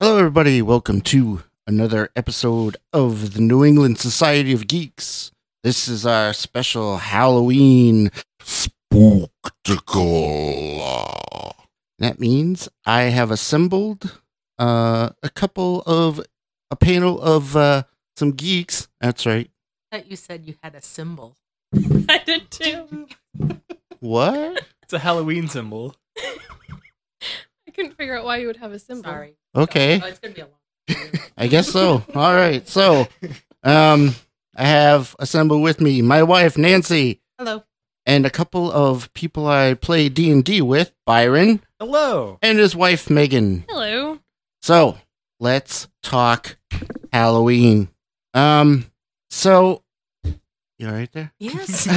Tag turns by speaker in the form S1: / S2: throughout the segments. S1: everybody. Welcome to another episode of the New England Society of Geeks. This is our special Halloween spooktacle. That means I have assembled uh, a couple of a panel of uh, some geeks. That's right.
S2: I thought you said you had a symbol.
S3: I did too.
S1: What?
S4: It's a Halloween symbol.
S3: I couldn't figure out why you would have a symbol.
S2: Sorry.
S1: Okay,
S2: Oh, it's gonna be a long.
S1: I guess so. All right, so um, I have assembled with me my wife Nancy.
S2: Hello.
S1: and a couple of people I play D and D with, Byron
S4: Hello.
S1: and his wife Megan.
S3: Hello.
S1: So let's talk Halloween. Um, so you all right there?
S2: Yes.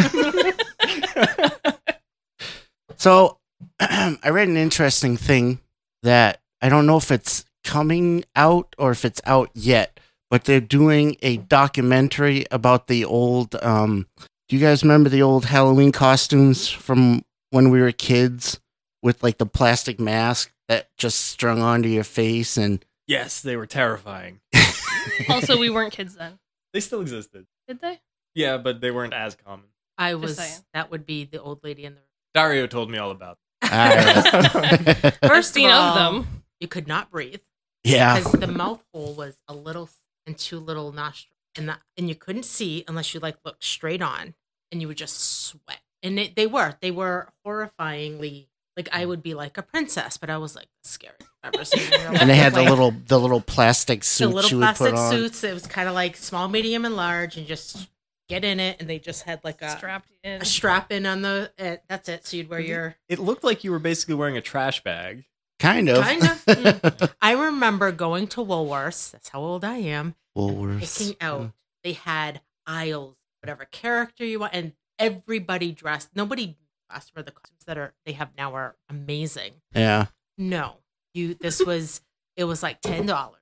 S1: So I read an interesting thing that I don't know if it's coming out or if it's out yet, but they're doing a documentary about the old. Um, do you guys remember the old Halloween costumes from when we were kids with like the plastic mask that just strung onto your face? And
S4: yes, they were terrifying.
S3: Also, we weren't kids then,
S4: They still existed.
S3: did they?
S4: Yeah, but they weren't as common.
S2: I was.
S3: saying.
S2: That would be the old lady in the.
S4: Dario told me all about
S1: I-
S2: First
S3: Seen
S2: of, all,
S3: of them.
S2: you could not breathe
S1: yeah,
S2: because the mouth hole was a little and two little nostrils, and the, and you couldn't see unless you like looked straight on, and you would just sweat. And they, they were they were horrifyingly like I would be like a princess, but I was like scary. I've ever seen in real
S1: and they had
S2: life.
S1: the
S2: Like,
S1: little the little plastic
S2: the
S1: suits you
S2: little
S1: would put
S2: plastic
S1: on.
S2: suits. It was kind of like small, medium, and large, and just get in it. And they just had like a
S3: Strapped in.
S2: a strap in on the uh, that's it so you'd wear your
S4: it. It looked like you were basically wearing a trash bag.
S1: Kind of.
S2: Kind of. Mm. i remember going to woolworths that's how old i am
S1: Woolworths.
S2: picking out
S1: Mm.
S2: they had aisles whatever character you want and everybody dressed nobody asked for the costumes that are they have now are amazing
S1: Yeah,
S2: no you this was it was like ten dollars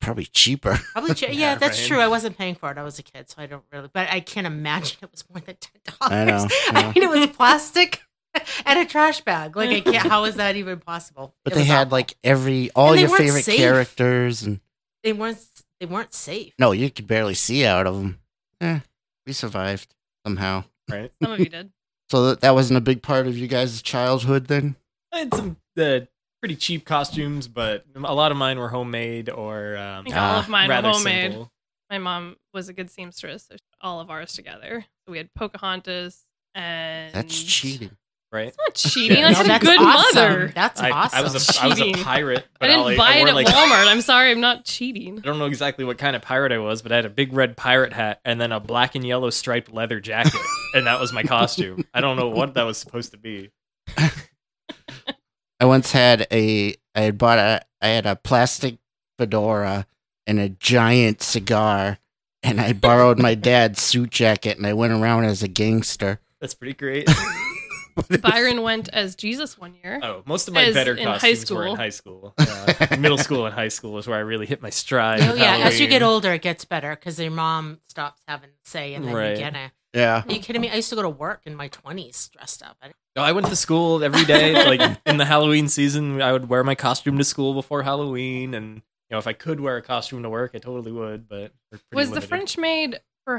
S1: probably cheaper.
S2: probably yeah, yeah
S4: Yeah,
S2: that's
S4: right.
S2: true i wasn't paying for it i was a kid so i don't really but i can't imagine it was more than ten dollars
S1: I know. yeah.
S2: I mean, it was plastic and a trash bag. Like, I can't. How is that even possible?
S1: But
S2: It
S1: they
S2: was
S1: had
S2: awful.
S1: like every all
S2: And they
S1: your
S2: weren't
S1: favorite
S2: safe.
S1: characters, and
S2: they weren't they weren't safe.
S1: no, you could barely see out of them. Eh, we survived somehow.
S3: Some of you did.
S1: So that, that wasn't a big part of you guys' childhood then.
S4: I had some uh, pretty cheap costumes, but a lot of mine were homemade or
S3: I
S4: um,
S3: think all
S1: Ah,
S3: of mine were
S4: rather
S3: homemade.
S4: simple.
S3: My mom was a good seamstress, so she put all of ours together. So we had Pocahontas and.
S1: That's
S2: Mm.
S1: cheating.
S4: Right?
S3: It's not cheating. I
S4: No,
S3: had
S2: that's
S3: a good
S2: awesome.
S3: mother.
S2: That's
S4: I,
S2: awesome.
S4: I was a, I was a
S3: Cheating.
S4: pirate.
S3: I
S4: But
S3: didn't
S4: like-
S3: buy
S4: I
S3: it
S4: wore,
S3: at
S4: like,
S3: Walmart. I'm sorry. I'm not cheating.
S4: I don't know exactly what kind of pirate I was, but I had a big red pirate hat and then a black and yellow striped leather jacket, and that was my costume. I don't know what that was supposed to be.
S1: I once had a I had bought a I had a plastic fedora and a giant cigar, and I borrowed my dad's suit jacket, and I went around as a gangster.
S4: That's pretty great.
S3: Byron went as Jesus one year.
S4: Oh, most of my
S3: As
S4: better
S3: in high
S4: costumes were in
S3: school.
S4: high school. Yeah. Middle school and high school is where I really hit my stride.
S2: Oh
S4: with
S2: yeah, as you
S4: Halloween.
S2: get older, it gets better because your mom stops having the say, and then you
S4: Right.
S2: get it.
S1: yeah,
S2: Are you kidding me? I used to go to work in my twenties dressed up. I-
S4: No, I went to school every day. Like in the Halloween season, I would wear my costume to school before Halloween, and you know if I could wear a costume to work, I totally would. But we're pretty
S3: was the
S4: limited.
S3: French maid for,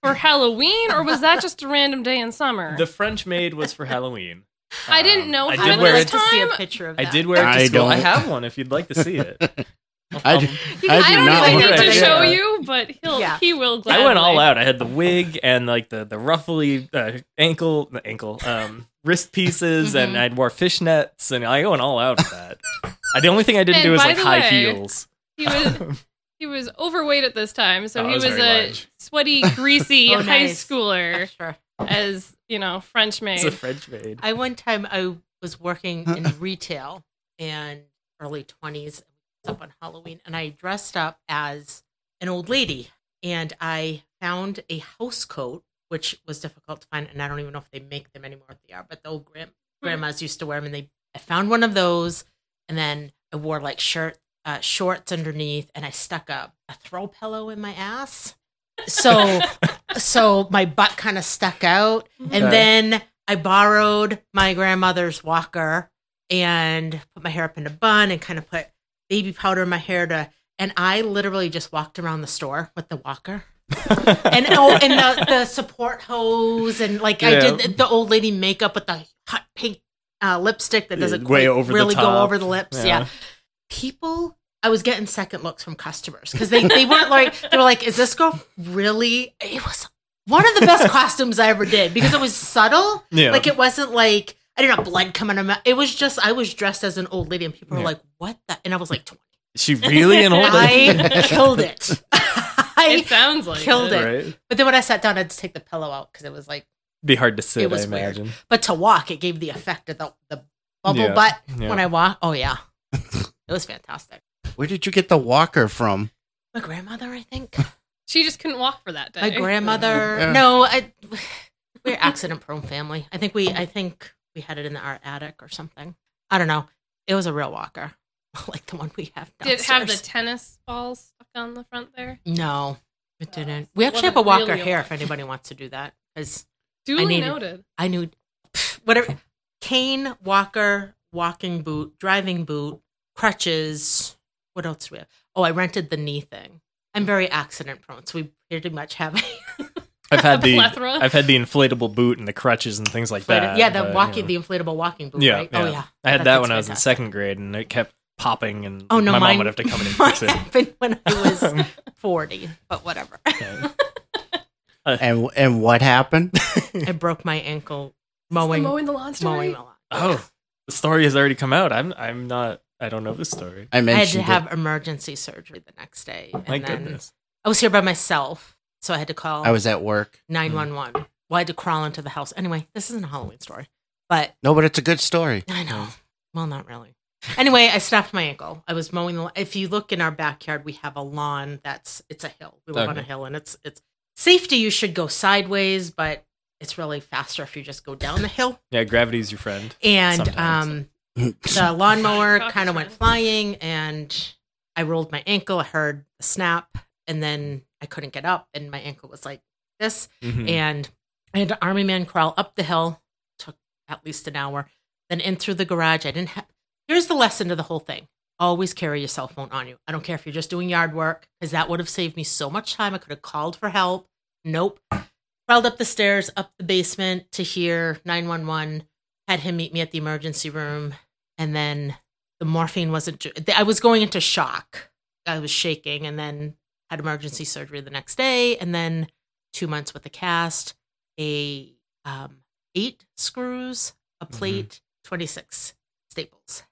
S3: for Halloween, or was that just a random day in summer?
S4: The French maid was for Halloween. Um,
S3: I didn't know
S4: I
S3: how
S4: did
S2: would
S4: wear
S2: like
S4: it.
S2: to see a
S3: Time-
S2: picture of
S4: I
S2: that.
S4: did wear it to
S1: I
S4: school. I
S1: don't-
S4: have one if you'd like to see it.
S1: I d-
S4: Um,
S1: I do
S3: I don't
S1: not
S3: even
S1: want
S3: need
S1: that.
S3: to show
S4: Yeah.
S3: you, but he'll
S2: Yeah.
S3: he will gladly.
S4: I went all out. I had the wig and like the the ruffly uh, ankle the ankle um, wrist pieces, and
S2: Mhm.
S4: I'd wore fishnets, and I went all out with that. Uh, the only thing I didn't
S3: And
S4: do was
S3: by
S4: like
S3: the
S4: high
S3: way,
S4: heels.
S3: He was he was overweight at this time, so
S4: Oh, I
S3: he
S4: was
S3: was,
S4: very
S3: a
S4: large.
S3: sweaty, greasy
S2: Oh,
S3: high
S2: nice.
S3: schooler
S2: Sure.
S3: as you know French
S4: it's a
S3: maid.
S4: French maid.
S2: I one time I was working in retail and early twenties up on Halloween, and I dressed up as an old lady, and I found a house coat which was difficult to find, and I don't even know if they make them anymore. If they are, but the old grand- grandmas used to wear them, and they I found one of those, and then I wore like shirt uh, shorts underneath, and I stuck a, a throw pillow in my ass. So, so my butt kind of stuck out, and
S4: Okay.
S2: then I borrowed my grandmother's walker and put my hair up in a bun and kind of put baby powder in my hair to, and I literally just walked around the store with the walker and oh, and the, the support hose, and like I
S4: Yeah.
S2: did the, the old lady makeup with the hot pink uh, lipstick that doesn't
S4: Yeah, way
S2: quite
S4: over the
S2: really go
S4: top.
S2: over the lips. Yeah.
S4: Yeah.
S2: people, I was getting second looks from customers because they they weren't like they were like, "Is this girl really?" It was one of the best costumes I ever did because it was subtle.
S4: Yeah.
S2: Like it wasn't like I didn't have blood coming out. It was just I was dressed as an old lady, and people were
S4: Yeah.
S2: like, "What the?" And I was like, 20.
S4: Is she really an old lady?
S2: "I killed it." I
S3: It sounds like
S2: killed it.
S4: Right?
S2: but then when I sat down, I had to take the pillow out because it was like,
S4: Be hard to sit.
S2: It was
S4: I
S2: weird.
S4: imagine.
S2: but to walk, it gave the effect of the, the bubble
S4: Yeah,
S2: butt
S4: yeah.
S2: when I walk. Oh, yeah. it was fantastic.
S1: Where did you get the walker from?
S2: My grandmother, I think.
S3: She just couldn't walk for that day.
S2: My grandmother.
S1: Yeah.
S2: No, I, we're accident prone family. I think we, I think we had it in our attic or something. I don't know. It was a real walker, like the one we have.
S3: Did it
S2: Downstairs.
S3: have the tennis balls stuck on the front there?
S2: no, it didn't.
S3: so
S2: We
S3: it
S2: actually have a
S3: wasn't
S2: walker
S3: really a
S2: here
S3: walker.
S2: if anybody wants to do that because
S3: Duly
S2: needed-
S3: noted.
S2: I knew pff, whatever cane, walker, walking boot, driving boot, crutches. What else do we have? Oh, I rented the knee thing. I'm very accident prone, so we pretty much have.
S4: I've had
S3: A
S4: the
S3: plethora.
S4: I've had the inflatable boot and the crutches and things like that.
S2: yeah, the
S4: but,
S2: walking,
S4: you know.
S2: the inflatable walking boot.
S4: Yeah,
S2: right? Oh
S4: yeah.
S2: yeah.
S4: I had
S2: that
S4: that,
S2: thing's
S4: when I was in
S2: fantastic.
S4: second grade, and it kept popping, and
S2: Oh no,
S4: my
S2: mine,
S4: mom would have to come in and
S2: mine
S4: fix it.
S2: happened when I was 40, but whatever.
S4: Yeah.
S1: And and what happened?
S2: I broke my ankle mowing,
S3: the mowing
S2: mowing,
S3: the lawn story.
S2: mowing the lawn.
S4: Oh, the story has already come out. I'm I'm not. I don't know this story.
S1: I
S2: I had to
S1: mentioned
S2: have emergency surgery the next day, and
S4: My
S2: then
S4: goodness.
S2: I was here by myself, so I had to call.
S1: it. I was at work.
S4: Mm.
S2: 911. Well, I had to crawl into the house. Anyway, this isn't a Halloween story, but
S1: No, but it's a good story.
S2: I know. Well, not really. Anyway, I snapped my ankle. I was mowing the. lawn. If you look in our backyard, we have a lawn that's it's a hill. We live on a
S4: Okay.
S2: hill, and it's it's safety. You should go sideways, but it's really faster if you just go down the hill.
S4: Yeah, gravity's your friend.
S2: And
S4: Sometimes.
S2: um, the lawnmower
S3: Cockatoo.
S2: kind of went flying and I rolled my ankle. I heard a snap and then I couldn't get up and my ankle was like this.
S4: Mhm.
S2: And I had an army man crawl up the hill, took at least an hour, then in through the garage. I didn't have. Here's the lesson to the whole thing always carry your cell phone on you. I don't care if you're just doing yard work, because that would have saved me so much time. I could have called for help. Nope. Crawled up the stairs, up the basement to here, 911, had him meet me at the emergency room. And then the morphine wasn't, ju- I was going into shock. I was shaking and then had emergency surgery the next day. And then two months with a cast, a um, eight screws, a
S4: Mhm.
S2: plate, 26 staples.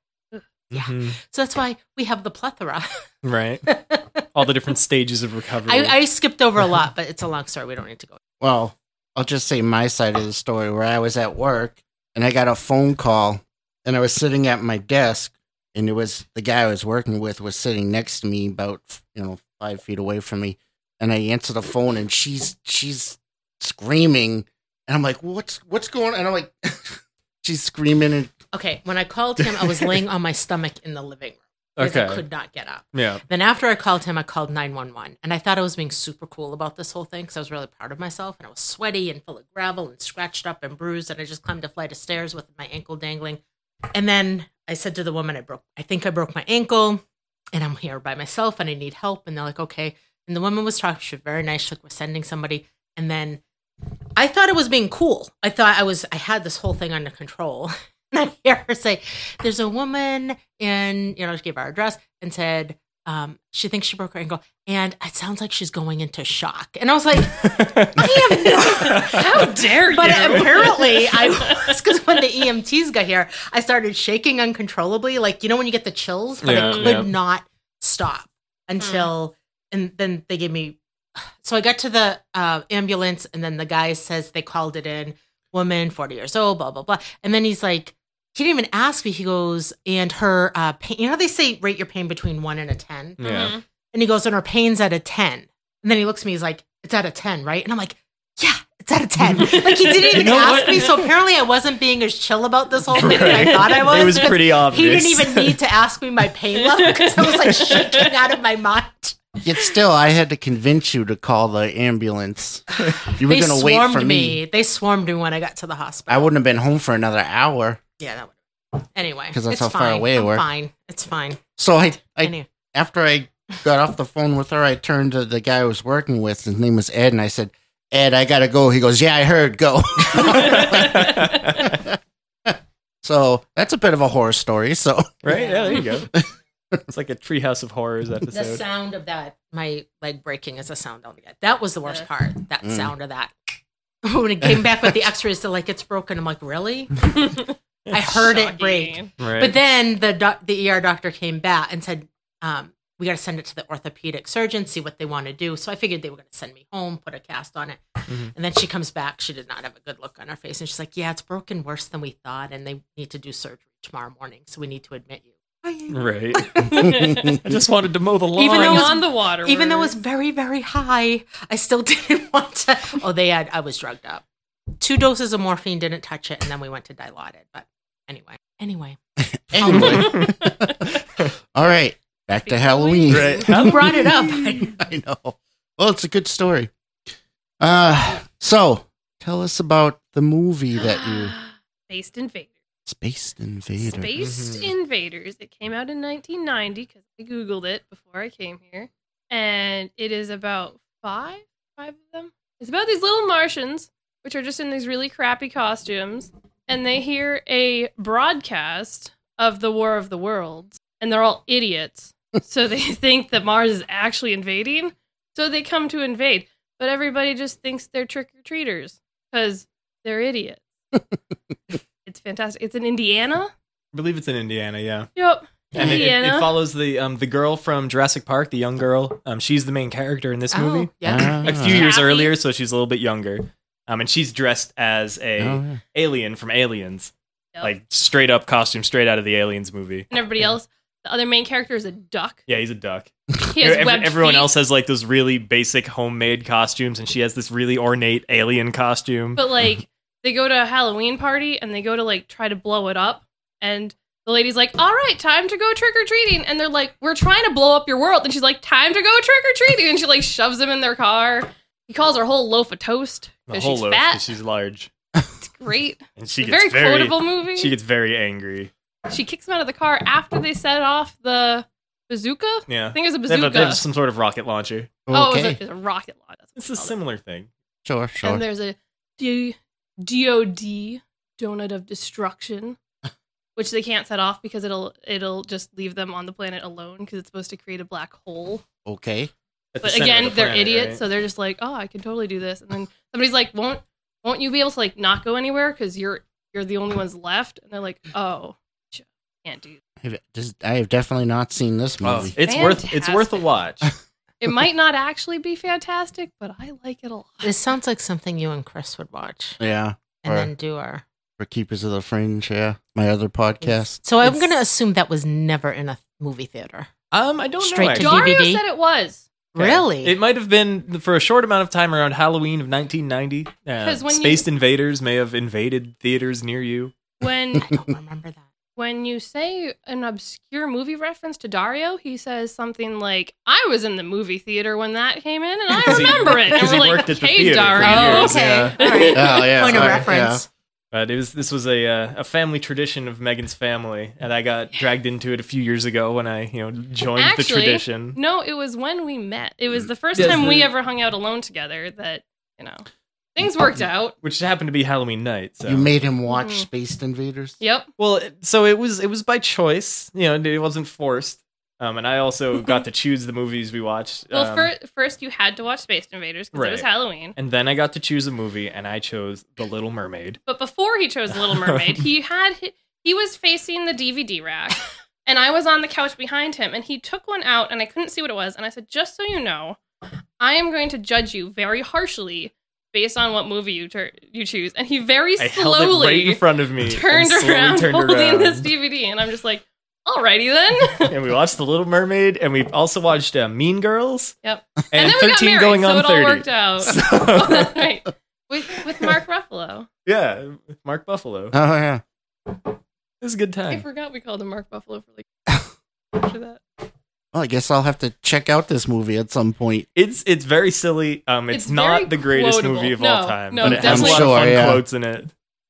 S2: yeah.
S4: Mhm.
S2: So that's why we have the plethora.
S4: Right.
S2: I,
S4: All the different stages of recovery.
S2: I skipped over a lot, but it's a long story. We don't need to go.
S1: Well, I'll just say my side of the story where I was at work and I got a phone call and I was sitting at my desk and it was the guy I was working with was sitting next to me about you know five feet away from me and I answer the phone and she's she's screaming and I'm like what's what's going on? and I'm like she's screaming and
S2: Okay, when I called him, I was laying on my stomach in the living room because
S4: okay.
S2: I could not get up.
S4: yeah.
S2: Then after I called him, I called 911. And I thought I was being super cool about this whole thing because I was really proud of myself. And I was sweaty and full of gravel and scratched up and bruised. And I just climbed a flight of stairs with my ankle dangling. And then I said to the woman, I broke, I think I broke my ankle and I'm here by myself and I need help. And they're like, okay. And the woman was talking, she was very nice. She's like, we're sending somebody. And then I thought it was being cool. I thought I was, I had this whole thing under control. And I hear her say, there's a woman and, you know, she gave our address and said, um, she thinks she broke her ankle, and it sounds like she's going into shock. And I was like,
S3: How dare you?
S2: but apparently I was because when the EMTs got here, I started shaking uncontrollably. Like you know when you get the chills, but I
S4: Yeah,
S2: could
S4: yeah.
S2: not stop until and then they gave me. So I got to the uh, ambulance, and then the guy says they called it in. Woman, forty years old, blah blah blah, and then he's like. He didn't even ask me. He goes, and her uh, pain. You know, how they say rate your pain between one and a ten.
S4: Yeah.
S3: Mhm.
S2: And he goes, and her pain's at a 10. And then he looks at me, he's like, it's at a 10, right? And I'm like, yeah, it's at a 10. like, he didn't even
S4: You know
S2: ask
S4: what?
S2: me. So apparently, I wasn't being as chill about this whole thing as
S4: Right.
S2: I thought I was.
S4: It was
S2: because
S4: pretty
S2: he
S4: obvious.
S2: didn't even need to ask me my pain level because I was like shaking out of my mind.
S1: yet still I had to convince you to call the ambulance. You were
S2: they
S1: going to wait
S2: swarmed
S1: for me.
S2: They swarmed me when I got to the
S1: I
S2: hospital.
S1: wouldn't have been home for another hour.
S2: yeah, that would Anyway,
S1: 'Cause that's
S2: it's
S1: how far
S2: fine.
S1: away
S2: I'm
S1: we're.
S2: Fine, it's fine.
S1: So I, I
S2: anyway,
S1: after I got off the phone with her, I turned to the guy I was working with. His name was Ed, and I said, "Ed, I gotta go." He goes, "Yeah, I heard. Go." so that's a bit of a horror story. So
S4: Right? Yeah, there you go. It's like a treehouse of horrors
S2: the
S4: episode.
S2: sound of that, my leg breaking is a sound on the end. That was the worst
S3: Yeah.
S2: part. That
S1: Mm.
S2: sound of that. when it came back with the X-rays, they're like, "It's broken." I'm like, "Really?" I heard it break.
S3: Shocking.
S4: Right.
S2: But then the doc- the ER doctor came back and said, um, "We got to send it to the orthopedic surgeon, see what they want to do." So I figured they were going to send me home, put a cast on it,
S4: Mhm.
S2: and then she comes back. She did not have a good look on her face, and she's like, "Yeah, it's broken worse than we thought, and they need to do surgery tomorrow morning, so we need to admit you."
S4: right. I
S1: I
S4: just wanted to mow the lawn.
S2: Even
S3: Bring
S2: though it's-
S3: on the water.
S2: Even though it was very, very high, I still didn't want to. Oh, they had. I was drugged up. Two doses of morphine didn't touch it, and then we went to dilaudid. But anyway, anyway,
S1: anyway, all right, back to Halloween.
S4: Right.
S2: you brought it up.
S1: I know. Well, it's a good story. Uh, so tell us about the movie that you
S3: Based Invaders.
S1: Space Invader.
S3: Space
S4: Mhm.
S3: Invaders. It came out in 1990 because I googled it before I came here, and it is about five, five of them. It's about these little Martians, which are just in these really crappy costumes, and they hear a broadcast of the War of the Worlds, and they're all idiots, so they think that Mars is actually invading, so they come to invade, but everybody just thinks they're trick or treaters because they're idiots. it's fantastic. It's in Indiana.
S4: I believe it's in Indiana, yeah.
S3: Yep.
S4: And it, it,
S3: Indiana.
S4: it follows the um the girl from Jurassic Park, the young girl. Um, she's the main character in this movie.
S2: Oh, yeah.
S1: Ah,
S4: A few years
S3: Kathy.
S4: earlier, so she's a little bit younger. Um, and she's dressed as a
S1: Oh,
S4: alien from Aliens,
S3: Yep.
S4: like straight up costume, straight out of the Aliens movie.
S3: and everybody else, the other main character is a duck.
S4: Yeah, he's a duck.
S3: He has
S4: Ev-
S3: webbed
S4: everyone
S3: feet.
S4: else has like those really basic homemade costumes, and she has this really ornate alien costume.
S3: But like they go to a Halloween party and they go to like try to blow it up, and the lady's like, "All right, time to go trick or treating," and they're like, "We're trying to blow up your world," and she's like, "Time to go trick or treating," and she like shoves him in their car. He calls her whole loaf of toast
S4: The
S3: because
S4: whole
S3: she's
S4: loaf, 'cause
S3: fat.
S4: she's large,
S3: It's great.
S4: and she
S3: It's a very,
S4: gets very,
S3: quotable movie.
S4: she gets very angry.
S3: she kicks him out of the car after they set off the bazooka.
S4: Yeah,
S3: I think it was a
S4: they have,
S3: bazooka.
S4: a- they have some sort of rocket launcher.
S3: Oh, it was, a,
S1: okay.
S3: it was a rocket launch. That's what
S4: It's
S3: they
S4: a
S3: called it.
S4: similar thing.
S1: sure, sure.
S3: And there's a D- DOD donut of destruction, which they can't set off because it'll it'll just leave them on the planet alone because it's supposed to create a black hole.
S1: okay.
S4: At the
S3: But
S4: center of
S3: again,
S4: the
S3: they're
S4: planet,
S3: idiots,
S4: right?
S3: so they're just like, oh, I can totally do this. And then somebody's like, won't won't you be able to like not go anywhere because you're you're the only ones left? And they're like, oh, sh- can't do. That.
S1: I've, just, I have definitely not seen this
S4: Oh,
S1: movie.
S4: it's worth it's worth a watch.
S3: It might not actually be fantastic, but I like it a lot.
S2: This sounds like something you and Chris would watch
S1: Yeah,
S2: and
S1: Or-
S2: then do our.
S1: for Keepers of the Fringe. Yeah, my other podcast.
S2: So I'm
S4: It's-
S2: going to assume that was never in a movie theater.
S4: Um, I don't
S2: Straight
S4: know.
S2: to
S4: actually.
S3: Dario
S2: DVD?
S3: said it was.
S4: Okay.
S2: Really?
S4: It might have been for a short amount of time around Halloween of 1990. Uh,
S3: 'Cause when you-
S4: Spaced invaders may have invaded theaters near you.
S3: When
S2: I don't remember that.
S3: when you say an obscure movie reference to Dario, he says something like, "I was in the movie theater when that came in, and I
S4: 'Cause he-
S3: remember it." And
S4: 'cause
S3: we're
S4: he
S3: like,
S4: worked at the
S3: "Okay,
S4: theater for
S3: Dario."
S4: years. yeah.
S2: All right.
S1: Oh, yeah,
S2: Point of
S1: all right,
S2: reference.
S4: But it was this was a uh, a family tradition of Megan's family, and I got dragged into it a few years ago when I you know joined the
S3: Actually,
S4: tradition.
S3: No, it was when we met. It was the first
S4: Yes,
S3: time we
S4: the-
S3: ever hung out alone together. That you know, things worked out.
S4: Which happened to be Halloween night. So.
S1: You made him watch
S3: Mm.
S1: Space Invaders.
S3: Yep.
S4: Well, it- so it was it was by choice. You know, it wasn't forced. Um, and I also got to choose the movies we watched.
S3: Well,
S4: um,
S3: fir- first you had to watch Space Invaders because it was
S4: Right.
S3: Halloween.
S4: and then I got to choose a movie, and I chose The Little Mermaid.
S3: But before he chose The Little Mermaid, he had hi- he was facing the DVD rack, and I was on the couch behind him, and he took one out, and I couldn't see what it was, and I said, "Just so you know, I am going to judge you very harshly based on what movie you tur- you choose." And he very
S4: I held it right
S3: slowly
S4: in front of me,
S3: turned
S4: and slowly
S3: around,
S4: turned
S3: holding
S4: around.
S3: this DVD, and I'm just like, "Alrighty then."
S4: and we watched The Little Mermaid, and we also watched uh, Mean Girls.
S3: Yep.
S4: And,
S3: And, then we got
S4: thirteen
S3: married,
S4: going
S3: so
S4: on
S3: it
S4: thirty.
S3: all worked out.
S4: So-
S3: oh, that's right. With, with Mark Ruffalo.
S4: yeah, Mark Buffalo. It
S1: Oh yeah.
S4: was a good
S3: I
S4: time.
S3: forgot we called him Mark Buffalo for like after that.
S1: Well, I guess I'll have to check out this movie at some point.
S4: It's it's very silly. Um, it's,
S3: It's
S4: not
S3: very
S4: the greatest
S3: quotable.
S4: movie of
S3: No,
S4: all time,
S3: no,
S4: but it has a lot
S1: definitely-
S4: of
S1: I'm
S4: fun
S1: sure, yeah.
S4: quotes in it.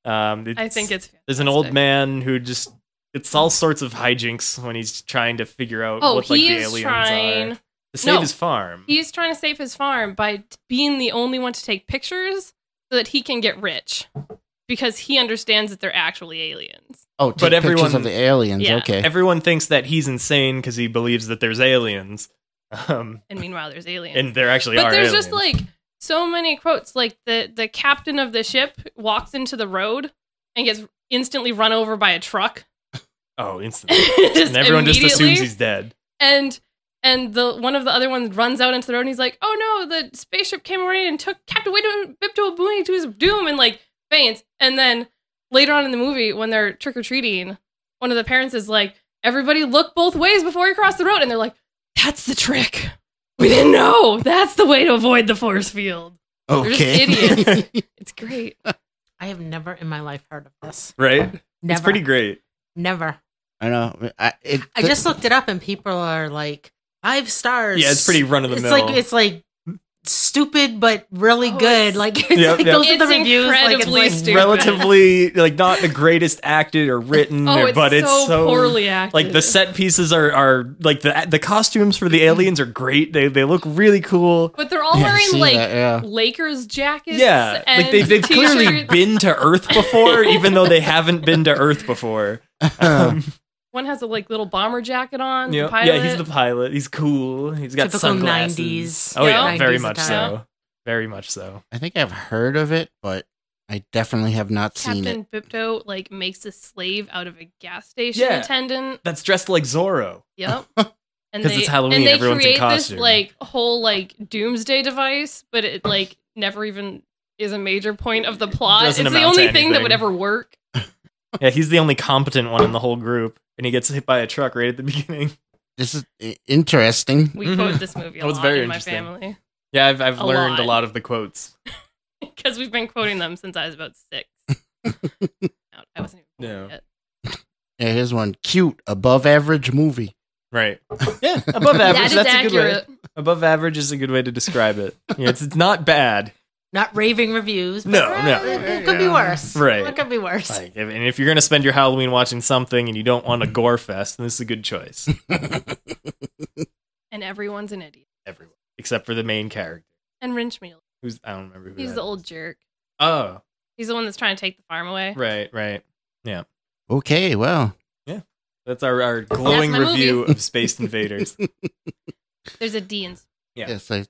S4: Um,
S3: I think it's
S4: there's an old
S3: fantastic.
S4: man who just It's all sorts of hijinks when he's trying to figure out
S3: Oh,
S4: what like the
S3: he
S4: aliens uh,
S3: is trying.
S4: are to save
S3: No.
S4: his farm.
S3: He's trying to save his farm by t- being the only one to take pictures so that he can get rich because he understands that they're actually aliens.
S1: Oh, take
S4: But
S1: pictures
S4: everyone-
S1: of the aliens.
S3: Yeah.
S1: Okay.
S4: Everyone thinks that he's insane because he believes that there's aliens, um,
S3: And meanwhile, there's aliens.
S4: and there actually
S3: but
S4: are.
S3: there's
S4: aliens.
S3: just like so many quotes. Like the the captain of the ship walks into the road and gets instantly run over by a truck.
S4: oh, instantly,
S3: and
S4: and everyone just assumes he's dead.
S3: and and the one of the other ones runs out into the road and he's like, "Oh no, the spaceship came away and took Captain Wib- Bipto Booney to his doom," and like faints. And then later on in the movie, when they're trick or treating, one of the parents is like, "Everybody look both ways before you cross the road," and they're like, "That's the trick. We didn't know. That's the way to avoid the force field. just
S1: okay.
S3: idiots. It's great.
S4: Mm.
S2: I have never in my life heard of this.
S4: Right?
S2: Never.
S4: It's pretty great.
S2: Never.
S1: I know. I, it,
S2: I just looked it up and people are like five stars.
S4: Yeah, it's pretty run of the
S2: It's
S4: mill.
S2: like it's like stupid but really
S3: Oh,
S2: good.
S3: it's-
S2: Like, it's
S4: Yep,
S2: like
S4: yep.
S2: those are the
S3: It's
S2: reviews. Like, it's
S3: incredibly
S2: like-
S3: stupid.
S4: relatively like not the greatest acted or written,
S3: Oh,
S4: or-
S3: it's
S4: but
S3: so
S4: it's so
S3: poorly acted.
S4: like the set pieces are are like the the costumes for the aliens are great. They they look really cool.
S3: but they're all
S1: Yeah, I
S3: wearing
S1: see
S3: like
S1: that, yeah.
S3: Lakers jackets.
S4: Yeah,
S3: and
S4: like they they've clearly
S3: t-shirts.
S4: been to Earth before, even though they haven't been to Earth before. Um,
S3: One has a like little bomber jacket on.
S4: yeah,
S3: The pilot.
S4: yeah, he's the pilot. He's cool. He's got
S2: Typical
S4: sunglasses.
S2: 90s.
S4: Oh yeah,
S3: Yeah.
S4: very
S2: 90s
S4: much
S2: attire.
S4: so. Very much so.
S1: I think I've heard of it, but I definitely have not seen it.
S3: Captain Bipto like makes a slave out of a gas station
S4: Yeah.
S3: attendant.
S4: That's dressed like Zorro.
S3: Yep. And
S4: 'Cause
S3: they
S4: it's Halloween,
S3: and they
S4: everyone's in
S3: create
S4: costume.
S3: this like whole like doomsday device, but it like never even is a major point of the plot.
S4: Doesn't
S3: it's the
S4: amount to
S3: only thing that
S4: anything.
S3: would ever work.
S4: Yeah, he's the only competent one in the whole group, and he gets hit by a truck right at the beginning.
S1: This is i- interesting.
S3: We
S4: Mhm.
S3: quote this movie a
S4: That was
S3: lot
S4: very
S3: in my
S4: interesting.
S3: family
S4: Yeah, I've I've
S3: A
S4: learned a
S3: lot.
S4: lot of the quotes.
S3: because we've been quoting them since I was about six. Out- I wasn't even born
S4: Yeah.
S3: yet.
S1: Yeah, here's one cute, above average movie.
S4: Right. Yeah, above
S3: That
S4: average.
S3: is
S4: That's a good way.
S3: accurate.
S4: Above average is a good way to describe it. Yeah, it's, it's not bad.
S2: not raving reviews. But
S4: No,
S2: eh,
S4: no.
S2: It, it could be worse.
S4: Right.
S2: It could be worse.
S4: Like, if, and if you're gonna spend your Halloween watching something and you don't want a gore fest, then this is a good choice.
S3: And everyone's an idiot.
S4: Everyone except for the main character,
S3: And Rinchmeal.
S4: who's I don't remember who.
S3: He's
S4: that
S3: the
S4: is.
S3: old jerk.
S4: Oh,
S3: He's the one that's trying to take the farm away.
S4: right, right.
S1: okay, well,
S4: That's our, our glowing
S3: my movie.
S4: review of Space Invaders.
S3: There's a D in
S4: Yeah.
S1: yes, I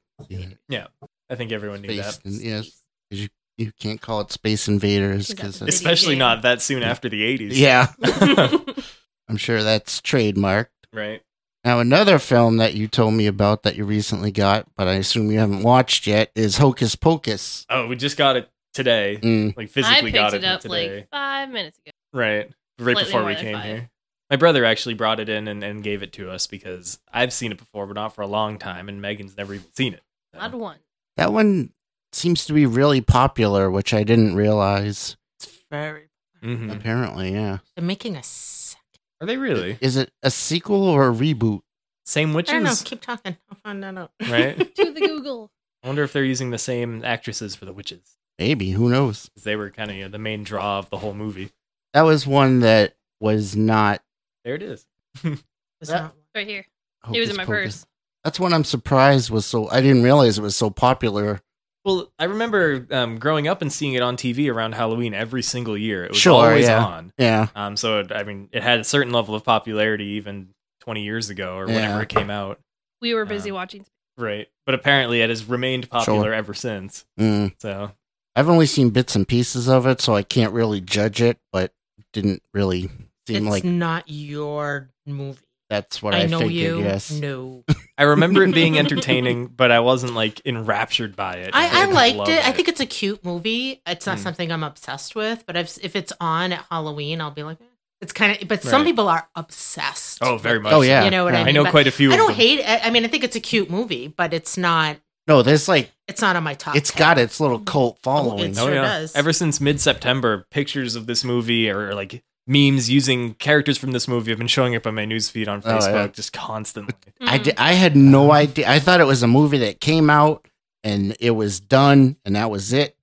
S1: yeah,
S4: I think everyone knew
S1: space,
S4: that,
S1: and- yes, you, you can't call it Space Invaders because
S3: Exactly.
S4: especially not that soon after the '80s.
S1: yeah,
S3: space.
S1: I'm sure that's trademarked.
S4: right.
S1: Now, another film that you told me about that you recently got, but I assume you haven't watched yet, is Hocus Pocus.
S4: Oh, we just got it today.
S1: Mm.
S4: Like
S3: I
S4: physically
S3: picked
S4: got
S3: it up
S4: today.
S3: like five minutes ago.
S4: Right. Right
S3: Slightly
S4: before
S3: more
S4: we
S3: than
S4: came
S3: five.
S4: here. My brother actually brought it in and, and gave it to us because I've seen it before, but not for a long time, and Megan's never even seen it. So.
S3: Odd one.
S1: That one seems to be really popular, which I didn't realize.
S2: It's very.
S4: Mhm.
S1: Apparently, yeah.
S2: They're making a. s-
S4: Are they really?
S1: Is it a sequel or a reboot?
S4: Same
S2: I don't know.
S4: witches,
S2: Keep talking. I'll find that out.
S4: right?
S3: To the Google.
S4: I wonder if they're using the same actresses for the witches.
S1: Maybe, who knows?
S4: 'Cause They were kind of you know, the main draw of the whole movie.
S1: That was one that was not.
S4: There it is.
S2: It's
S1: That-
S2: not-
S3: Right here. it was in
S1: Hocus
S3: my
S1: Pocus.
S3: purse.
S1: That's one I'm surprised was so. I didn't realize it was so popular.
S4: Well, I remember um, growing up and seeing it on TV around Halloween every single year. It was
S1: Sure,
S4: always
S1: yeah.
S4: on.
S1: Yeah,
S4: Um, so it, I mean, it had a certain level of popularity even 20 years ago or
S1: Yeah.
S4: whenever it came out.
S3: We were busy
S4: Um,
S3: watching.
S4: Right. But apparently it has remained popular
S1: Sure.
S4: ever since.
S1: Mm.
S4: So
S1: I've only seen bits and pieces of it, so I can't really judge it. But it didn't really seem
S2: It's
S1: like
S2: not your movie.
S1: that's what I,
S2: I know
S1: figured.
S2: you.
S1: Yes,
S2: No.
S4: I remember it being entertaining, but I wasn't like enraptured by it.
S2: I, I
S4: didn't
S2: liked
S4: love
S2: it. I think it's a cute movie. It's not
S4: Mm.
S2: something I'm obsessed with, but if, if it's on at Halloween, I'll be like, eh. it's kind of. But some
S4: Right.
S2: people are obsessed.
S4: Oh, very
S2: with
S4: much.
S2: it.
S1: Oh yeah,
S2: You know what I
S1: yeah.
S4: I
S2: mean?
S4: know
S2: but
S4: quite a few
S2: I
S4: of
S2: don't
S4: them.
S2: hate. it. I, I mean, I think it's a cute movie, but it's not.
S1: No, there's like
S2: It's not on my top.
S1: it's got its little cult following.
S2: it's-
S4: Oh
S2: Sure
S4: yeah.
S2: does.
S4: Ever since mid September, pictures of this movie or like memes using characters from this movie have been showing up on my newsfeed on
S1: Oh, yeah.
S4: Facebook just constantly.
S1: I,
S3: mm-hmm.
S1: di- I had no idea. I thought it was a movie that came out and it was done and that was it.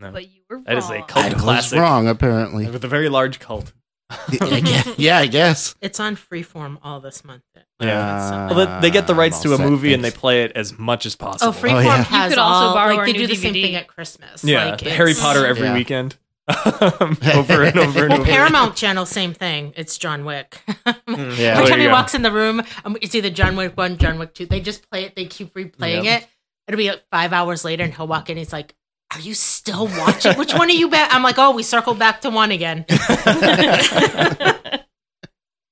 S3: Mm-hmm. But you were wrong.
S4: That is a cult.
S1: I was
S4: classic.
S1: wrong apparently.
S4: With a very large cult.
S1: I guess- yeah, I guess.
S2: It's on Freeform all this month.
S1: Yeah.
S4: Well, they, they get the rights to a
S1: Ah, All set,
S4: movie and they
S1: thanks.
S4: play it as much as possible.
S2: Oh, Freeform
S1: Oh, yeah.
S2: has
S3: You could also
S2: all.
S3: borrow
S2: like
S3: our
S2: they
S3: new
S2: do the same
S3: DVD.
S2: thing at Christmas.
S4: Yeah,
S2: like,
S4: Harry
S2: it's-
S4: Potter every
S1: Yeah.
S4: weekend, Um, over and over and
S2: Well,
S4: over.
S2: Paramount Channel, same thing. It's John Wick.
S4: Mm.
S1: Yeah.
S4: There
S2: Every time
S4: you
S2: he
S4: go.
S2: walks in the room, um, it's either John Wick one, John Wick two. They just play it. They keep replaying
S4: Yep.
S2: it. It'll be like five hours later, and he'll walk in. He's like, "Are you still watching? Which one are you back?" I'm like, "Oh, we circled back to one again."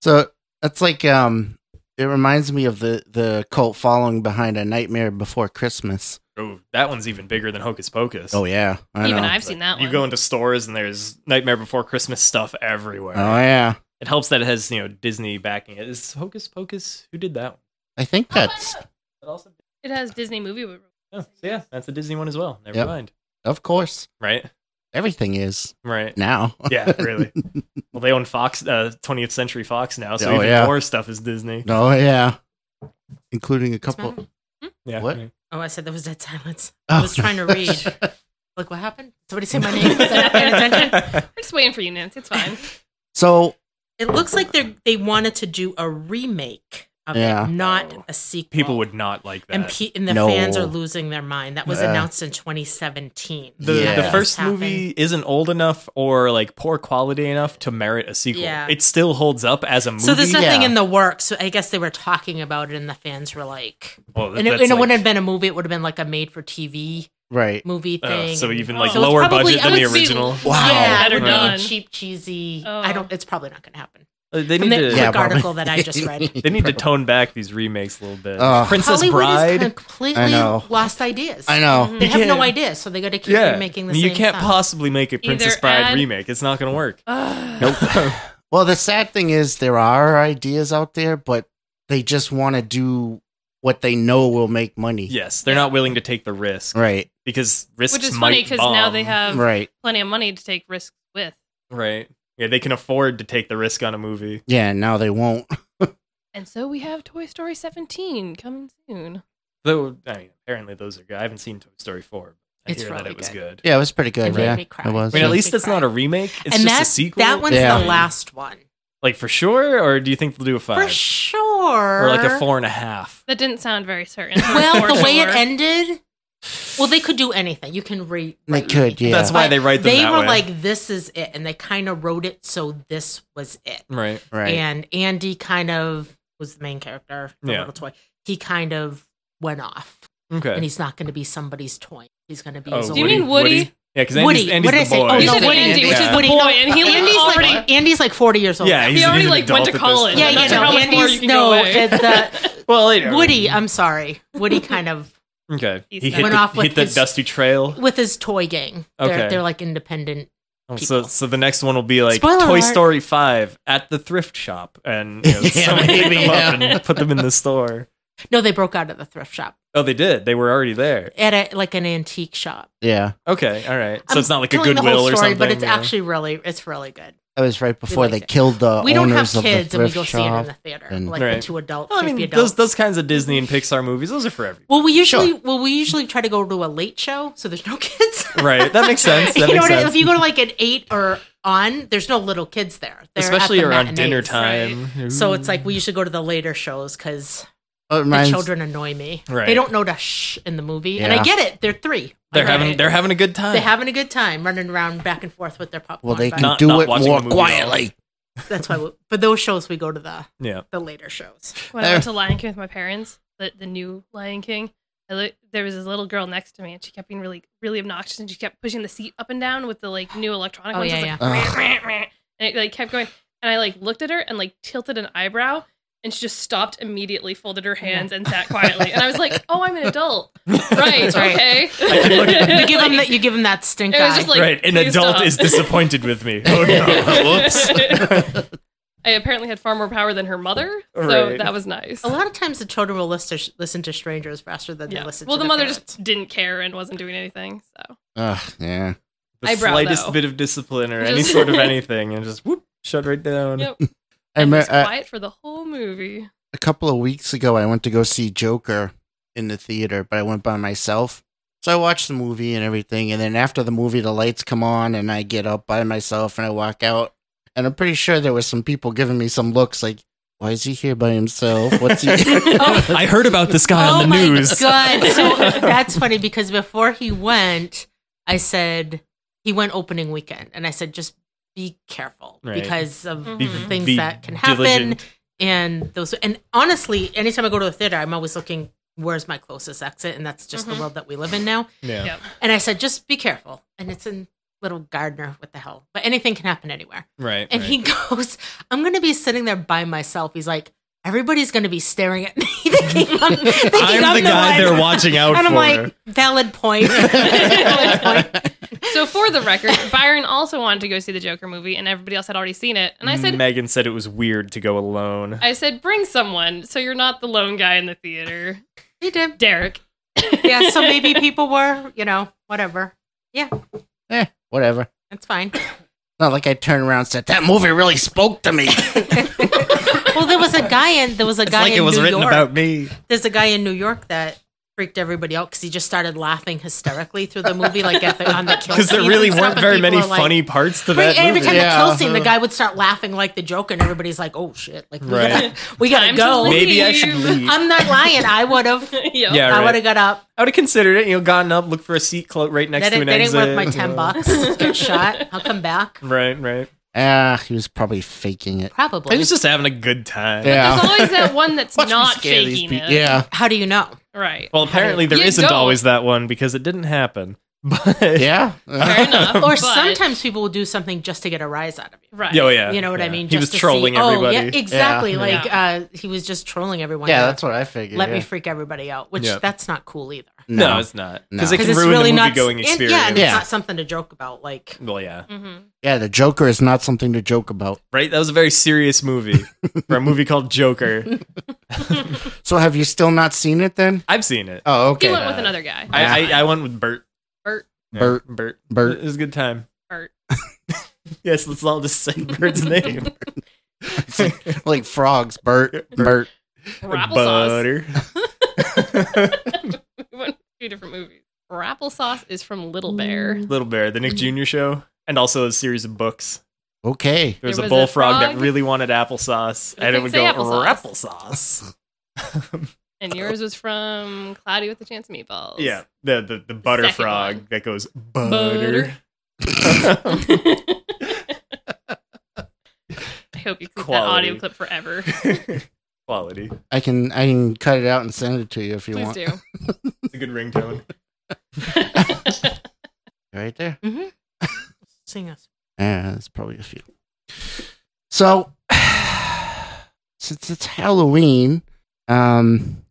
S1: So that's like um it reminds me of the the cult following behind a nightmare before Christmas.
S4: Oh, that one's even bigger than Hocus Pocus.
S1: Oh yeah. I
S3: Even
S1: know.
S3: I've seen that
S4: you
S3: one.
S4: go into stores and there's Nightmare Before Christmas stuff everywhere.
S1: Oh yeah.
S4: It helps that it has you know Disney backing it. Is Hocus Pocus who did that? One?
S1: I think
S3: Oh, I
S1: that's
S3: know.
S4: That also
S3: it has Disney movie. with-
S4: oh, so yeah, that's a Disney one as well. Never
S1: Yep.
S4: mind.
S1: of course.
S4: Right,
S1: Everything is
S4: right.
S1: now.
S4: Yeah, really. well, they own Fox, uh, 20th Century Fox now, so
S1: Oh,
S4: even
S1: yeah.
S4: more stuff is Disney.
S1: Oh yeah. Including a couple Oh.
S2: matter?
S4: Yeah.
S1: What?
S2: Oh, I said there was dead silence.
S1: I
S2: was trying to read. Like, what happened? Somebody say my name. Was I not paying attention?
S3: We're just waiting for you, Nancy. It's fine.
S1: so
S2: It looks like they they wanted to do a remake of
S1: Yeah.
S2: it, not
S4: Oh.
S2: a sequel.
S4: People would not like that.
S2: and, pe- and the
S1: No.
S2: fans are losing their mind. That was
S1: Yeah.
S2: announced in 2017.
S4: the,
S1: Yeah.
S4: the
S1: That
S4: first
S2: happened.
S4: movie isn't old enough or like poor quality enough to merit a sequel.
S2: Yeah.
S4: It still holds up as a movie.
S2: So there's nothing
S1: Yeah.
S2: in the works. So I guess they were talking about it, and the fans were like,
S4: Well, that-
S2: and, it,
S4: Oh, that's
S2: and it
S4: like-
S2: wouldn't have been a movie. It would have been like a made-for-TV
S1: right.
S2: movie
S4: oh,
S2: thing.
S4: so even
S3: Oh.
S4: like
S3: So
S2: it's
S4: lower
S2: probably-
S4: budget
S2: I
S4: than the
S2: would see-
S4: original.
S1: Wow.
S2: yeah,
S3: Better
S2: really
S3: done.
S2: cheap, cheesy.
S3: Oh.
S2: I don't. It's probably not going to happen.
S4: Uh, They
S2: From
S4: need
S2: the
S4: to
S2: quick
S1: Yeah, probably.
S2: article that I just read.
S4: they need to tone back these remakes a little bit.
S1: Ugh.
S4: Princess
S2: Hollywood
S4: Bride.
S2: is completely
S1: I know.
S2: lost ideas.
S1: I know.
S3: Mhm.
S2: They
S4: You
S2: have no
S4: can't-
S2: idea, so they got to keep
S4: yeah,
S2: remaking the
S4: you
S2: same
S4: can't
S2: stuff.
S4: possibly make a Princess
S3: Either
S4: Bride
S3: add-
S4: remake. It's not going to work.
S3: Ugh.
S1: Well, the sad thing is there are ideas out there, but they just want to do what they know will make money.
S4: Yes, they're not willing to take the risk
S1: Right.
S4: because risks
S3: Which is
S4: might
S3: funny because now
S4: bomb.
S3: they have
S1: Right.
S3: plenty of money to take risks with.
S4: right. Yeah, they can afford to take the risk on a movie.
S1: Yeah, now they won't.
S3: And so we have Toy Story 17 coming soon.
S4: Though I mean, apparently those are good. I haven't seen Toy Story four. But I
S2: It's
S4: hear that
S2: really
S4: it was
S2: good.
S4: good.
S1: Yeah, it was pretty good.
S2: It made
S1: Yeah.
S2: me cry.
S1: It was.
S4: I mean, at
S2: Yeah.
S4: least it's not a remake. It's just a
S2: that's-
S4: sequel.
S2: That one's
S1: Yeah.
S2: the last one
S4: like for sure, or do you think they'll do a five
S2: for sure.
S4: or like a four and a half?
S3: That didn't sound very certain.
S2: Well, the
S3: For
S2: way it
S3: sure. ended,
S2: Well, they could do anything. You can re.
S1: They
S2: write
S1: could,
S2: anything.
S1: yeah.
S4: That's why they write them
S2: They
S4: that
S2: were
S4: way.
S2: like, "This is it," and they kind of wrote it so this was it.
S4: Right.
S1: Right.
S2: And Andy kind of was the main character, the
S4: Yeah.
S2: little toy. He kind of went off,
S4: Okay.
S2: and he's not going to be somebody's toy. He's going to be.
S4: Oh,
S2: his
S3: Do you
S2: own-
S3: mean Woody?
S4: Yeah, because
S2: Woody.
S4: Andy's, Andy's
S2: What
S4: the
S2: did I say?
S4: boy.
S2: Oh,
S3: you
S2: no,
S3: said
S2: Woody.
S3: Andy, which is
S4: Yeah.
S3: the
S2: Woody,
S3: boy,
S2: no.
S3: and he like,
S2: Andy's
S3: already.
S2: like Andy's like forty years old.
S4: Yeah,
S2: now.
S4: he's,
S3: he already
S4: he's an
S3: like went
S4: adult
S3: to
S4: at this
S3: college.
S4: point.
S2: yeah,
S3: I'm
S2: you
S3: not sure how
S2: know,
S3: much more you
S2: Andy's
S3: can go
S2: no,
S3: away.
S2: uh, the,
S4: Well, later.
S2: Woody. I'm sorry, Woody kind of
S4: Okay.
S3: He's
S4: He
S3: not-
S4: hit,
S2: Went
S4: the,
S2: off with
S4: hit the
S2: his-
S4: dusty trail.
S2: with his toy gang.
S4: Okay.
S2: They're, they're like independent.
S4: Oh, So,
S2: people.
S4: so the next one will be like
S2: Spoiler
S4: Toy
S2: alert.
S4: Story Five at the thrift shop, and you know,
S1: Yeah,
S4: somebody picked
S1: maybe,
S4: them up
S1: yeah.
S4: and put them in the store.
S2: No, they broke out of the thrift shop
S4: Oh, they did. They were already there.
S2: at a, like an antique shop.
S1: yeah.
S4: Okay, all right. So
S2: I'm
S4: it's not like a
S2: telling the
S4: Goodwill
S2: whole
S4: or
S2: story,
S4: something.
S2: But it's
S4: you know?
S2: actually really, it's really good.
S1: That was right before
S2: like
S1: they
S2: it.
S1: killed the
S2: We don't have
S1: owners of the
S2: kids, and we
S1: thrift
S2: go see it in
S1: shop.
S2: the theater,
S1: and-
S2: like
S4: Right.
S2: the two adult,
S4: Well, I
S2: creepy
S4: mean,
S2: adults.
S4: those those kinds of Disney and Pixar movies, those are for everyyone.
S2: well, we usually
S1: Sure.
S2: well we usually try to go to a late show, so there's no kids.
S4: Right, that makes sense. That
S2: you know
S4: makes
S2: what? I mean?
S4: sense.
S2: If you go to like an eight or on, there's no little kids there, They're at
S4: Especially
S2: the
S4: around dinner
S2: matinees.
S4: time.
S2: So it's like we usually go to the later shows because
S1: Oh, it
S2: the
S1: reminds-
S2: children annoy me.
S4: Right.
S2: They don't know to shh in the movie, and I
S1: Yeah.
S2: get it. They're three.
S4: they're
S2: Right.
S4: having they're having a good time.
S2: They're having a good time running around back and forth with their popcorn.
S1: Well, they
S2: but
S1: can
S4: Not-
S1: do
S4: not
S1: it
S4: watching
S1: more
S4: the movie at all.
S1: quietly.
S2: That's why we, for those shows we go to the
S4: yeah.
S2: the later shows.
S3: when I went to Lion King with my parents, the, the new Lion King, I li- there was this little girl next to me, and she kept being really, really obnoxious, and she kept pushing the seat up and down with the like new electronic
S2: Oh,
S3: ones.
S2: yeah,
S3: It's
S2: yeah.
S3: like,
S1: Ugh.
S3: "Meh, meh, meh," and it like kept going. And I like looked at her and like tilted an eyebrow, and she just stopped immediately, folded her hands, and sat quietly. And I was like, "Oh, I'm an adult, right?
S2: Right.
S3: Okay."
S4: can look-
S2: You give them
S3: Like,
S2: that. You give them that stink
S3: It was
S2: eye.
S3: just like,
S4: right, an
S3: "Please
S4: adult
S3: stop."
S4: is disappointed with me. Oh no! Whoops.
S3: I apparently had far more power than her mother, so
S4: Right.
S3: that was nice.
S2: a lot of times the children will listen to, listen to strangers faster than
S3: Yeah.
S2: they listen.
S3: Well,
S2: to
S3: the mother
S2: parents.
S3: just didn't care and wasn't doing anything. So
S1: Ugh, yeah.
S4: The
S3: Eyebrow,
S4: slightest
S3: though.
S4: bit of discipline or any
S3: Just-
S4: sort of anything, and just whoop, shut right down.
S3: Yep.
S1: I
S3: And
S1: me-
S3: he's
S1: uh,
S3: quiet for the whole movie.
S1: a couple of weeks ago, I went to go see Joker in the theater, but I went by myself. So I watched the movie and everything, and then after the movie, the lights come on, and I get up by myself and I walk out, And I'm pretty sure there were some people giving me some looks like, why is he here by himself? What's he?
S4: I heard about this guy
S2: oh
S4: on the
S2: my
S4: news.
S2: god! So that's funny because before he went, I said he went opening weekend, and I said just be careful
S4: Right.
S2: because of
S3: Be-
S2: the things
S4: be
S2: that can happen.
S4: diligent.
S2: And those, and honestly, anytime I go to the theater, I'm always looking where's my closest exit, and that's just
S3: Mhm.
S2: the world that we live in now.
S4: Yeah.
S3: Yep.
S2: And I said just be careful, and it's in Little Gardner. What the hell? But anything can happen anywhere.
S4: Right.
S2: And
S4: right.
S2: he goes, I'm going to be sitting there by myself. He's like, everybody's going to be staring at me thinking I'm, thinking
S4: I'm
S2: I'm
S4: the guy
S2: one.
S4: they're watching out
S2: And I'm
S4: for.
S2: like, valid point. valid point.
S3: So for the record, Byron also wanted to go see the Joker movie, and everybody else had already seen it. And I said,
S4: Megan said it was weird to go alone.
S3: I said, bring someone, so you're not the lone guy in the theater,
S2: He did.
S3: Derek.
S2: Yeah, so maybe people were, you know, whatever.
S1: eh, whatever.
S2: That's fine.
S1: Not like I turned around and said, that movie really spoke to me.
S2: Well, there was a guy in there was a guy in New York.
S4: me.
S2: There's a guy in New York that freaked everybody out because he just started laughing hysterically through the movie, like at the, on the kill
S4: Because there
S2: scenes
S4: really
S2: and stuff,
S4: weren't
S2: and
S4: very
S2: people
S4: many
S2: are like-
S4: funny parts to
S2: Right,
S4: that
S2: every
S4: movie.
S2: time
S1: Yeah.
S2: the kill scene, the guy would start laughing like the Joker, and everybody's like, "Oh shit! Like we
S4: Right.
S2: gotta, we gotta
S3: Time to
S2: go."
S3: leave.
S4: Maybe I should leave.
S2: I'm not lying. I would have.
S3: Yep.
S4: Yeah.
S2: I
S4: right.
S2: would have got up.
S4: I would have considered it. You know, gotten up, looked for a seat clo- right next
S2: That
S4: to
S2: didn't,
S4: an
S2: that didn't
S4: exit.
S2: worth my ten
S4: Yeah.
S2: bucks. Get shot. I'll come back.
S4: Right, right.
S1: Ah, he was probably faking it.
S2: Probably.
S4: I was just having a good time.
S1: Yeah.
S3: There's always that one that's
S1: Watch me
S3: not
S1: scare these
S3: faking
S1: pe-
S3: it.
S1: Yeah.
S2: How do you know?
S3: Right.
S4: Well, apparently there
S3: You
S4: isn't
S3: don't.
S4: always that one because it didn't happen. But
S1: Yeah. Uh-huh.
S3: Fair enough.
S2: Or
S3: but-
S2: sometimes people will do something just to get a rise out of you.
S3: Right.
S4: Yeah, oh, yeah.
S2: You know what I
S4: yeah.
S2: mean?
S4: He
S2: just
S4: was
S2: to see-
S4: trolling
S2: Oh,
S4: everybody.
S2: yeah, exactly.
S1: Yeah.
S2: Like Uh, he was just trolling everyone.
S1: yeah,
S2: to
S1: that's what I figured.
S2: let
S1: yeah.
S2: me freak everybody out, which
S4: Yeah.
S2: that's not cool either.
S4: No, it's not because it
S2: Because
S4: can
S2: it's
S4: ruin
S2: really
S4: the
S2: not
S4: movie going
S2: and- Yeah, and
S4: experience.
S2: it's
S1: Yeah.
S2: not something to joke about. Like
S4: Well, yeah,
S3: Mhm.
S1: Yeah, the Joker is not something to joke about.
S4: right. That was a very serious movie for a movie called Joker.
S1: So have you still not seen it then?
S4: I've seen it.
S1: Oh,
S3: He
S1: okay.
S3: went with another guy.
S4: I, I I went with Bert.
S3: Bert.
S4: Yeah,
S1: Bert.
S4: Bert.
S1: Bert.
S4: It was a good time.
S3: Bert.
S4: Yes, let's all just say Bert's name.
S1: like frogs, Bert, Bert.
S3: Applesauce.
S4: Butter.
S3: We went to two different movies. Applesauce is from Little Bear.
S4: Little Bear, the Nick Jr. show, and also a series of books.
S1: Okay.
S4: There was,
S3: There
S4: a
S3: was a
S4: bullfrog that
S3: frog.
S4: really wanted applesauce,
S3: But
S4: and
S3: they
S4: it would go
S3: say
S4: applesauce.
S3: And yours was from Cloudy with a Chance of Meatballs.
S4: Yeah, the the, the butter
S3: second
S4: frog
S3: one.
S4: that goes butter.
S3: Butter. I hope you keep that
S4: Quality.
S3: audio clip forever.
S4: Quality.
S1: I can I can cut it out and send it to you if you
S3: Please
S1: want.
S3: do.
S4: It's a good ringtone.
S1: Right there.
S2: sing us.
S1: Yeah, Eh, that's probably a few. So since it's Halloween, um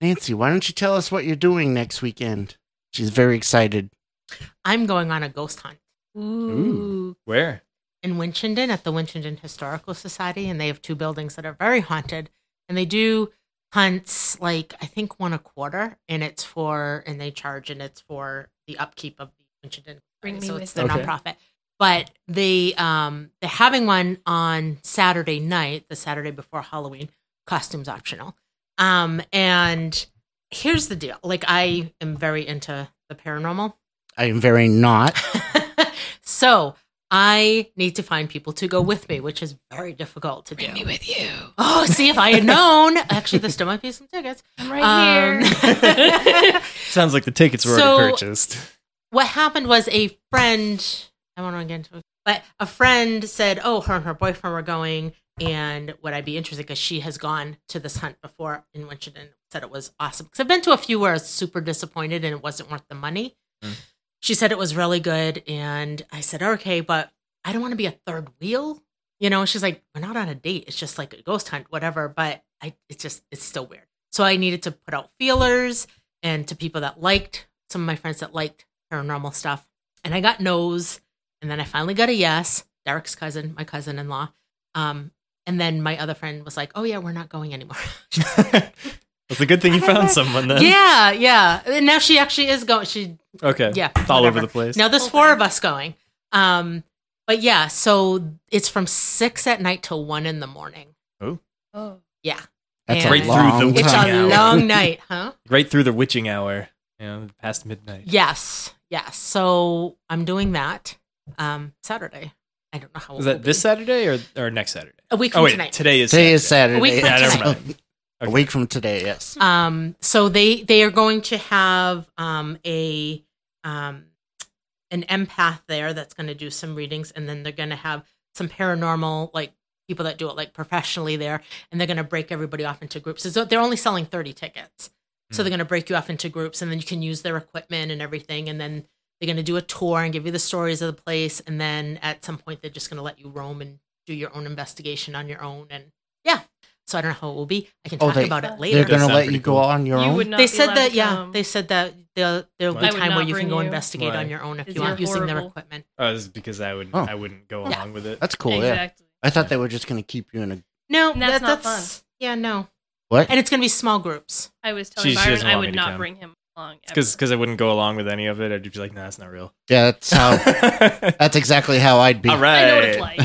S1: Nancy, why don't you tell us what you're doing next weekend? She's very excited.
S2: I'm going on a ghost hunt
S3: Ooh.
S4: Where?
S2: in Winchendon at the Winchendon Historical Society, and they have two buildings that are very haunted, and they do hunts like I think one a quarter, and it's for and they charge and it's for the upkeep of the Winchendon.
S3: Bring me
S2: so
S3: with
S2: it's the
S4: you. Okay.
S2: nonprofit. But they um they're having one on Saturday night, the Saturday before Halloween. Costumes optional. Um and here's the deal. Like I am very into the paranormal.
S1: I am very not.
S2: so I need to find people to go with me, which is very difficult to do.
S3: Bring me with you.
S2: Oh, see if I had known. Actually, there still might be some tickets.
S3: I'm right
S2: Um,
S3: here.
S4: Sounds like the tickets were
S2: So-
S4: already purchased.
S2: what happened was a friend. I want to get into it, but a friend said, "Oh, her and her boyfriend were going, and would I be interested? Because she has gone to this hunt before and went and said it was awesome. Because I've been to a few where I was super disappointed and it wasn't worth the money.
S4: Mm.
S2: She said it was really good, and I said, "Okay, but I don't want to be a third wheel." You know, she's like, "We're not on a date. It's just like a ghost hunt, whatever." But I, it's just, it's still weird. So I needed to put out feelers and to people that liked some of my friends that liked paranormal stuff. And I got no's, and then I finally got a yes. Derek's cousin, my cousin in law. Um, and then my other friend was like, "Oh yeah, we're not going anymore."
S4: It's a good thing you found someone then.
S2: yeah, yeah. And now she actually is going. She
S4: Okay.
S2: yeah,
S4: All
S2: whatever.
S4: over the place.
S2: Now there's
S3: Whole
S2: four
S3: thing.
S2: of us going. Um, but yeah, so it's from six at night till one in the morning.
S3: oh.
S1: That's
S2: Right
S1: a
S2: through
S1: long
S4: the
S2: It's
S1: time.
S2: a
S4: Witching hour.
S2: long night, huh?
S4: Right through the witching hour. You know, past midnight.
S2: Yes, yes. So I'm doing that um, Saturday I don't know how.
S4: Is
S2: it will
S4: that this
S2: be.
S4: Saturday or, or next Saturday?
S2: A week from
S4: Oh wait,
S2: tonight.
S4: today is
S1: Today is Saturday.
S2: A week
S4: Saturday.
S2: from
S4: Yeah, never
S1: so-
S4: mind.
S1: A week from today, yes.
S2: Um, so they they are going to have um, a um, an empath there that's going to do some readings, and then they're going to have some paranormal like people that do it like professionally there, and they're going to break everybody off into groups. So they're only selling thirty tickets, so
S1: Mm.
S2: they're going to break you off into groups, and then you can use their equipment and everything, and then they're going to do a tour and give you the stories of the place, and then at some point they're just going to let you roam and do your own investigation on your own, and yeah. So I don't know how it will be. I can
S1: Oh,
S2: talk
S1: they-
S2: about it later
S1: They're
S4: That
S1: going to
S4: sound
S1: let
S4: pretty
S1: you go
S4: cool.
S1: on your
S3: You
S1: own.
S3: would not
S2: they
S3: be
S2: said
S3: allowed
S2: that
S3: to
S2: yeah
S3: come.
S2: they said that there'll, there'll be
S4: I
S2: a
S4: would
S2: time where
S3: not
S2: you can
S3: bring
S2: go
S3: you.
S2: investigate
S4: Why?
S2: on your own if
S3: Is
S2: you
S3: you're
S2: want using their
S3: horrible.
S2: equipment
S4: Oh, this is because I would
S1: Oh.
S4: I wouldn't go
S2: Yeah.
S4: along with it.
S1: That's cool, yeah.
S3: exactly.
S1: I thought they were just going to keep you in a.
S2: no
S3: And that's
S2: that-
S3: not
S2: yeah no
S1: What?
S2: and it's going to be small groups
S3: I was telling
S4: She- she
S3: Byron
S4: doesn't
S3: I
S4: want me
S3: would
S4: to
S3: not
S4: come.
S3: bring him along. ever.
S4: Because I wouldn't go along with any of it. I'd just be like, nah, that's not real.
S1: Yeah, that's how. that's exactly how I'd Oh. be.
S4: All right.
S3: I know what it's like.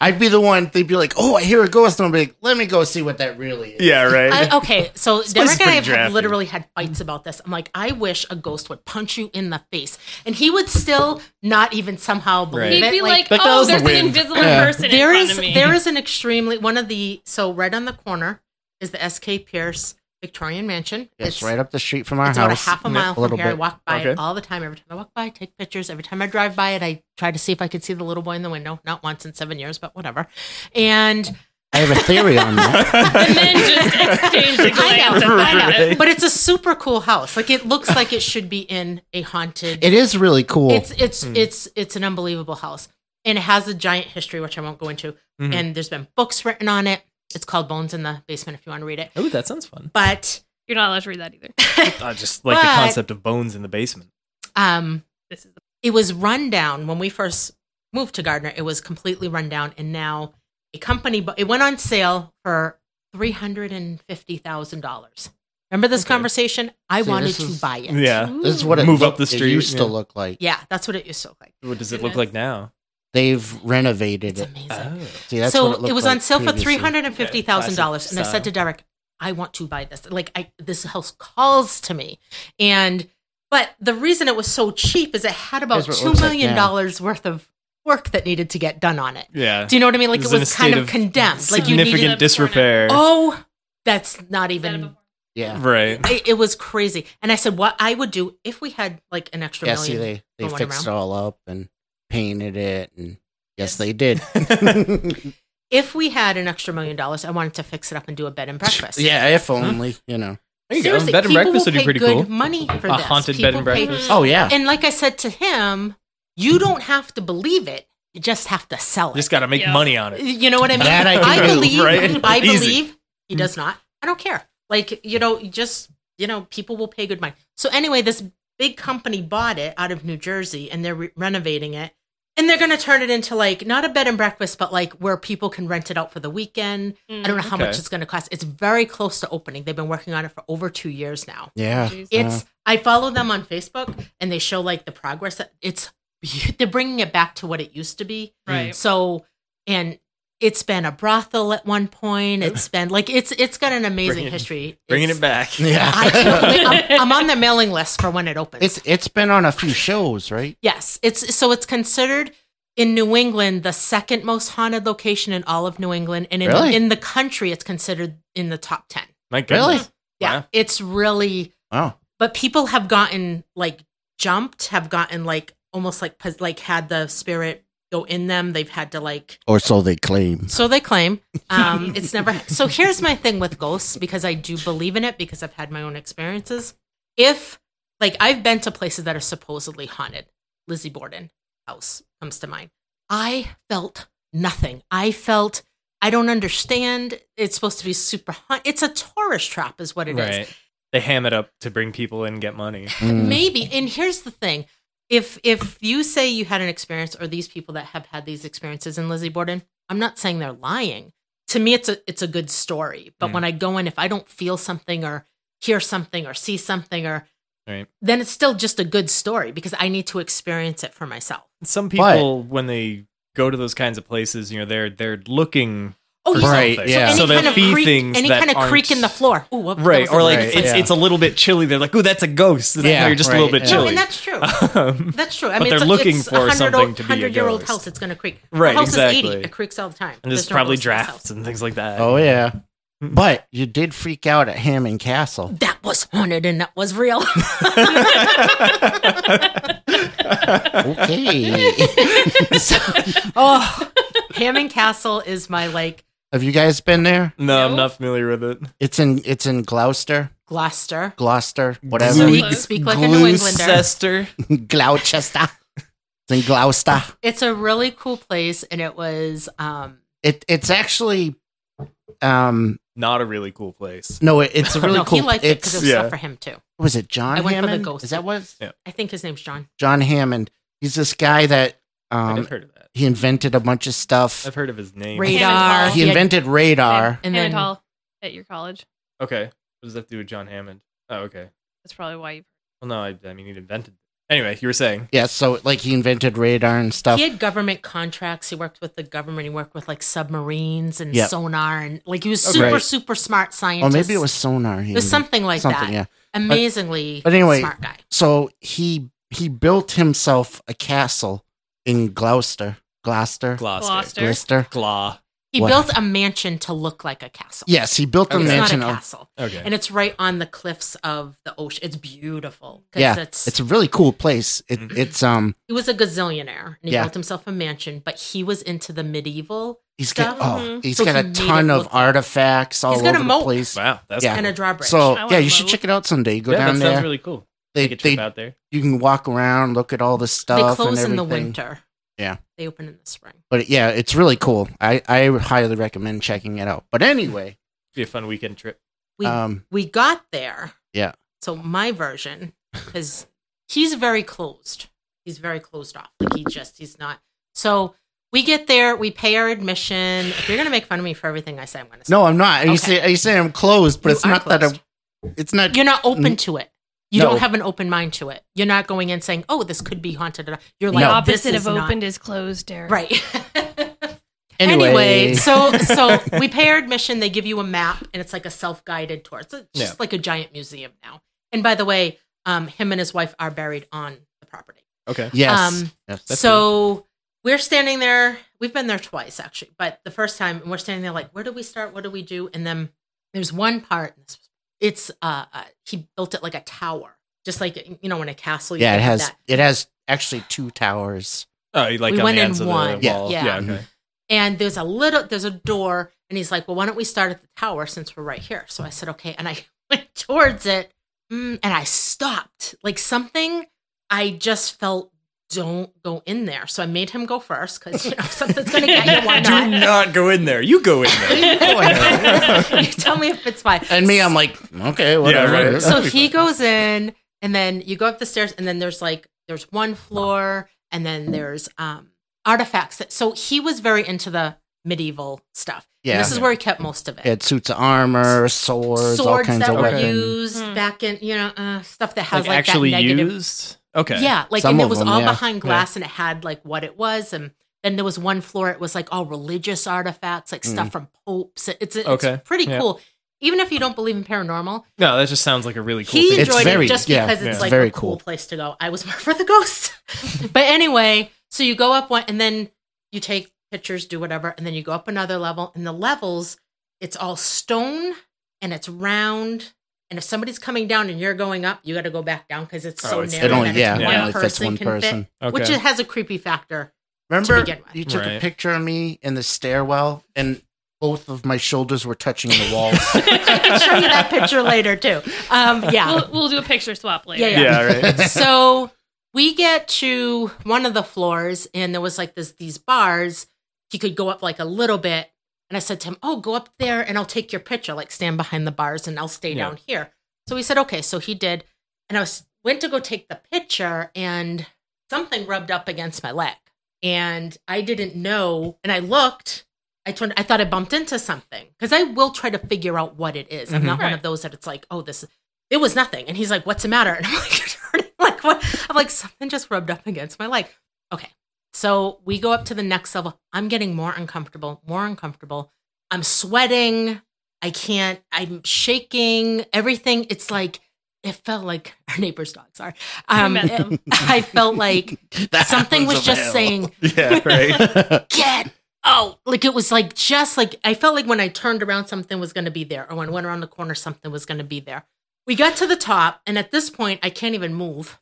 S1: I'd be the one. They'd be like, "Oh, I hear a ghost," and I'd be like, "Let me go see what that really is."
S4: yeah, right.
S2: I, oh, okay so
S4: place is
S2: derek and i
S4: pretty
S2: have had-
S4: drafty.
S2: literally had fights about this i'm like i wish a ghost would punch you in the face and he would still not even somehow believe
S4: Right.
S3: He'd
S2: it
S3: be like,
S4: Like, that
S3: "Oh,
S4: was the
S3: there's an
S4: wind."
S3: invisible
S1: Yeah.
S3: person
S2: there
S3: in front
S2: is
S3: of me."
S2: there is an extremely one of the so right on the corner is the sk pierce victorian mansion
S1: It's, right up the street from our
S2: it's
S1: house.
S2: about a half a
S1: and it-
S2: mile from
S1: little
S2: here. I
S1: bit.
S2: walk by it
S4: Okay.
S2: all the time. Every time I walk by, I take pictures. Every time I drive by it, I try to see if I could see the little boy in the window. Not once in seven years, but whatever. And
S1: I have a theory on that.
S3: and then just exchange
S2: I
S3: a
S2: know,
S3: glance. and find out.
S4: Right.
S2: but it's a super cool house. Like it looks like it should be in a haunted.
S1: It is really cool.
S2: It's it's
S4: Hmm.
S2: it's it's an unbelievable house, and it has a giant history, which I won't go into.
S4: Mhm.
S2: And there's been books written on it. It's called Bones in the Basement. If you want to read it,
S4: oh, that sounds fun.
S2: but
S3: You're not allowed to read that either.
S4: I just like the
S2: But-
S4: concept of bones in the basement.
S2: um,
S3: This is the
S2: it was run down when we first moved to Gardner. It was completely run down, and now a company. But it went on sale for three hundred and fifty thousand dollars. Remember this
S4: Okay.
S2: conversation? I
S1: See,
S2: wanted
S1: this
S2: to
S1: is-
S2: buy it.
S4: Yeah.
S1: this is what it
S4: Move
S1: looked-
S4: up the
S1: It
S4: street,
S1: used to
S4: yeah.
S1: look like.
S2: yeah, that's what it used to look like.
S4: What does it look like now?
S1: They've renovated
S2: It's
S1: it.
S2: amazing.
S4: Oh.
S1: See, Uh, that's
S2: so
S1: what it,
S2: it,
S1: looked
S2: was
S1: like
S2: on sale for
S1: previously.
S2: three hundred and fifty thousand dollars, and I
S4: Classic
S2: said to Derek, "I want to buy this. Like, I this house calls to me." And but the reason it was so cheap is it had about
S1: Here's what it
S2: two
S1: looks like
S2: million
S1: now.
S2: dollars worth of work that needed to get done on it.
S4: Yeah.
S2: Do you know what I mean? Like
S4: It
S2: it
S4: was
S2: was,
S4: in a state
S2: kind of,
S4: of
S2: condemned. Like you
S4: Significant
S2: needed.
S3: needed-
S4: disrepair.
S2: Oh, that's not even.
S3: Even,
S1: Yeah.
S4: Right.
S2: I, it was crazy, and I said, "What I would do if we had like an extra
S1: Yeah. See,
S2: million.
S1: they they
S2: Going around.
S1: fixed it all up and painted it, and yes, they did.
S2: if we had an extra million dollars, I wanted to fix it up and do a bed and breakfast.
S1: yeah, if only you know.
S4: There you
S2: Seriously,
S4: go. Bed and
S2: people
S4: breakfast
S2: will
S4: would be
S2: pay
S4: pretty
S2: good
S4: cool.
S2: Money for
S4: A
S2: this.
S4: haunted bed
S2: People
S4: and
S2: pay-
S4: breakfast.
S1: Oh yeah.
S2: And like I said to him, you don't have to believe it; you just have to sell it.
S4: Just got to make
S3: Yeah.
S4: money on it.
S2: you know what I mean?
S1: That I can do, Mm.
S2: believe.
S4: right?
S2: I
S4: Easy.
S2: believe he does not. I don't care. Like you know, you just you know, people will pay good money. So anyway, this big company bought it out of New Jersey, and they're re- renovating it, and they're going to turn it into like not a bed and breakfast, but like where people can rent it out for the weekend.
S3: Mm,
S2: I don't know
S1: Mm,
S2: how much
S4: Okay.
S2: it's going to cost. It's very close to opening. They've been working on it for over two years now.
S1: yeah. uh,
S2: It's I follow them on Facebook and they show like the progress. that- It's they're bringing it back to what it used to be.
S3: Right.
S2: So and it's been a brothel at one point. It's been like it's it's got an amazing
S4: Bringing-
S2: history.
S4: Bringing
S2: It's-
S4: it back.
S1: Yeah.
S2: I can't believe, I'm, I'm on the mailing list for when it opens.
S1: It's it's been on a few shows, right?
S2: yes, it's so it's considered in New England the second most haunted location in all of New England, and in,
S1: Really?
S2: in the country it's considered in the top ten.
S4: My
S1: Really?
S4: goodness.
S2: Yeah,
S4: Wow.
S2: it's really
S4: Oh.
S1: Wow.
S2: but people have gotten like jumped have gotten like almost like pos- like had the spirit go in them they've had to like
S1: Or so they claim.
S2: so they claim um it's never so here's my thing with ghosts because i do believe in it because i've had my own experiences if like i've been to places that are supposedly haunted lizzie borden house comes to mind i felt nothing i felt i don't understand it's supposed to be super haunt it's a tourist trap is what it is.
S4: Right. They ham it up to bring people in and get money.
S1: Mm.
S2: maybe and here's the thing if if you say you had an experience or these people that have had these experiences in lizzie borden i'm not saying they're lying to me it's a it's a good story but
S4: Mm.
S2: when i go in if i don't feel something or hear something or see something or
S4: Right.
S2: then it's still just a good story because i need to experience it for myself
S4: some
S1: But-
S4: people when they go to those kinds of places you know they're they're looking
S2: Oh,
S4: for
S2: yeah.
S1: Right,
S4: something.
S1: yeah.
S2: Any
S4: So
S2: kind
S4: they'll
S2: of
S4: fee
S2: creak,
S4: things
S2: any
S4: that
S2: kind of
S4: aren't-
S2: creek in the floor. Ooh, whoop, that
S4: Right,
S2: was
S4: or
S2: a-
S4: like
S1: Right,
S4: it's
S1: yeah.
S4: it's a little bit chilly. They're like, oh, that's a ghost. And
S1: Yeah,
S4: yeah, you're just a little
S1: right,
S4: bit
S1: yeah.
S2: no,
S4: chilly.
S2: and that's true.
S4: Um,
S2: That's true. I
S4: But
S2: mean,
S4: they're
S2: it's,
S4: looking
S2: it's
S4: for something to be a
S2: year old
S4: ghost.
S2: house. It's going to creak.
S4: Right,
S2: the house is
S4: exactly.
S2: eighty. It creaks all the time.
S4: and there's
S2: no
S4: probably
S2: ghost in this house.
S4: drafts and things like that.
S1: Oh yeah. But you did freak out at Hammond Castle.
S2: That was haunted and that was real. Oh.
S1: Okay. So,
S2: oh, Hammond Castle is my like
S1: have you guys been there?
S4: no, I'm
S3: No?
S4: not familiar with it.
S1: It's in it's in Gloucester,
S2: Gloucester.
S1: Gloucester, whatever.
S3: Glu-
S2: Speak, speak like a New Englander.
S4: Gloucester.
S1: Gloucester. It's in Gloucester.
S2: It's a really cool place, and it was um,
S1: It it's actually um
S4: Not a really cool place.
S1: no, it, it's a really
S2: no,
S1: cool.
S2: he liked it because
S1: it's
S2: it was
S4: yeah.
S2: stuff for him too.
S1: was it John
S2: I went for the
S1: Hammond?
S2: ghost.
S1: Is that was
S2: I think his name's John.
S1: John Hammond? He's this guy that um
S4: I've heard of that.
S1: he invented a bunch of stuff.
S4: I've heard of his name.
S3: Radar.
S2: Radar.
S1: He
S2: had-
S1: invented radar.
S2: and
S3: And
S2: then-
S3: then hall at your college.
S4: Okay. What does that do with John Hammond? Oh, okay.
S3: That's probably why you.
S4: Well, no, I, I mean, he invented. Anyway, you were saying.
S1: Yeah, so like he invented radar and stuff.
S2: He had government contracts. He worked with the government. He worked with like submarines and
S1: Yep.
S2: sonar, and like he was
S4: Okay.
S2: super,
S1: Right.
S2: super smart scientist.
S1: Or maybe it was sonar. He
S2: It was
S1: invented-
S2: something like
S1: Mm-hmm. something,
S2: that.
S1: yeah.
S2: Amazingly
S1: but anyway-
S2: smart guy.
S1: So he he built himself a castle in Gloucester, Gloucester,
S4: Gloucester.
S3: Gloucester.
S1: Gloucester.
S4: Gla.
S2: He
S1: What?
S2: built a mansion to look like a castle.
S1: Yes, he built a
S4: Okay.
S2: it's not a
S1: mansion. of-
S2: castle,
S4: Okay.
S2: and it's right on the cliffs of the ocean. It's beautiful. 'cause
S1: Yeah,
S2: it's,
S1: it's a really cool place. It,
S2: Mm-hmm.
S4: Mhm.
S1: it's um,
S2: he was a gazillionaire, and he
S1: Yeah.
S2: built himself a mansion. But he was into the medieval
S1: he's got
S2: Stuff.
S1: oh, he's
S2: So
S1: got
S2: he
S1: a
S2: made
S1: ton
S2: it
S1: of
S2: look-
S1: artifacts all
S2: He's got
S1: over
S2: a
S1: the
S2: moat.
S1: place.
S4: wow. That's
S1: Yeah.
S2: and a drawbridge.
S1: So
S3: I want
S1: yeah,
S3: a
S1: you should
S3: moat.
S1: check it out someday. Go
S4: yeah,
S1: down
S4: that
S1: there.
S4: sounds really cool.
S1: they
S4: Take a trip
S1: they
S4: out there.
S1: you can walk around, look at all the
S2: they
S1: stuff.
S2: close
S1: and
S2: in the
S1: everything.
S2: winter.
S1: Yeah.
S2: they open in the spring.
S1: But yeah, it's really cool. I I would highly recommend checking it out. But anyway,
S4: Be a fun weekend trip.
S2: We
S1: um,
S2: we got there.
S1: Yeah.
S2: So my version, because he's very closed. He's very closed off. Like he just he's not. So we get there, we pay our admission. If you're gonna make fun of me for everything I say, I'm gonna say
S1: no, I'm not. Are you
S2: Okay.
S1: say are you saying I'm closed? But
S2: You
S1: it's
S2: are
S1: not that
S2: closed.
S1: I'm. It's not.
S2: you're not open to it. You
S1: No.
S2: don't have an open mind to it. You're not going in saying, "Oh, this could be haunted." You're
S1: The
S2: like,
S1: No.
S2: "This
S3: opposite
S2: is
S3: of
S2: not-
S3: opened is closed, Derek.
S2: Right.
S1: Anyway,
S2: so so we pay our admission. They give you a map, and it's like a self guided tour. It's just
S4: Yeah.
S2: like a giant museum now. And by the way, um, him and his wife are buried on the property.
S4: Okay.
S1: yes.
S2: um,
S1: yes.
S4: That's
S2: so we're standing there. We've been there twice actually, but the first time we're standing there like, where do we start? What do we do? And then there's one part. It's uh, uh he built it like a tower, just like you know in a castle. you
S1: yeah, it
S2: think of
S1: has
S2: that.
S1: it has actually two towers.
S4: Oh, you like
S2: We
S4: on
S2: went
S4: the
S2: in
S4: ends of the
S2: one. Mm-hmm.
S1: Yeah.
S4: wall.
S2: Yeah.
S4: okay.
S2: and there's a little there's a door and he's like well why don't we start at the tower since we're right here so i said okay and i went towards it mm, and i stopped like something i just felt don't go in there so i made him go first because you know something's gonna get you why
S4: Do
S2: not
S4: not go in there. You go in there.
S2: you tell me if it's fine
S1: And me, I'm like, okay, whatever.
S4: right.
S2: so
S4: That'd be
S2: he
S4: fun.
S2: goes in and then you go up the stairs and then there's like there's one floor and then there's um artifacts that so he was very into the medieval stuff And
S1: Yeah.
S2: this is where he kept most of it
S1: He had suits of armor, swords,
S2: swords,
S1: all kinds
S2: that
S1: of
S2: were
S1: weapons.
S2: used
S3: Hmm.
S2: back in you know uh, stuff that has
S4: Mm-hmm. like,
S2: like,
S4: actually
S2: that negative.
S4: used. Okay.
S2: Yeah, like
S1: Some
S2: and it
S1: of
S2: was
S1: them,
S2: all
S1: yeah.
S2: behind glass and it had like what it was and then there was one floor it was like all religious artifacts like
S1: Mm.
S2: stuff from popes. It- It's, it's
S4: Okay,
S2: pretty
S4: yeah.
S2: cool. Even if you don't believe in paranormal,
S4: No, that just sounds like a really cool.
S2: he
S4: thing.
S1: It's
S2: enjoyed
S1: very-
S2: it just
S1: yeah,
S2: because
S4: yeah.
S2: it's
S4: It's
S2: like
S1: very
S2: a cool,
S1: cool.
S2: place to go. I was more for the ghost. but anyway, so you go up one and then you take pictures, do whatever, and then you go up another level. And the levels, it's all stone and it's round. And if somebody's coming down and you're going up, you got to go back down because it's so
S4: Oh, it's-
S2: narrow.
S1: It only,
S2: that
S1: yeah,
S2: it's
S1: it
S2: one
S1: only fits
S2: person
S1: one
S2: can
S1: person.
S4: Okay.
S2: fit, which it has a creepy factor.
S1: Remember,
S2: begin with.
S1: you took a
S4: Right.
S1: picture of me in the stairwell, and both of my shoulders were touching the walls.
S2: I'll show you that picture later too. Um, yeah.
S3: We'll, we'll do a picture swap later.
S2: Yeah, yeah.
S4: yeah. Right.
S2: so we get to one of the floors and there was like this these bars he could go up like a little bit and i said to him oh go up there and i'll take your picture like stand behind the bars and i'll stay
S4: Yeah.
S2: down here so he said okay so he did and i was went to go take the picture and something rubbed up against my leg and i didn't know and i looked i turned i thought i bumped into something because i will try to figure out what it is. i'm
S4: Mhm.
S2: not one
S3: Right.
S2: of those that it's like oh this is it was nothing. And he's like, what's the matter? And I'm like, turning, like what? I'm like, something just rubbed up against my leg. Okay. So we go up to the next level. I'm getting more uncomfortable, more uncomfortable I'm sweating. I can't, I'm shaking. Everything. It's like, it felt like our neighbor's dogs are. Um,
S3: met them.
S2: I felt like
S1: That
S2: something was
S1: happens in
S2: just
S1: hell.
S2: saying,
S4: Yeah, right.
S2: get out. Like it was like just like I felt like when I turned around something was going to be there, or when I went around the corner something was going to be there. We got to the top, and at this point I can't even move.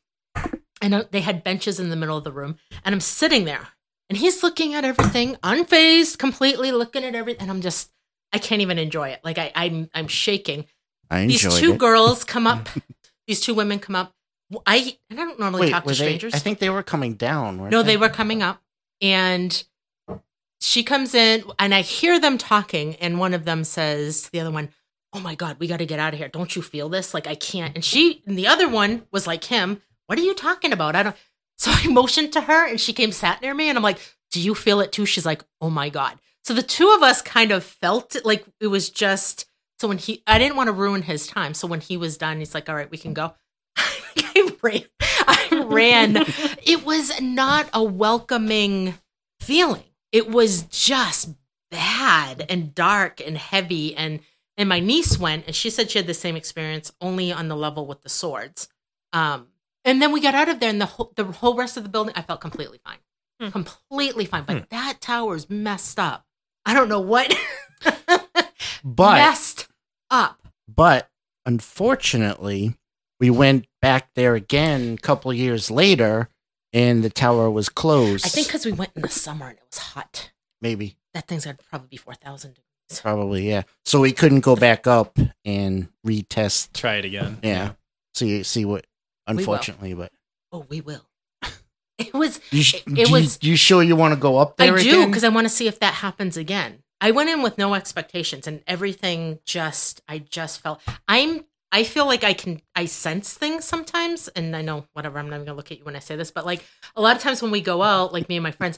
S2: And uh, they had benches in the middle of the room, and I'm sitting there, and he's looking at everything, unfazed, completely looking at everything, and I'm just I can't even enjoy it. Like I I'm I'm shaking.
S1: I
S2: These
S1: enjoyed
S2: two
S1: it.
S2: girls come up. These two women come up. I and I don't normally
S1: Wait,
S2: talk
S1: were
S2: to
S1: they-
S2: strangers.
S1: I think they were coming down. weren't
S2: No, they were coming up, and she comes in, and I hear them talking, and one of them says to the other one, "Oh my god, we got to get out of here! Don't you feel this? Like I can't." And she, and the other one was like him. What are you talking about? I don't. So I motioned to her, and she came sat near me, and I'm like, "Do you feel it too?" She's like, "Oh my god." So the two of us kind of felt it, like it was just. So when he, I didn't want to ruin his time. So when he was done, he's like, "All right, we can go." I ran. I ran it was not a welcoming feeling. It was just bad and dark and heavy and and my niece went and she said she had the same experience only on the level with the swords. Um and then we got out of there and the whole, the whole rest of the building I felt completely fine.
S3: Hmm.
S2: Completely fine, but
S4: Hmm.
S2: that tower's messed up. I don't know what
S1: But
S2: messed up.
S1: but unfortunately, we went back there again a couple years later, and the tower was closed.
S2: I think cuz we went in the summer and it was hot.
S1: maybe
S2: That thing's going to probably be 4000
S1: probably yeah. So we couldn't go back up and retest.
S4: Try it again.
S1: Yeah, see see what.
S2: will.
S1: Unfortunately, but
S2: Oh, we will. It was
S1: you sh-
S2: It-
S1: do
S2: it was-
S1: You, you sure you want to go up there?
S2: I do
S1: again?
S2: because I want to see if that happens again. I went in with no expectations and everything just I just felt I'm I feel like I can I sense things sometimes and I know whatever I'm not even gonna look at you when I say this, but like a lot of times when we go out, like me and my friends,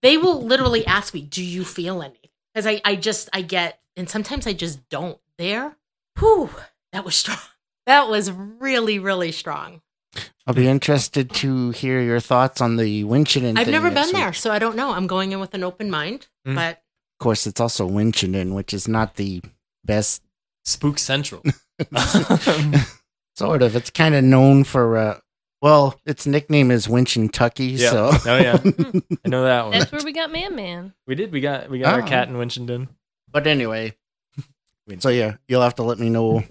S2: they will literally ask me, Do you feel anything? Because I, I just I get and sometimes I just don't there. Whew, that was strong. That was really, really strong.
S1: I'll be interested to hear your thoughts on the Winchendon.
S2: I've
S1: thing
S2: never
S1: next week.
S2: been there, so I don't know. I'm going in with an open mind,
S4: Mm.
S2: but
S1: Of course, it's also Winchendon, which is not the best
S4: Spook Central. Oh,
S1: sort of. It's kind of known for, uh, well, its nickname is Winchentucky.
S4: Yeah.
S1: So
S4: Oh yeah, I know that one.
S3: That's where we got Man Man.
S4: We did. We got we got
S1: Oh.
S4: our cat in Winchendon.
S1: But anyway, so yeah, you'll have to let me know,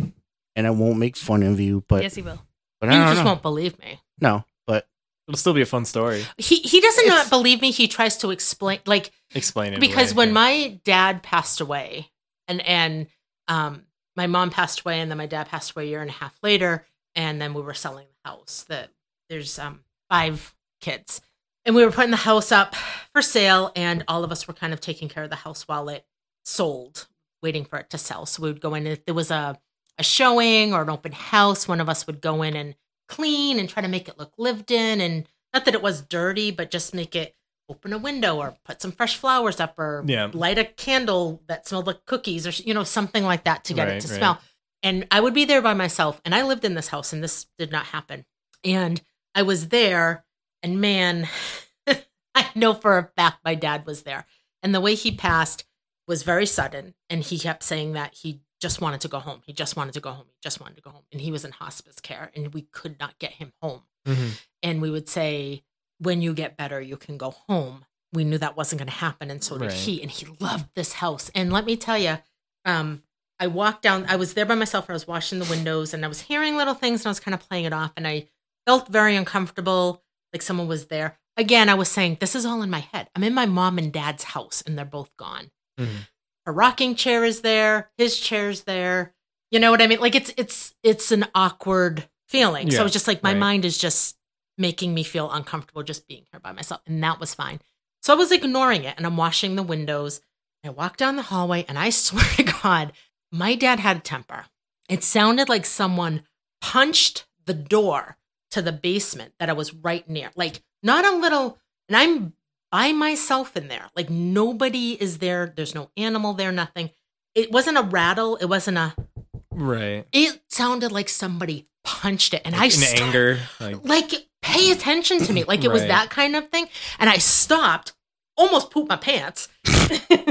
S1: and I won't make fun of you. But
S3: Yes, he will.
S1: but
S2: You
S1: I don't
S2: just
S1: know.
S2: won't believe me.
S1: No, but
S4: It'll still be a fun story.
S2: He he doesn't
S1: It's-
S2: not believe me. He tries to explain like
S4: Explain it.
S2: because
S4: away.
S2: when
S4: Yeah.
S2: my dad passed away and and um my mom passed away and then my dad passed away a year and a half later and then we were selling the house that there's um five kids and we were putting the house up for sale and all of us were kind of taking care of the house while it sold waiting for it to sell so we would go in if there was a a showing or an open house one of us would go in and clean and try to make it look lived in and not that it was dirty but just make it open a window or put some fresh flowers up or
S4: Yeah.
S2: light a candle that smelled like cookies or you know something like that to get
S4: Right,
S2: it to
S4: right.
S2: smell and i would be there by myself and i lived in this house and this did not happen and i was there and man i know for a fact my dad was there and the way he passed was very sudden and he kept saying that he just wanted to go home he just wanted to go home he just wanted to go home and he was in hospice care and we could not get him home
S4: Mhm.
S2: and we would say when you get better you can go home we knew that wasn't going to happen and so did
S4: Right.
S2: he and he loved this house and let me tell you um, i walked down i was there by myself and i was washing the windows and i was hearing little things and i was kind of playing it off and i felt very uncomfortable like someone was there again i was saying this is all in my head i'm in my mom and dad's house and they're both gone
S4: Mhm.
S2: a rocking chair is there his chair's there you know what i mean like it's it's it's an awkward feeling so
S4: Yeah,
S2: it's just like my
S4: right.
S2: mind is just making me feel uncomfortable just being here by myself and that was fine so i was ignoring it and i'm washing the windows i walk down the hallway and i swear to god my dad had a temper it sounded like someone punched the door to the basement that I was right near. Like, not a little, and I'm by myself in there. Like, nobody is there. There's no animal there, nothing. It wasn't a rattle. It wasn't a,
S4: right
S2: it sounded like somebody punched it. And I
S4: in
S2: st-
S4: anger, like
S2: like, pay attention to me. Like, it was
S4: Right.
S2: that kind of thing. And I stopped, almost pooped my pants,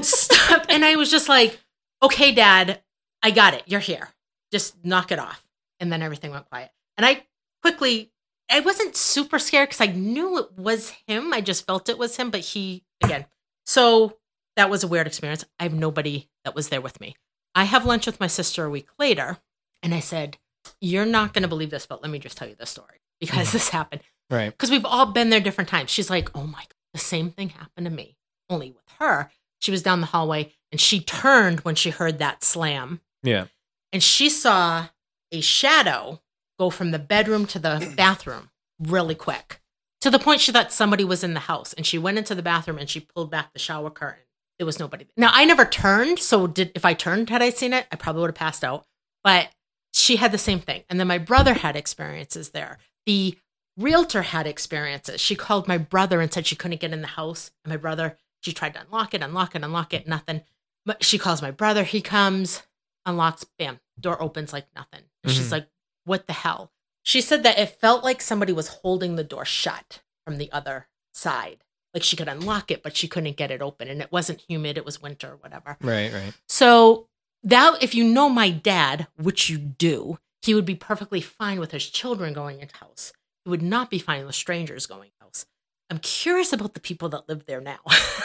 S2: stopped, and I was just like, okay, dad, I got it. You're here. Just knock it off. And then everything went quiet. And I quickly, I wasn't super scared because I knew it was him. I just felt it was him, but he, again. So that was a weird experience. I have nobody that was there with me. I have lunch with my sister a week later. And I said, You're not going to believe this, but let me just tell you the story because this happened.
S4: Right.
S2: Because we've all been there different times. She's like, Oh my God, the same thing happened to me, only with her. She was down the hallway and she turned when she heard that slam
S4: Yeah.
S2: and she saw a shadow go from the bedroom to the bathroom really quick to the point she thought somebody was in the house and she went into the bathroom and she pulled back the shower curtain there was nobody now i never turned so did if i turned had i seen it i probably would have passed out but she had the same thing and then my brother had experiences there the realtor had experiences she called my brother and said she couldn't get in the house and my brother she tried to unlock it unlock it unlock it nothing but she calls my brother he comes unlocks, bam, door opens like nothing. And
S4: Mhm.
S2: she's like, what the hell? She said that it felt like somebody was holding the door shut from the other side. Like she could unlock it, but she couldn't get it open. And it wasn't humid, it was winter, whatever.
S4: Right. Right.
S2: So that if you know my dad, which you do, he would be perfectly fine with his children going into house. He would not be fine with strangers going house. I'm curious about the people that live there now.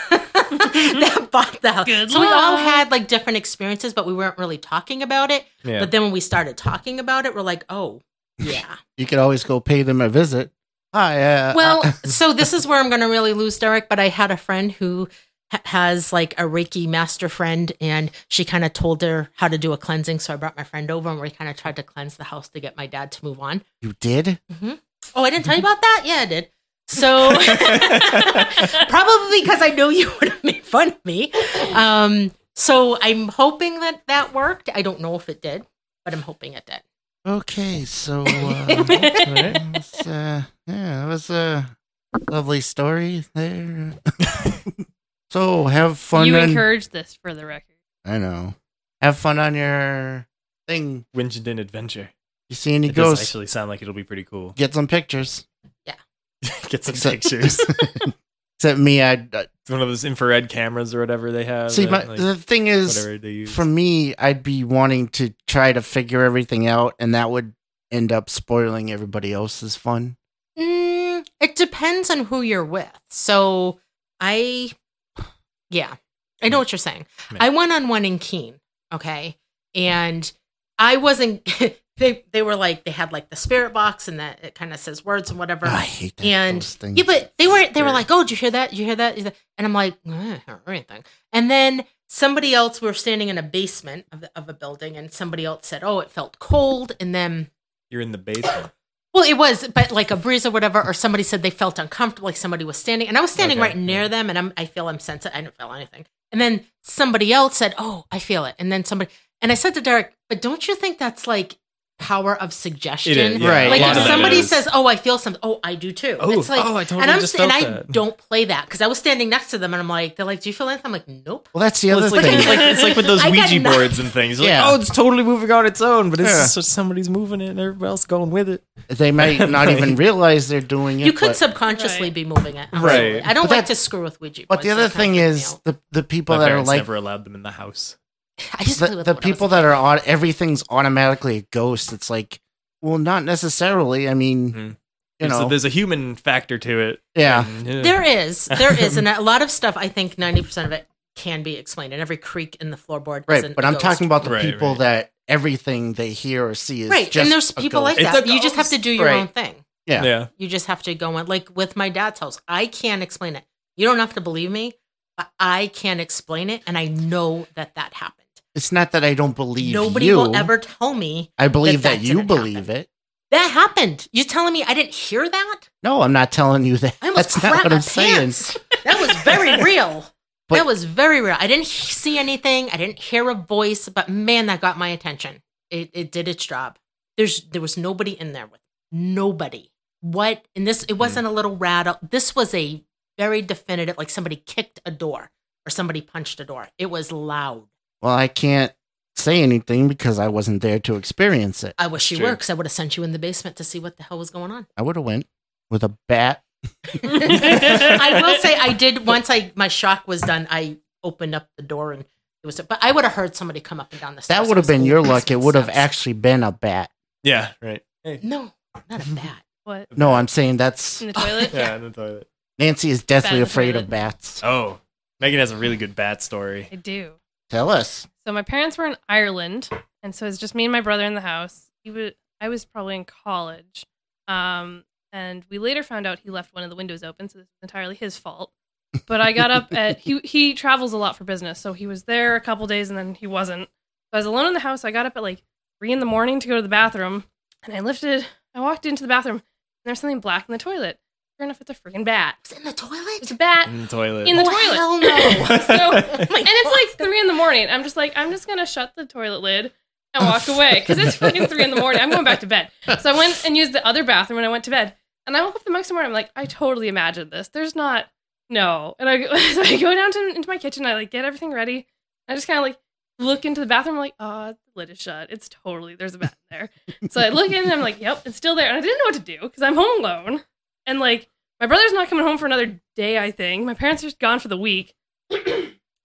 S2: that bought the house.
S3: Good
S2: so we all
S3: luck.
S2: had like different experiences, but we weren't really talking about it.
S4: Yeah.
S2: But then when we started talking about it, we're like, oh, yeah.
S1: You could always go pay them a visit. Hi. Uh,
S2: Well,
S1: uh,
S2: so this is where I'm going to really lose Derek. But I had a friend who ha- has like a Reiki master friend, and she kind of told her how to do a cleansing. So I brought my friend over, and we kind of tried to cleanse the house to get my dad to move on.
S1: you did?
S2: Oh, I didn't
S1: Mm-hmm.
S2: tell you about that? Yeah, I did. So probably because I know you would have made fun of me. Um, so I'm hoping that that worked. I don't know if it did, but I'm hoping it did.
S1: Okay, so uh, it's, uh, yeah, it was a lovely story there. so have fun.
S3: you
S1: on-
S3: encourage this for the record.
S1: I know. Have fun on your thing.
S4: Winchendon Adventure.
S1: You see any
S4: It does
S1: ghosts?
S4: actually sound like it'll be pretty cool.
S1: Get some pictures.
S4: Get some
S1: Except-
S4: pictures.
S1: Except me, I uh,
S4: It's one of those infrared cameras or whatever they have.
S1: see.
S4: that,
S1: My,
S4: like,
S1: the thing is,
S4: whatever they use.
S1: for me, I'd be wanting to try to figure everything out, and that would end up spoiling everybody else's fun.
S2: Mm, it depends on who you're with. So I, yeah, I know what you're saying.
S4: Yeah.
S2: I went on one in Keene, okay, and I wasn't. they they were like they had like the spirit box and that it kind of says words and whatever.
S1: Oh, I hate that,
S2: And-
S1: those things.
S2: Yeah, but they weren't. They were
S4: Sure.
S2: like, "Oh, did you hear that? Did you hear that?" Did you hear that?" And I'm like, "Eh, I don't hear anything. And then somebody else we were standing in a basement of, the, of a building, and somebody else said, "Oh, it felt cold." And then,
S4: You're in the basement.
S2: well, it was, but like a breeze or whatever. Or somebody said they felt uncomfortable, like somebody was standing, and I was standing
S4: Okay,
S2: right near
S4: yeah.
S2: them, and I'm, I feel I'm sensitive. I didn't feel anything. And then somebody else said, "Oh, I feel it." And then somebody, and I said to Derek, "But don't you think that's like power of suggestion?"
S4: It is. yeah.
S1: Right.
S4: A
S2: Like
S4: lot
S2: if
S4: of that
S2: somebody
S4: is.
S2: says, "Oh, I feel something," oh, I do too.
S4: oh,
S2: it's like,
S4: oh, I totally
S2: and I'm
S4: just
S2: s- and
S4: felt
S2: I
S4: that.
S2: don't play that because I was standing next to them and I'm like, they're like, "Do you feel anything?" I'm like, "Nope."
S1: well, that's the
S4: Well,
S1: other
S4: it's, like,
S1: thing.
S4: it's, like, it's like with those
S2: I got
S4: Ouija
S2: nothing.
S4: boards and things. You're
S1: Yeah.
S4: Like, oh, it's totally moving on its own, but it's
S1: Yeah.
S4: just somebody's moving it and everybody else going with it.
S1: they might not even
S4: Right.
S1: realize they're doing it.
S2: You could
S1: but,
S2: subconsciously
S3: Right.
S2: be moving it.
S4: Right.
S2: absolutely. I don't
S1: But
S2: like
S1: that-
S2: to screw with Ouija.
S1: but the
S2: boards.
S1: other
S2: That kinda
S1: thing
S2: freaked me
S1: is
S2: out.
S1: the the people
S4: My
S1: that are
S4: parents
S1: like
S4: never allowed them in the house.
S2: I just
S1: the, the people that are on everything's automatically a ghost. It's like, well, not necessarily. I mean,
S4: Mhm.
S1: you
S4: There's a-
S1: know,
S4: there's a human factor to it.
S1: yeah,
S4: And,
S2: there is there is, and a lot of stuff. I think ninety percent of it can be explained, and every creak in the floorboard.
S1: right.
S2: isn't
S1: But
S2: a
S1: I'm
S2: ghost.
S1: talking about the
S4: Right,
S1: people
S4: right.
S1: that everything they hear or see is
S2: right,
S1: just
S2: and there's
S1: a
S2: people like
S1: ghost.
S4: It's
S2: that.
S4: a
S2: You just have to do your
S1: Right.
S2: own thing.
S1: yeah.
S4: yeah.
S2: You just have to go on, like with my dad's house. I can't explain it. You don't have to believe me, but I can't explain it, and I know that that happened.
S1: It's not that I don't believe
S2: Nobody
S1: you.
S2: will ever tell me
S1: I believe
S2: that
S1: that,
S2: that
S1: you
S2: didn't
S1: believe
S2: happen.
S1: it.
S2: that happened. You telling me I didn't hear that?
S1: No, I'm not telling you that.
S2: I almost
S1: That's
S2: That's crap
S1: not what
S2: my
S1: I'm saying.
S2: pants. That was very real.
S1: But-
S2: that was very real. I didn't he- see anything. I didn't hear a voice, but man, that got my attention. It, it did its job. There's there was nobody in there with nobody. What and this it wasn't a
S1: Hmm.
S2: little rattle. This was a very definitive, like somebody kicked a door or somebody punched a door. It was loud.
S1: Well, I can't say anything because I wasn't there to experience it.
S2: I wish you
S4: Sure.
S2: were, because I would have sent you in the basement to see what the hell was going on.
S1: I would have went with a bat.
S2: I will say I did once I my shock was done, I opened up the door and It was, but I would have heard somebody come up and down the stairs.
S1: That would have been your luck. It would have
S2: Steps.
S1: actually been a bat.
S4: Yeah, right. Hey.
S2: No, not a bat.
S3: What?
S1: No, I'm saying that's
S3: In the toilet?
S4: Yeah, in the toilet.
S1: Nancy is deathly
S3: Bat in the
S1: afraid
S3: toilet.
S1: of bats.
S4: Oh, Megan has a really good bat story.
S3: I do.
S1: Tell us.
S3: So my parents were in Ireland, and so it's just me and my brother in the house. He was I was probably in college, um, and we later found out he left one of the windows open, so this was entirely his fault. But I got up at he he travels a lot for business, so he was there a couple days and then he wasn't. So I was alone in the house. I got up at like three in the morning to go to the bathroom, and I lifted. I walked into the bathroom, and there's something black in the toilet. Sure enough, it's a freaking bat.
S2: It was in the
S3: It's
S2: toilet.
S3: a bat
S4: In the toilet.
S3: in the
S2: Oh,
S3: toilet.
S2: hell no.
S3: So-
S2: Oh my
S3: and it's
S2: God.
S3: like three in the morning. I'm just like, I'm just gonna shut the toilet lid
S2: Oh,
S3: and walk away because it's fucking three in the morning. I'm going back to bed. So I went and used the other bathroom when I went to bed, and I woke up the next morning. I'm like, I totally imagined this. There's not no, and I so I go down to into my kitchen. I like get everything ready. I just kind of like look into the bathroom. like, ah, the lid is shut. It's totally there's a bat in there. So I look in and I'm like, yep, it's still there. And I didn't know what to do because I'm home alone. And like, my brother's not coming home for another day, I think. My parents are just gone for the week.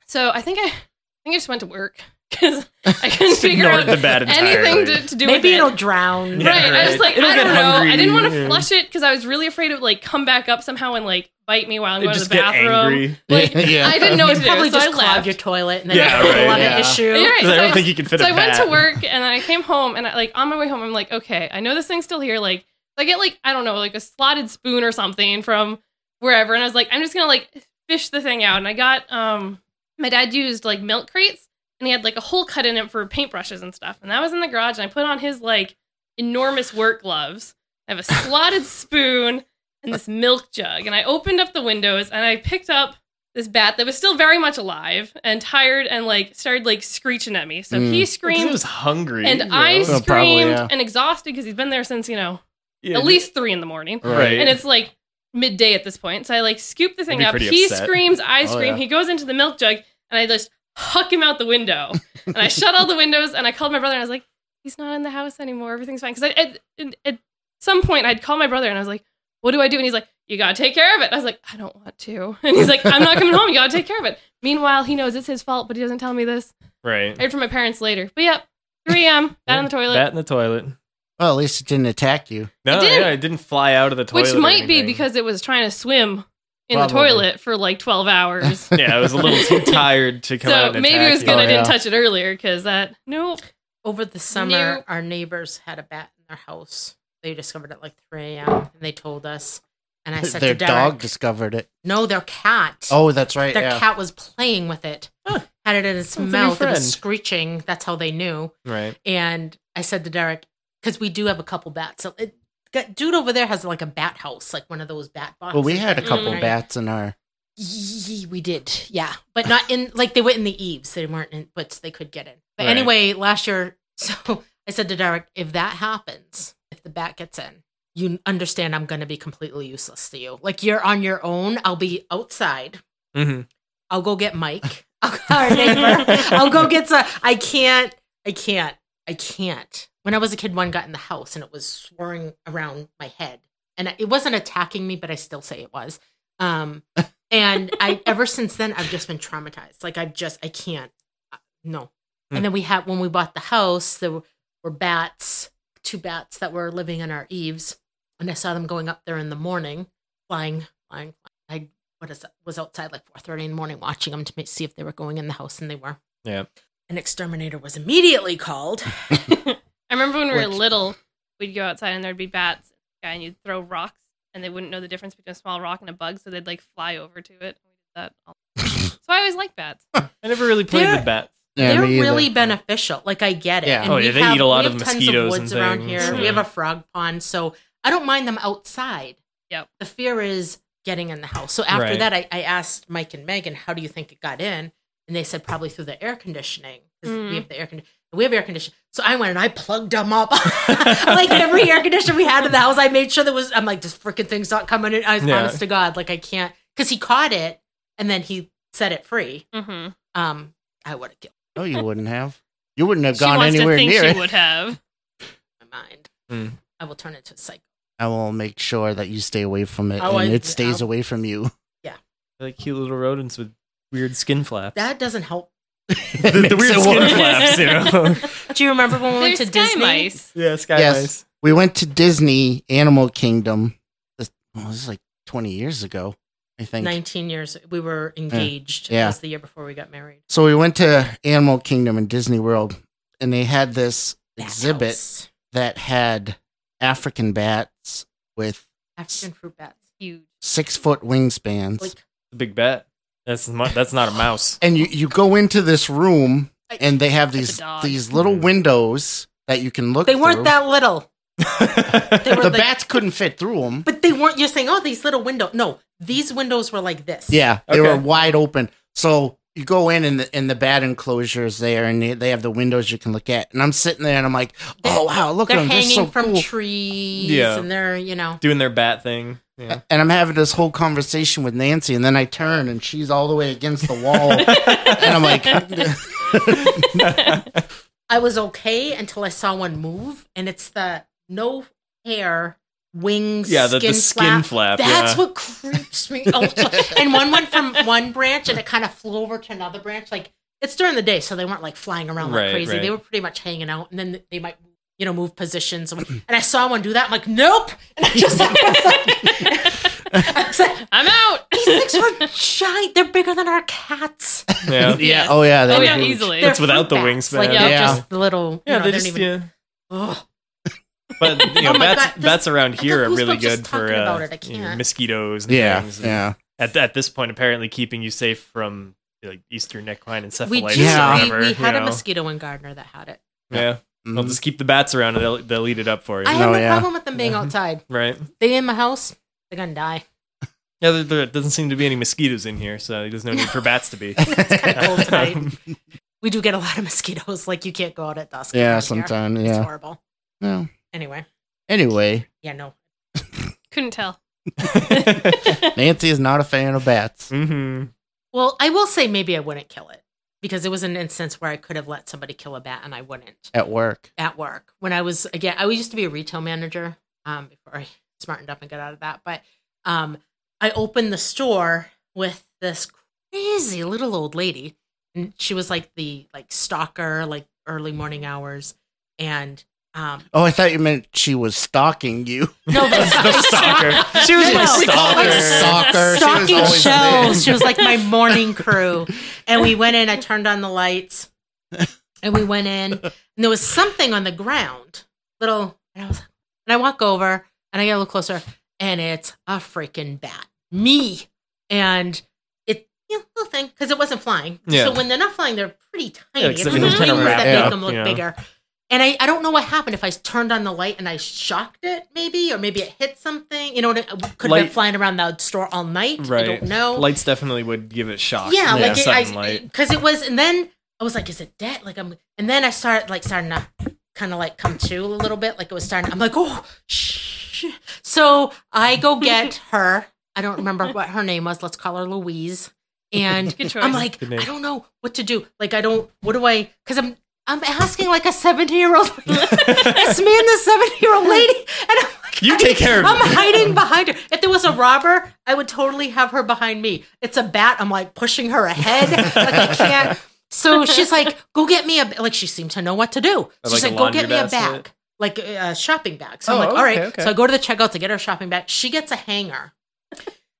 S3: so I think I, I think I just went to work because I couldn't
S4: Just
S3: figure
S4: ignored
S3: out
S4: the bat
S3: anything
S4: entirely.
S3: to, to do with
S2: Maybe
S3: it.
S2: it'll drown.
S4: Yeah,
S3: right. I was
S4: right.
S3: like,
S4: It'll
S3: I
S4: get
S3: don't know. I didn't want
S4: hungry.
S3: to flush it because I was really afraid it would like come back up somehow and like bite me while I'm
S4: They
S3: going to
S4: just
S3: the
S4: get
S3: bathroom.
S4: angry.
S3: Like,
S1: Yeah.
S3: I didn't know what to
S2: It
S3: do.
S2: probably
S3: so I
S2: just clogged
S3: left.
S2: your toilet, and then yeah,
S4: Yeah,
S2: you
S4: right,
S2: right,
S1: yeah.
S2: issue.
S3: You're right.
S4: I
S3: so
S4: don't
S3: I-
S4: think you can fit
S3: so
S4: a
S3: I went
S4: bat.
S3: to work and then I came home and I, like on my way home I'm like okay I know this thing's still here like I get like I don't know like a slotted spoon or something from wherever and I was like I'm just gonna like fish the thing out and I got um my dad used like milk crates and he had like a hole cut in it for paintbrushes and stuff and that was in the garage and I put on his like enormous work gloves I have a slotted spoon and this milk jug and I opened up the windows and I picked up this bat that was still very much alive and tired and like started like screeching at me so
S1: Mm.
S3: he
S4: Well, 'cause
S3: screamed
S4: He was hungry.
S3: and
S4: you know?
S3: I
S1: Well,
S3: screamed
S1: probably, yeah.
S3: and exhausted because he's been there since, you know,
S4: Yeah,
S3: at least three in the morning.
S4: Right.
S3: And it's like midday at this point. So I like scoop the thing
S4: be
S3: up.
S4: pretty
S3: He
S4: upset.
S3: screams, I
S1: Oh,
S3: scream.
S1: yeah.
S3: He goes into the milk jug and I just huck him out the window. and I shut all the windows and I called my brother and I was like, he's not in the house anymore. Everything's fine. Because at, at, at some point I'd call my brother and I was like, what do I do? And he's like, you got to take care of it. And I was like, I don't want to. And he's like, I'm not coming home. You got to take care of it. Meanwhile, he knows it's his fault, but he doesn't tell me this.
S4: right.
S3: I heard from my parents later. But yep, 3 a.m. Bat in the toilet.
S4: Bat in the toilet.
S1: Well, at least it didn't attack you.
S4: No,
S3: didn't.
S4: yeah, it didn't fly out of the toilet.
S3: Which
S4: or
S3: might be
S4: anything.
S3: because it was trying to swim in the
S1: Probably.
S3: toilet for like 12 hours.
S4: yeah, I was a little too tired to come
S3: so
S4: out. And
S3: maybe it was
S4: attack
S3: good I
S1: Oh, yeah.
S3: didn't touch it earlier because that, nope.
S2: Over the summer,
S3: Nope.
S2: our neighbors had a bat in their house. They discovered it at like 3 a.m. and they told us. And I said
S1: Their
S2: to Derek,
S1: dog discovered it.
S2: "No, their cat.
S1: Oh, that's right.
S2: their
S1: yeah.
S2: cat was playing with it.
S4: Huh.
S2: Had it in its
S4: That's a new
S2: mouth. It
S4: friend.
S2: was screeching. That's how they knew."
S4: you. Right.
S2: And I said to Derek, "Because we do have a couple bats. So it, that dude over there has like a bat house, like one of those bat boxes."
S1: well, we had a
S2: that you
S1: couple
S2: bring.
S1: bats in our.
S2: Ye- we did, yeah, but not in like they were in the eaves. They weren't in, but they could get in. But
S4: Right.
S2: anyway, last year, so I said to Derek, if that happens, if the bat gets in, you understand I'm going to be completely useless to you. Like you're on your own. I'll be outside.
S4: Mm-hmm.
S2: I'll go get Mike, I'll, our neighbor. I'll go get some. I can't. I can't. I can't. When I was a kid, one got in the house and it was swirling around my head, and it wasn't attacking me, but I still say it was. Um, and I ever since then I've just been traumatized. Like I've just I can't. uh, No.
S4: Hmm.
S2: And then we had when we bought the house, there were, were bats, two bats that were living in our eaves, and I saw them going up there in the morning, flying, flying. flying. I what is was outside like four thirty in the morning watching them to ma- see if they were going in the house, and they were an exterminator was immediately called.
S3: I remember when we were
S1: Which-
S3: little, we'd go outside and there'd be bats yeah, and you'd throw rocks and they wouldn't know the difference between a small rock and a bug, so they'd like fly over to it. We did that. all- so I always like bats.
S4: I never really played
S2: They're-
S4: with bats.
S1: Yeah,
S2: They're
S1: me either.
S2: really beneficial. Like I get it.
S1: Yeah.
S2: And
S4: Oh,
S2: we
S4: yeah, they eat a lot
S2: we
S4: of
S2: have
S4: mosquitoes
S2: tons
S4: and
S2: of woods around
S4: things,
S2: here.
S3: yeah.
S2: We have a frog pond, so I don't mind them outside.
S3: Yep.
S2: The fear is getting in the house. So after
S4: Right.
S2: that, I, I asked Mike and Megan, "How do you think it got in?" And they said probably through the air conditioning 'cause
S3: Mm.
S2: we have the air conditioning. We have air conditioning. So I went and I plugged them up. like every air conditioner we had in the house, I made sure there was, I'm like, this freaking thing's not coming in. I was
S4: Yeah.
S2: honest to God, like I can't, because he caught it and then he set it free.
S3: Mm-hmm.
S2: Um, I would have killed
S1: No, you wouldn't have. You wouldn't have
S3: She
S1: gone
S3: wants
S1: anywhere
S3: to think
S1: near
S3: she
S1: it.
S3: would have.
S2: my mind.
S4: Hmm.
S2: I will turn into a psycho.
S1: I will make sure that you stay away from it,
S2: Oh,
S1: and
S2: I-
S1: it stays
S2: I'll-
S1: away from you.
S4: They're like cute little rodents with weird skin flaps.
S2: That doesn't help
S1: It
S4: the, the
S1: makes
S4: weird
S1: it work.
S4: skin flaps, you know.
S2: Do you remember when we went
S3: There's
S2: to
S3: sky
S2: Disney?
S3: mice.
S4: yeah, sky
S1: Yes.
S4: mice.
S1: we went to Disney Animal Kingdom. This, oh, this is like 20 years ago, I think.
S2: 19 years. We were engaged.
S1: Hmm. Yeah.
S2: It was the year before we got married.
S1: So we went to Animal Kingdom and Disney World, and they had this exhibit
S2: House.
S1: that had African bats with
S2: African fruit bats.
S3: Huge.
S1: six foot wingspans.
S2: Like,
S4: The big bat. That's mu- that's not a mouse.
S1: and you, you go into this room,
S3: I-
S1: and they have
S3: That's a
S1: these
S3: dog.
S1: these little
S4: Mhm.
S1: windows that you can look.
S2: they weren't
S1: through.
S2: that little,
S1: The
S2: They were like-
S1: bats couldn't fit through them.
S2: but they weren't. You're saying, oh, these little windows. No, these windows were like this.
S1: Yeah, they
S4: Okay.
S1: were wide open. So you go in and the, and the bat enclosure is there, and they, they have the windows you can look at. And I'm sitting there, and I'm like,
S2: They're-
S1: oh wow, look at
S2: They're
S1: them, they're
S2: hanging
S1: so
S2: from
S1: cool.
S2: trees
S4: Yeah.
S2: and they're, you know,
S4: Doing their bat thing. Yeah.
S1: and I'm having this whole conversation with Nancy, and then I turn, and she's all the way against the wall, and I'm like,
S2: I was okay until I saw one move, and it's the no hair wings.
S4: Yeah, the- the
S2: skin
S4: skin flap,
S2: That's
S4: yeah.
S2: what creeps me out. and one went from one branch, and it kind of flew over to another branch. Like it's during the day, so they weren't like flying around like
S4: Right,
S2: crazy.
S4: right.
S2: They were pretty much hanging out, and then they might. You know, move positions, and and I saw one do that. I'm like, nope, and I just, I was like, I was like,
S3: I'm out.
S2: these things were giant. They're bigger than our cats.
S4: Yeah.
S1: yeah, oh yeah, they
S3: Oh
S1: were
S3: yeah,
S1: huge.
S3: easily.
S2: They're
S4: That's without
S2: fruit
S4: the
S2: bats,
S4: wingspan.
S2: Like,
S1: Yeah.
S2: yeah, just the little.
S4: Yeah,
S2: you know,
S4: they
S2: they're
S4: just
S2: even,
S4: yeah.
S2: Ugh.
S4: But you know,
S2: Oh my
S4: bats,
S2: God, this-
S4: bats around
S2: got
S4: here are really
S2: goosebumps just
S4: good for
S2: talking
S4: uh,
S2: about it, I
S4: you know,
S2: can't.
S4: mosquitoes. And
S1: yeah,
S4: things.
S1: yeah.
S4: At, at this point, apparently keeping you safe from like Eastern equine
S2: we
S4: encephalitis
S2: do.
S1: Yeah.
S2: We-
S4: or whatever.
S2: We,
S4: you
S2: had a
S4: know.
S2: mosquito in Gardner that had it.
S4: Yeah, well,
S1: Mm.
S4: just keep the bats around and they'll they'll eat it up for you.
S2: I have
S1: Oh,
S2: no
S1: yeah.
S2: problem with them being
S4: Yeah.
S2: outside.
S4: right?
S2: They in my house, they're gonna die.
S4: Yeah, there, there doesn't seem to be any mosquitoes in here, so there's no need for bats to be.
S1: Mm.
S2: It's kind of cold tonight. We do get a lot of mosquitoes. Like you can't go out at dusk.
S1: yeah,
S2: around here.
S1: sometimes,
S2: It's
S1: yeah.
S2: horrible.
S1: yeah.
S2: Anyway,
S1: Anyway,
S2: yeah, no.
S3: Couldn't tell.
S1: Nancy is not a fan of bats.
S4: hmm
S2: Well, I will say maybe I wouldn't kill it because it was an instance where I could have let somebody kill a bat and I wouldn't
S1: At work,
S2: at work when I was again. I used to be a retail manager um, before I smartened up and got out of that. But um, I opened the store with this crazy little old lady, and she was like the like stalker, like early morning hours, and um,
S1: oh, I thought you meant she was stalking you.
S2: no, but
S4: the stalker. She was
S2: No,
S4: my
S2: we call her
S4: stalker.
S1: stalker. She was
S2: stalking
S1: always there.
S2: shows. She was like my morning crew, and we went in. I turned on the lights, and we went in, and there was something on the ground, little. And I was, and I walk over, and I get a little closer, and it's a freaking bat, me, and it, you know, little thing, because it wasn't flying.
S4: Yeah.
S2: So when they're not flying, they're pretty tiny.
S4: Yeah,
S2: it's
S4: except
S2: the
S4: for
S2: wings
S3: they're kinda
S2: that
S4: wrapped
S2: make
S4: up,
S2: them look
S4: yeah.
S2: bigger. And I, I don't know what happened if I turned on the light and I shocked it, maybe, or maybe it hit something. You know, what I- could have been
S4: Light-
S2: flying around the store all night. I
S4: Right.
S2: don't know.
S4: Lights definitely would give it shock.
S2: Oh. yeah, like it,
S4: sudden
S2: I
S4: light.
S2: because it was, and then I was like, "Is it dead?" Like I'm, and then I started like starting to kind of like come to a little bit, like it was starting. I'm like, "Oh, shh." So I go get her. I don't remember what her name was. Let's call her Louise. And
S3: Good choice.
S2: I'm like,
S4: Good name.
S2: I don't know what to do. Like, I don't. What do I? Because I'm I'm asking like a 70 year old. it's me and the 70 year old lady, and I'm like,
S4: You take care of
S2: I'm
S4: it.
S2: hiding behind her. If there was a robber, I would totally have her behind me. It's a bat. I'm like pushing her ahead. Like I can't. So she's like, "Go get me a like." She seemed to know what to do.
S4: Or
S2: she's
S4: like
S2: like, "Go
S4: a
S2: get me a
S4: laundry basket?
S2: bag, like uh, a shopping bag." So
S4: Oh,
S2: I'm like, "All right."
S4: okay, okay.
S2: So I go to the checkout to get her shopping bag. She gets a hanger,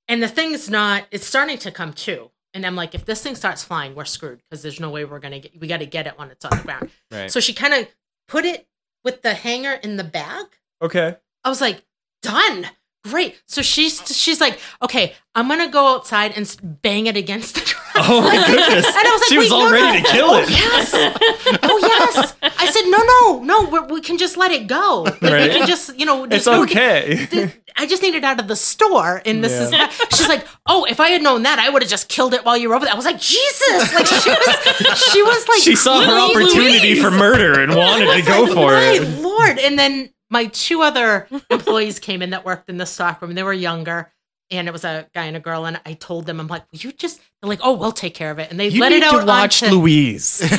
S2: and the thing's not. It's starting to come to. And I'm like, if this thing starts flying, we're screwed because there's no way we're gonna get. We got to get it when it's on the ground.
S4: Right.
S2: So she kind of put it with the hanger in the bag,
S4: okay.
S2: I was like, done. Great. So she's she's like, okay, I'm gonna go outside and s- bang it against the truck.
S4: Oh my goodness.
S2: And I was like,
S4: she was
S2: wait,
S4: all
S2: no,
S4: ready
S2: no.
S4: to kill
S2: Oh,
S4: it.
S2: yes. Oh yes. I said, no, no, no. We're, we can just let it go. Like,
S4: Right.
S2: We can just, you know,
S4: It's
S2: just go get-
S4: okay.
S2: th- I just need it out of the store, and this
S4: Yeah.
S2: is. She's like, "Oh, if I had known that, I would have just killed it while you were over there." I was like, "Jesus!" Like she was, she was like,
S4: she saw her
S2: literally
S4: opportunity for murder and wanted to go for
S2: my
S4: it.
S2: lord! And then my two other employees came in that worked in the stockroom. They were younger, and it was a guy and a girl. And I told them, I'm like, "Will you just?" They're like, "Oh, we'll take care of it." And they let it out. onto-
S4: Louise.
S2: this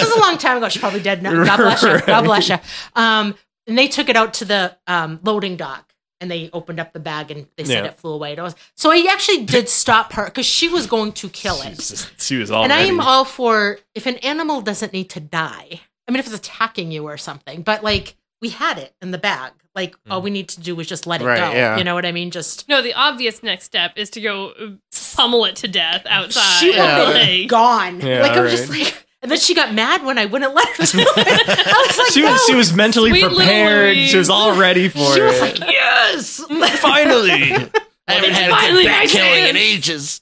S2: was a long time ago. She's probably dead now. God bless her. God bless her. Um, and they took it out to the um, loading dock. and they opened up the bag and they said
S4: Yeah.
S2: it flew away. And I was, so I actually did stop her because she was going to kill
S4: She
S2: it.
S4: was, just- she was all.
S2: and I am
S4: ready.
S2: all for if an animal doesn't need to die. I mean, if it's attacking you or something, but like we had it in the bag. Like
S4: Mm.
S2: all we need to do was just let it
S1: Right,
S2: go.
S1: yeah.
S2: You know what I mean? Just
S3: No, the obvious next step is to go uh, pummel it to death outside.
S2: she would have
S3: Like-
S2: been gone.
S4: Yeah,
S2: like I'm
S4: right.
S2: just like, and then she got mad when I wouldn't let her do it. I was like,
S4: She was, she was mentally
S3: Sweet little
S4: prepared.
S3: Louise.
S4: She was all ready for
S2: she
S4: it.
S2: was like, yes.
S1: Finally, I haven't
S3: It's
S1: had a
S3: finally
S1: good bat
S3: my
S1: killing in
S3: chance.
S1: ages.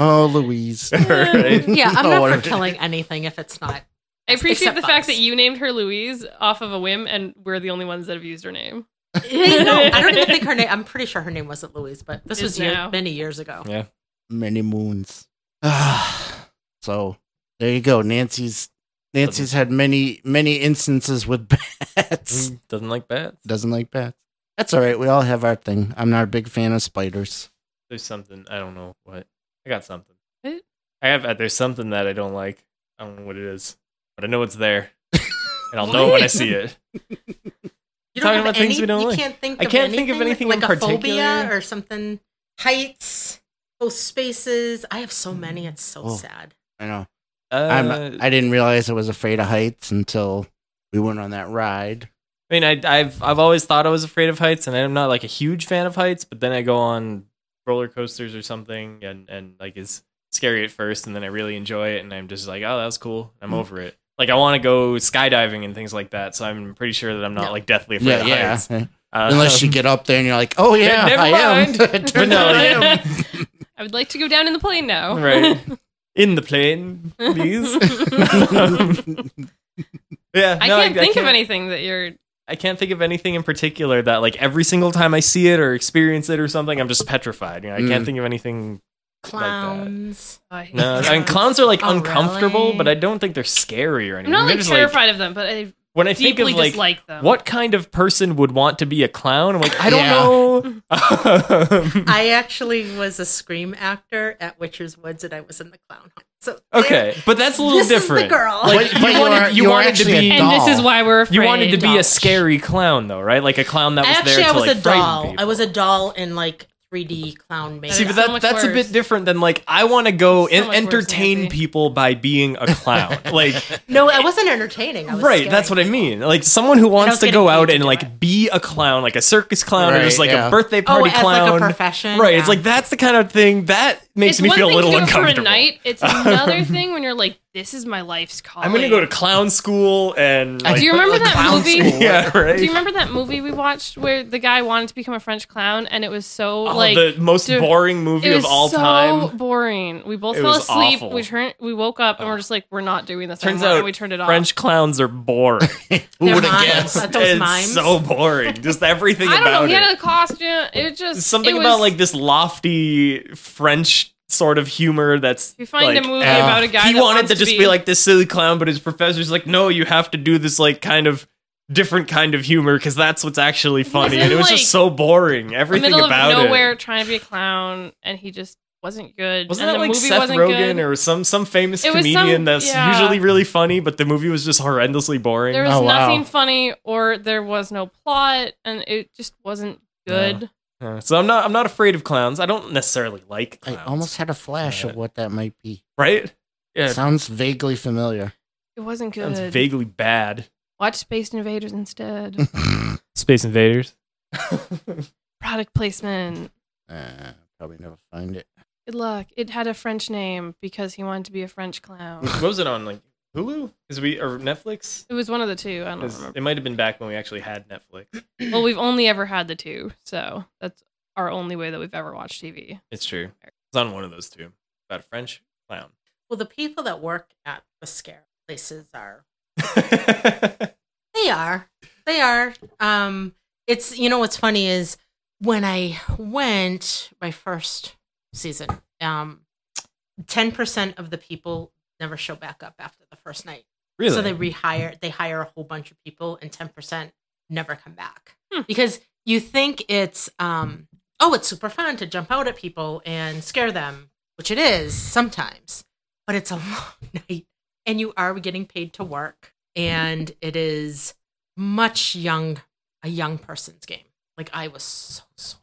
S1: oh, Louise.
S4: Right.
S2: yeah, I'm
S1: Oh,
S2: not
S1: whatever.
S2: for killing anything if it's not.
S3: I appreciate
S2: Except
S3: the fact
S2: bugs.
S3: that you named her Louise off of a whim, and we're the only ones that have used her name.
S2: no, I don't even think her name. I'm pretty sure her name wasn't Louise, but this
S3: Is
S2: was year,
S3: now.
S2: many years ago.
S4: Yeah.
S1: Many moons. Ah, so there you go. Nancy's Nancy's had many many instances with bats.
S4: Mm, Doesn't like bats.
S1: Doesn't like bats. That's all right. We all have our thing. I'm not a big fan of spiders.
S4: There's something I don't know what. I got something.
S3: What?
S4: I have. uh, There's something that I don't like. I don't know what it is, but I know it's there, and I'll know when I see it.
S2: You
S4: Talking
S2: don't have
S4: about things
S2: any,
S4: we don't
S2: you
S4: like.
S2: can't think.
S4: I
S2: of
S4: can't
S2: anything,
S4: think of anything in
S2: like a phobia
S4: particular.
S2: or something. Heights, both spaces. I have so many. It's so
S1: Oh.
S2: sad.
S1: I know.
S4: Uh,
S1: I'm, I didn't realize I was afraid of heights until we went on that ride.
S4: I mean, I, I've I've always thought I was afraid of heights, and I'm not like a huge fan of heights. But then I go on roller coasters or something, and and like it's scary at first, and then I really enjoy it, and I'm just like, oh, that was cool.
S1: Hmm.
S4: I'm over it. Like I want to go skydiving and things like that. So I'm pretty sure that I'm not
S2: No.
S4: like deathly afraid
S1: Yeah,
S4: of
S1: yeah.
S4: heights. Uh,
S1: Unless you get up there and you're like, oh yeah,
S4: never
S1: I am.
S4: mind.
S1: It
S4: But
S1: turns
S4: no,
S1: out I
S4: yeah.
S1: am.
S3: I would like to go down in the plane now.
S4: right in the plane, please. Um, yeah,
S3: I
S4: no,
S3: can't think of anything that you're.
S4: I can't think of anything in particular that like every single time I see it or experience it or something, I'm just petrified. You know, I can't
S1: Mm.
S4: think of anything.
S2: Clowns.
S3: oh, I hate
S4: No, I mean
S3: clowns.
S4: clowns are like
S2: Oh,
S4: uncomfortable,
S2: really?
S4: but I don't think they're scary or
S3: I'm
S4: anything.
S3: not
S4: They're
S3: like
S4: just,
S3: terrified of them, but I
S4: when I think
S3: deeply
S4: of like
S3: dislike them.
S4: what kind of person would want to be a clown, I'm like I don't
S1: Yeah.
S4: know.
S2: I actually was a scream actor at Witcher's Woods, and I was in the clown. home. So
S4: okay, but that's a little
S2: this
S4: different.
S2: Is the girl.
S4: Like
S1: But-
S4: you
S1: but you
S4: wanted,
S1: are-
S4: you
S1: you are
S4: wanted to
S1: actually a
S4: be
S1: doll.
S3: And this is why we're afraid.
S4: You wanted to be a
S3: Dolls.
S4: scary clown, though, right? Like a clown that was
S2: actually,
S4: there to
S2: I was
S4: like
S2: a
S4: frighten
S2: doll.
S4: people.
S2: I was a doll in like 3D clown makeup.
S4: See, but
S3: That's
S4: that,
S3: so much
S4: that's a
S3: worse.
S4: bit different than like I want to go
S3: So
S4: and
S3: much worse,
S4: entertain
S3: Nancy.
S4: people by being a clown. Like,
S2: no, I wasn't entertaining. I was
S4: right?
S2: scaring
S4: That's what I
S2: people.
S4: mean. Like someone who
S2: I was
S4: wants to
S2: getting
S4: go
S2: paid
S4: out
S2: to
S4: and
S2: do
S4: like
S2: it.
S4: be a clown, like a circus clown, or
S1: Right,
S4: just like
S1: yeah.
S4: a birthday
S2: Oh,
S4: party
S2: as
S4: clown.
S2: like a profession.
S4: right?
S2: yeah.
S4: It's like that's the kind of thing that makes
S3: It's
S4: me
S3: one
S4: feel a
S3: thing
S4: little
S3: to do it For a
S4: uncomfortable.
S3: night, it's another thing when you're like, "This is my life's calling."
S4: I'm gonna go to clown school and. Like,
S3: Do you remember
S1: Like
S3: that
S1: clown
S3: movie?
S1: school.
S4: yeah, right.
S3: Do you remember that movie we watched where the guy wanted to become a French clown and it was so
S4: Oh,
S3: like
S4: the most
S3: dude,
S4: boring movie
S3: it was
S4: of all
S3: so
S4: time.
S3: boring. We both
S4: It
S3: fell
S4: was
S3: asleep.
S4: awful.
S3: We turned, we woke up and we're just like, we're not doing this.
S4: Turns
S3: anymore,
S4: out
S3: and we turned it off.
S4: French clowns are boring.
S1: Who
S2: They're
S1: would have
S2: mimes.
S1: guessed?
S2: Those
S4: it's
S2: mimes.
S4: so boring. Just everything
S3: I don't know.
S4: about
S3: He
S4: it.
S3: had a costume. It just
S4: something
S3: it was-
S4: about like this lofty French sort of humor that's
S3: You find
S4: like, ah.
S3: a movie
S1: uh,
S3: about a guy.
S4: he
S3: that
S4: wanted
S3: wants
S4: to just be, like this silly clown, but his professor's like, no, you have to do this like kind of different kind of humor because that's what's actually funny.
S3: in,
S4: and it was
S3: like,
S4: just so boring.
S3: in the
S4: Everything
S3: middle
S4: about
S3: of nowhere
S4: it.
S3: trying to be a clown, and he just wasn't good.
S4: Wasn't
S3: and
S4: that
S3: the
S4: like
S3: movie
S4: Seth
S3: wasn't
S4: Rogen
S3: good.
S4: or some some famous
S3: It was some-
S4: comedian that's
S3: yeah.
S4: usually really funny, but the movie was just horrendously boring?
S3: There was
S1: Oh, wow.
S3: nothing funny, or there was no plot, and it just wasn't good.
S4: Uh, so I'm not I'm not afraid of clowns. I don't necessarily like
S1: I
S4: clowns.
S1: almost had a flash of what that might be.
S4: right. Yeah,
S1: Sounds vaguely familiar.
S3: It wasn't good.
S4: sounds vaguely bad.
S3: Watch Space Invaders
S1: Uh,
S3: instead.
S4: Space Invaders.
S3: Product placement.
S1: Uh, probably never find it.
S3: Good luck. It had a French name because he wanted to be a French clown.
S4: what was it on like Hulu? Is we or Netflix?
S3: it was one of the two. I don't
S4: 'Cause
S3: remember.
S4: It might have been back when we actually had Netflix.
S3: Well, we've only ever had the two, so that's our only way that we've ever watched TV.
S4: It's true. It's on one of those two. About a French clown.
S2: Well, the people that work at the scare places are they are they are. Um, it's you know what's funny is when I went my first season, um, ten percent of the people never show back up after the first night.
S4: really?
S2: So they rehire, they hire a whole bunch of people, and ten percent never come back because you think it's um oh it's super fun to jump out at people and scare them, which it is sometimes, but it's a long night, and you are getting paid to work, and it is much young a young person's game. Like I was so sore.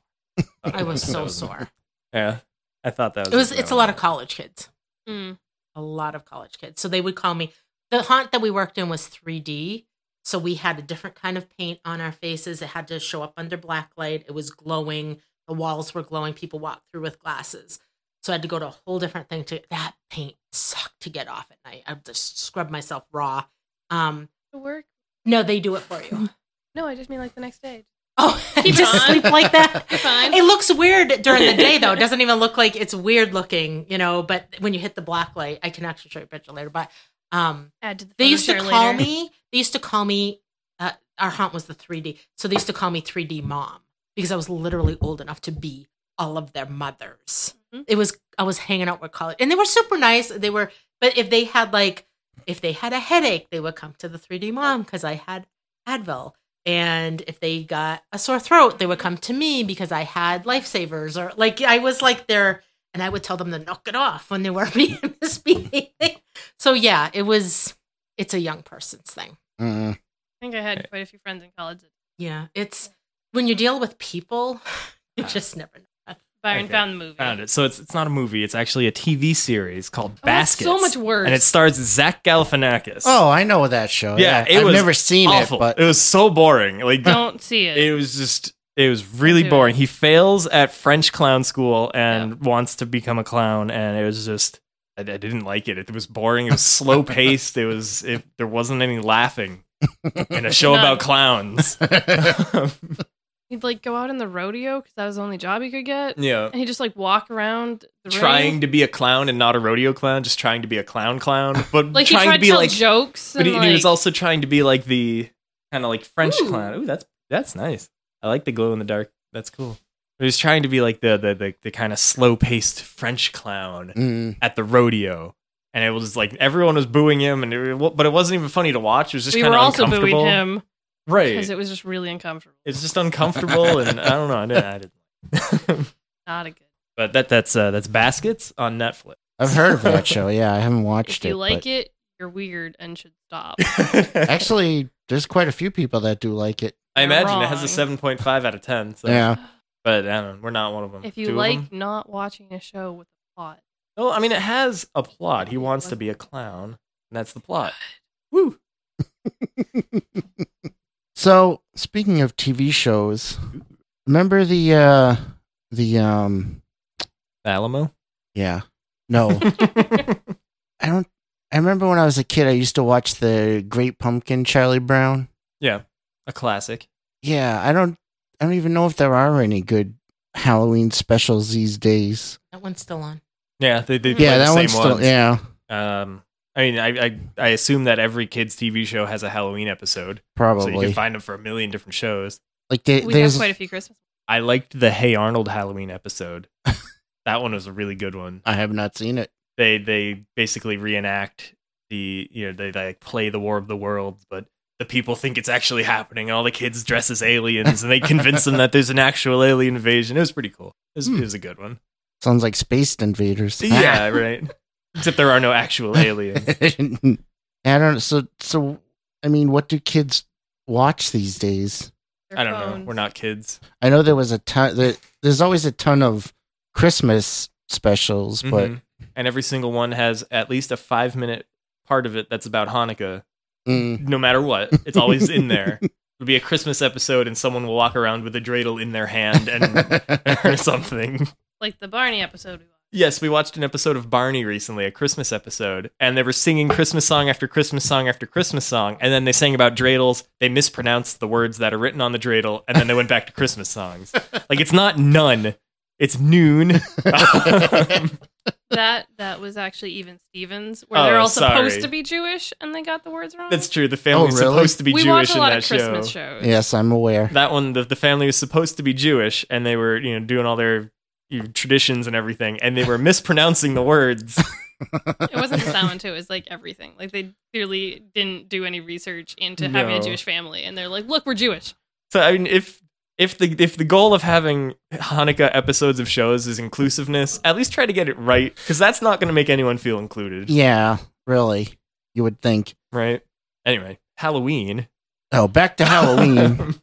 S4: I
S2: I was so sore.
S4: Yeah, I thought that was.
S2: It was. It's a lot of college kids.
S3: Mm.
S2: A lot of college kids. So they would call me. The haunt that we worked in was 3D. So we had a different kind of paint on our faces. It had to show up under black light. It was glowing. The walls were glowing. People walked through with glasses. So I had to go to a whole different thing to that paint sucked to get off at night. I would just scrub myself raw. Um,
S3: To work?
S2: no, they do it for you.
S3: No, I just mean like the next day.
S2: Oh,
S3: Keep
S2: just
S3: it on.
S2: sleep like that.
S3: Fine.
S2: It looks weird during the day, though. It doesn't even look like it's weird looking, you know. But when you hit the black light, I can actually show you a picture later. But um,
S3: Add to the
S2: they used to
S3: furniture
S2: call
S3: later.
S2: me. They used to call me. Uh, our haunt was the 3D, so they used to call me 3D mom because I was literally old enough to be all of their mothers.
S3: Mhm.
S2: It was I was hanging out with college, and they were super nice. They were, but if they had like if they had a headache, they would come to the 3D mom because I had Advil. And if they got a sore throat, they would come to me because I had lifesavers or like I was like their and I would tell them to knock it off when they were being misbehaving. So yeah, it was it's a young person's thing.
S1: Mm.
S3: I think I had quite a few friends in college. that-
S2: Yeah. It's when you deal with people, you
S4: Uh,
S2: just never know.
S3: Byron
S4: Okay.
S3: found the movie.
S4: Found it. So it's it's not a movie. It's actually a TV series called
S3: Oh, that's
S4: Baskets.
S3: so much worse.
S4: And it stars Zach Galifianakis.
S1: Oh, I know that show.
S4: Yeah, it
S1: I've
S4: was
S1: never seen
S4: awful!
S1: it, but
S4: was so boring. Like
S3: Don't see it.
S4: it was just it was really
S3: do it.
S4: boring. He fails at French clown school and wants to become a clown, and it was just I, I didn't like it. It was boring. It was slow paced. It was it, there wasn't any laughing in a show
S3: None.
S4: about clowns.
S3: He'd like go out in the rodeo because that was the only job he could get,
S4: yeah,
S3: and he'd just like walk around the
S4: trying
S3: ring.
S4: to be a clown and not a rodeo clown, just trying to be a clown clown, but
S3: like he
S4: trying
S3: tried
S4: to be
S3: tell
S4: like
S3: jokes.
S4: But
S3: and,
S4: he, and he was
S3: like-
S4: also trying to be like the kind of like French
S2: Ooh.
S4: clown. Ooh, that's that's nice. I like the glow in the dark. That's cool. He was trying to be like the the the, the kind of slow paced French clown
S1: Mm.
S4: at the rodeo, and it was just like everyone was booing him, and it, wa- but it wasn't even funny to watch. It was just
S3: we
S4: kind
S3: were
S4: of
S3: also
S4: uncomfortable.
S3: booing him
S4: right?
S3: because it was just really uncomfortable.
S4: it's just uncomfortable, and I don't know. I didn't. I didn't.
S3: Not a good.
S4: but that that's uh, that's baskets on Netflix.
S1: I've heard of that show. Yeah, I haven't
S3: If
S1: watched
S3: you
S1: it.
S3: like
S1: but
S3: it, you're weird and should stop.
S1: Actually, there's quite a few people that do like it.
S4: I
S3: you're
S4: imagine it has a
S3: wrong.
S4: seven point five out of ten. So,
S1: Yeah.
S4: but I don't. know. We're not one of them.
S3: if you
S4: Two of them?
S3: like not watching a show with a plot,
S4: Well, I mean, it has a plot. He wants to be a clown, and that's the plot. Woo!
S1: So speaking of TV shows, remember the uh the um
S4: Alamo.
S1: yeah. No. I don't I remember when I was a kid I used to watch the Great Pumpkin Charlie Brown.
S4: a classic.
S1: Yeah, I don't I don't even know if there are any good Halloween specials these days.
S2: That one's still on.
S4: Yeah, they, they play
S1: yeah,
S4: the
S1: that
S4: same
S1: one's still
S4: ones.
S1: yeah,
S4: Um, I mean, I, I I assume that every kids' TV show has a Halloween episode, so you
S1: probably.
S4: can find them for a million different shows.
S1: like they,
S3: we have
S1: there's
S3: quite a few Christmas.
S4: I liked the Hey Arnold Halloween episode. that one was a really good one.
S1: I have not seen it.
S4: they they basically reenact the you know they, they like play the war of the worlds but the people think it's actually happening all the kids dress as aliens and they convince them that there's an actual alien invasion it was pretty cool it was,
S1: Hmm.
S4: it was a good one
S1: Sounds like Spaced Invaders.
S4: yeah right except there are no actual aliens
S1: I don't so so I mean, what do kids watch these days?
S3: Their
S4: i don't know
S3: phones.
S4: we're not kids
S1: I know there was a ton. There, there's always a ton of Christmas specials, but
S4: Mhm. and every single one has at least a five minute part of it that's about hanukkah
S1: Mm.
S4: no matter what it's always in there it'll be a christmas episode and someone will walk around with a dreidel in their hand and or something
S3: like the Barney episode. We watched.
S4: Yes, we watched an episode of Barney recently, a Christmas episode, and they were singing Christmas song after Christmas song after Christmas song, and then they sang about dreidels. They mispronounced the words that are written on the dreidel, and then they went back to Christmas songs. Like it's not none, it's noon.
S3: That that was actually even Stevens, where
S4: Oh,
S3: they're all
S4: sorry.
S3: supposed to be Jewish and they got the words wrong.
S4: That's true. The family's
S1: really?
S4: supposed to be
S3: we watch
S4: Jewish
S3: a
S4: in
S3: lot
S4: that
S3: of
S4: show.
S3: Christmas shows.
S1: yes, I'm aware.
S4: That one, the, the family was supposed to be Jewish, and they were you know doing all their you know, traditions and everything, and they were mispronouncing the words.
S3: It wasn't just that one too. It was like everything. Like they clearly didn't do any research into having a
S4: No.
S3: Jewish family, and they're like, "Look, we're Jewish."
S4: So I mean, if if the if the goal of having Hanukkah episodes of shows is inclusiveness, at least try to get it right, because that's not going to make anyone feel included,
S1: Yeah, really. You would think.
S4: right? Anyway, Halloween.
S1: Oh, back to Halloween.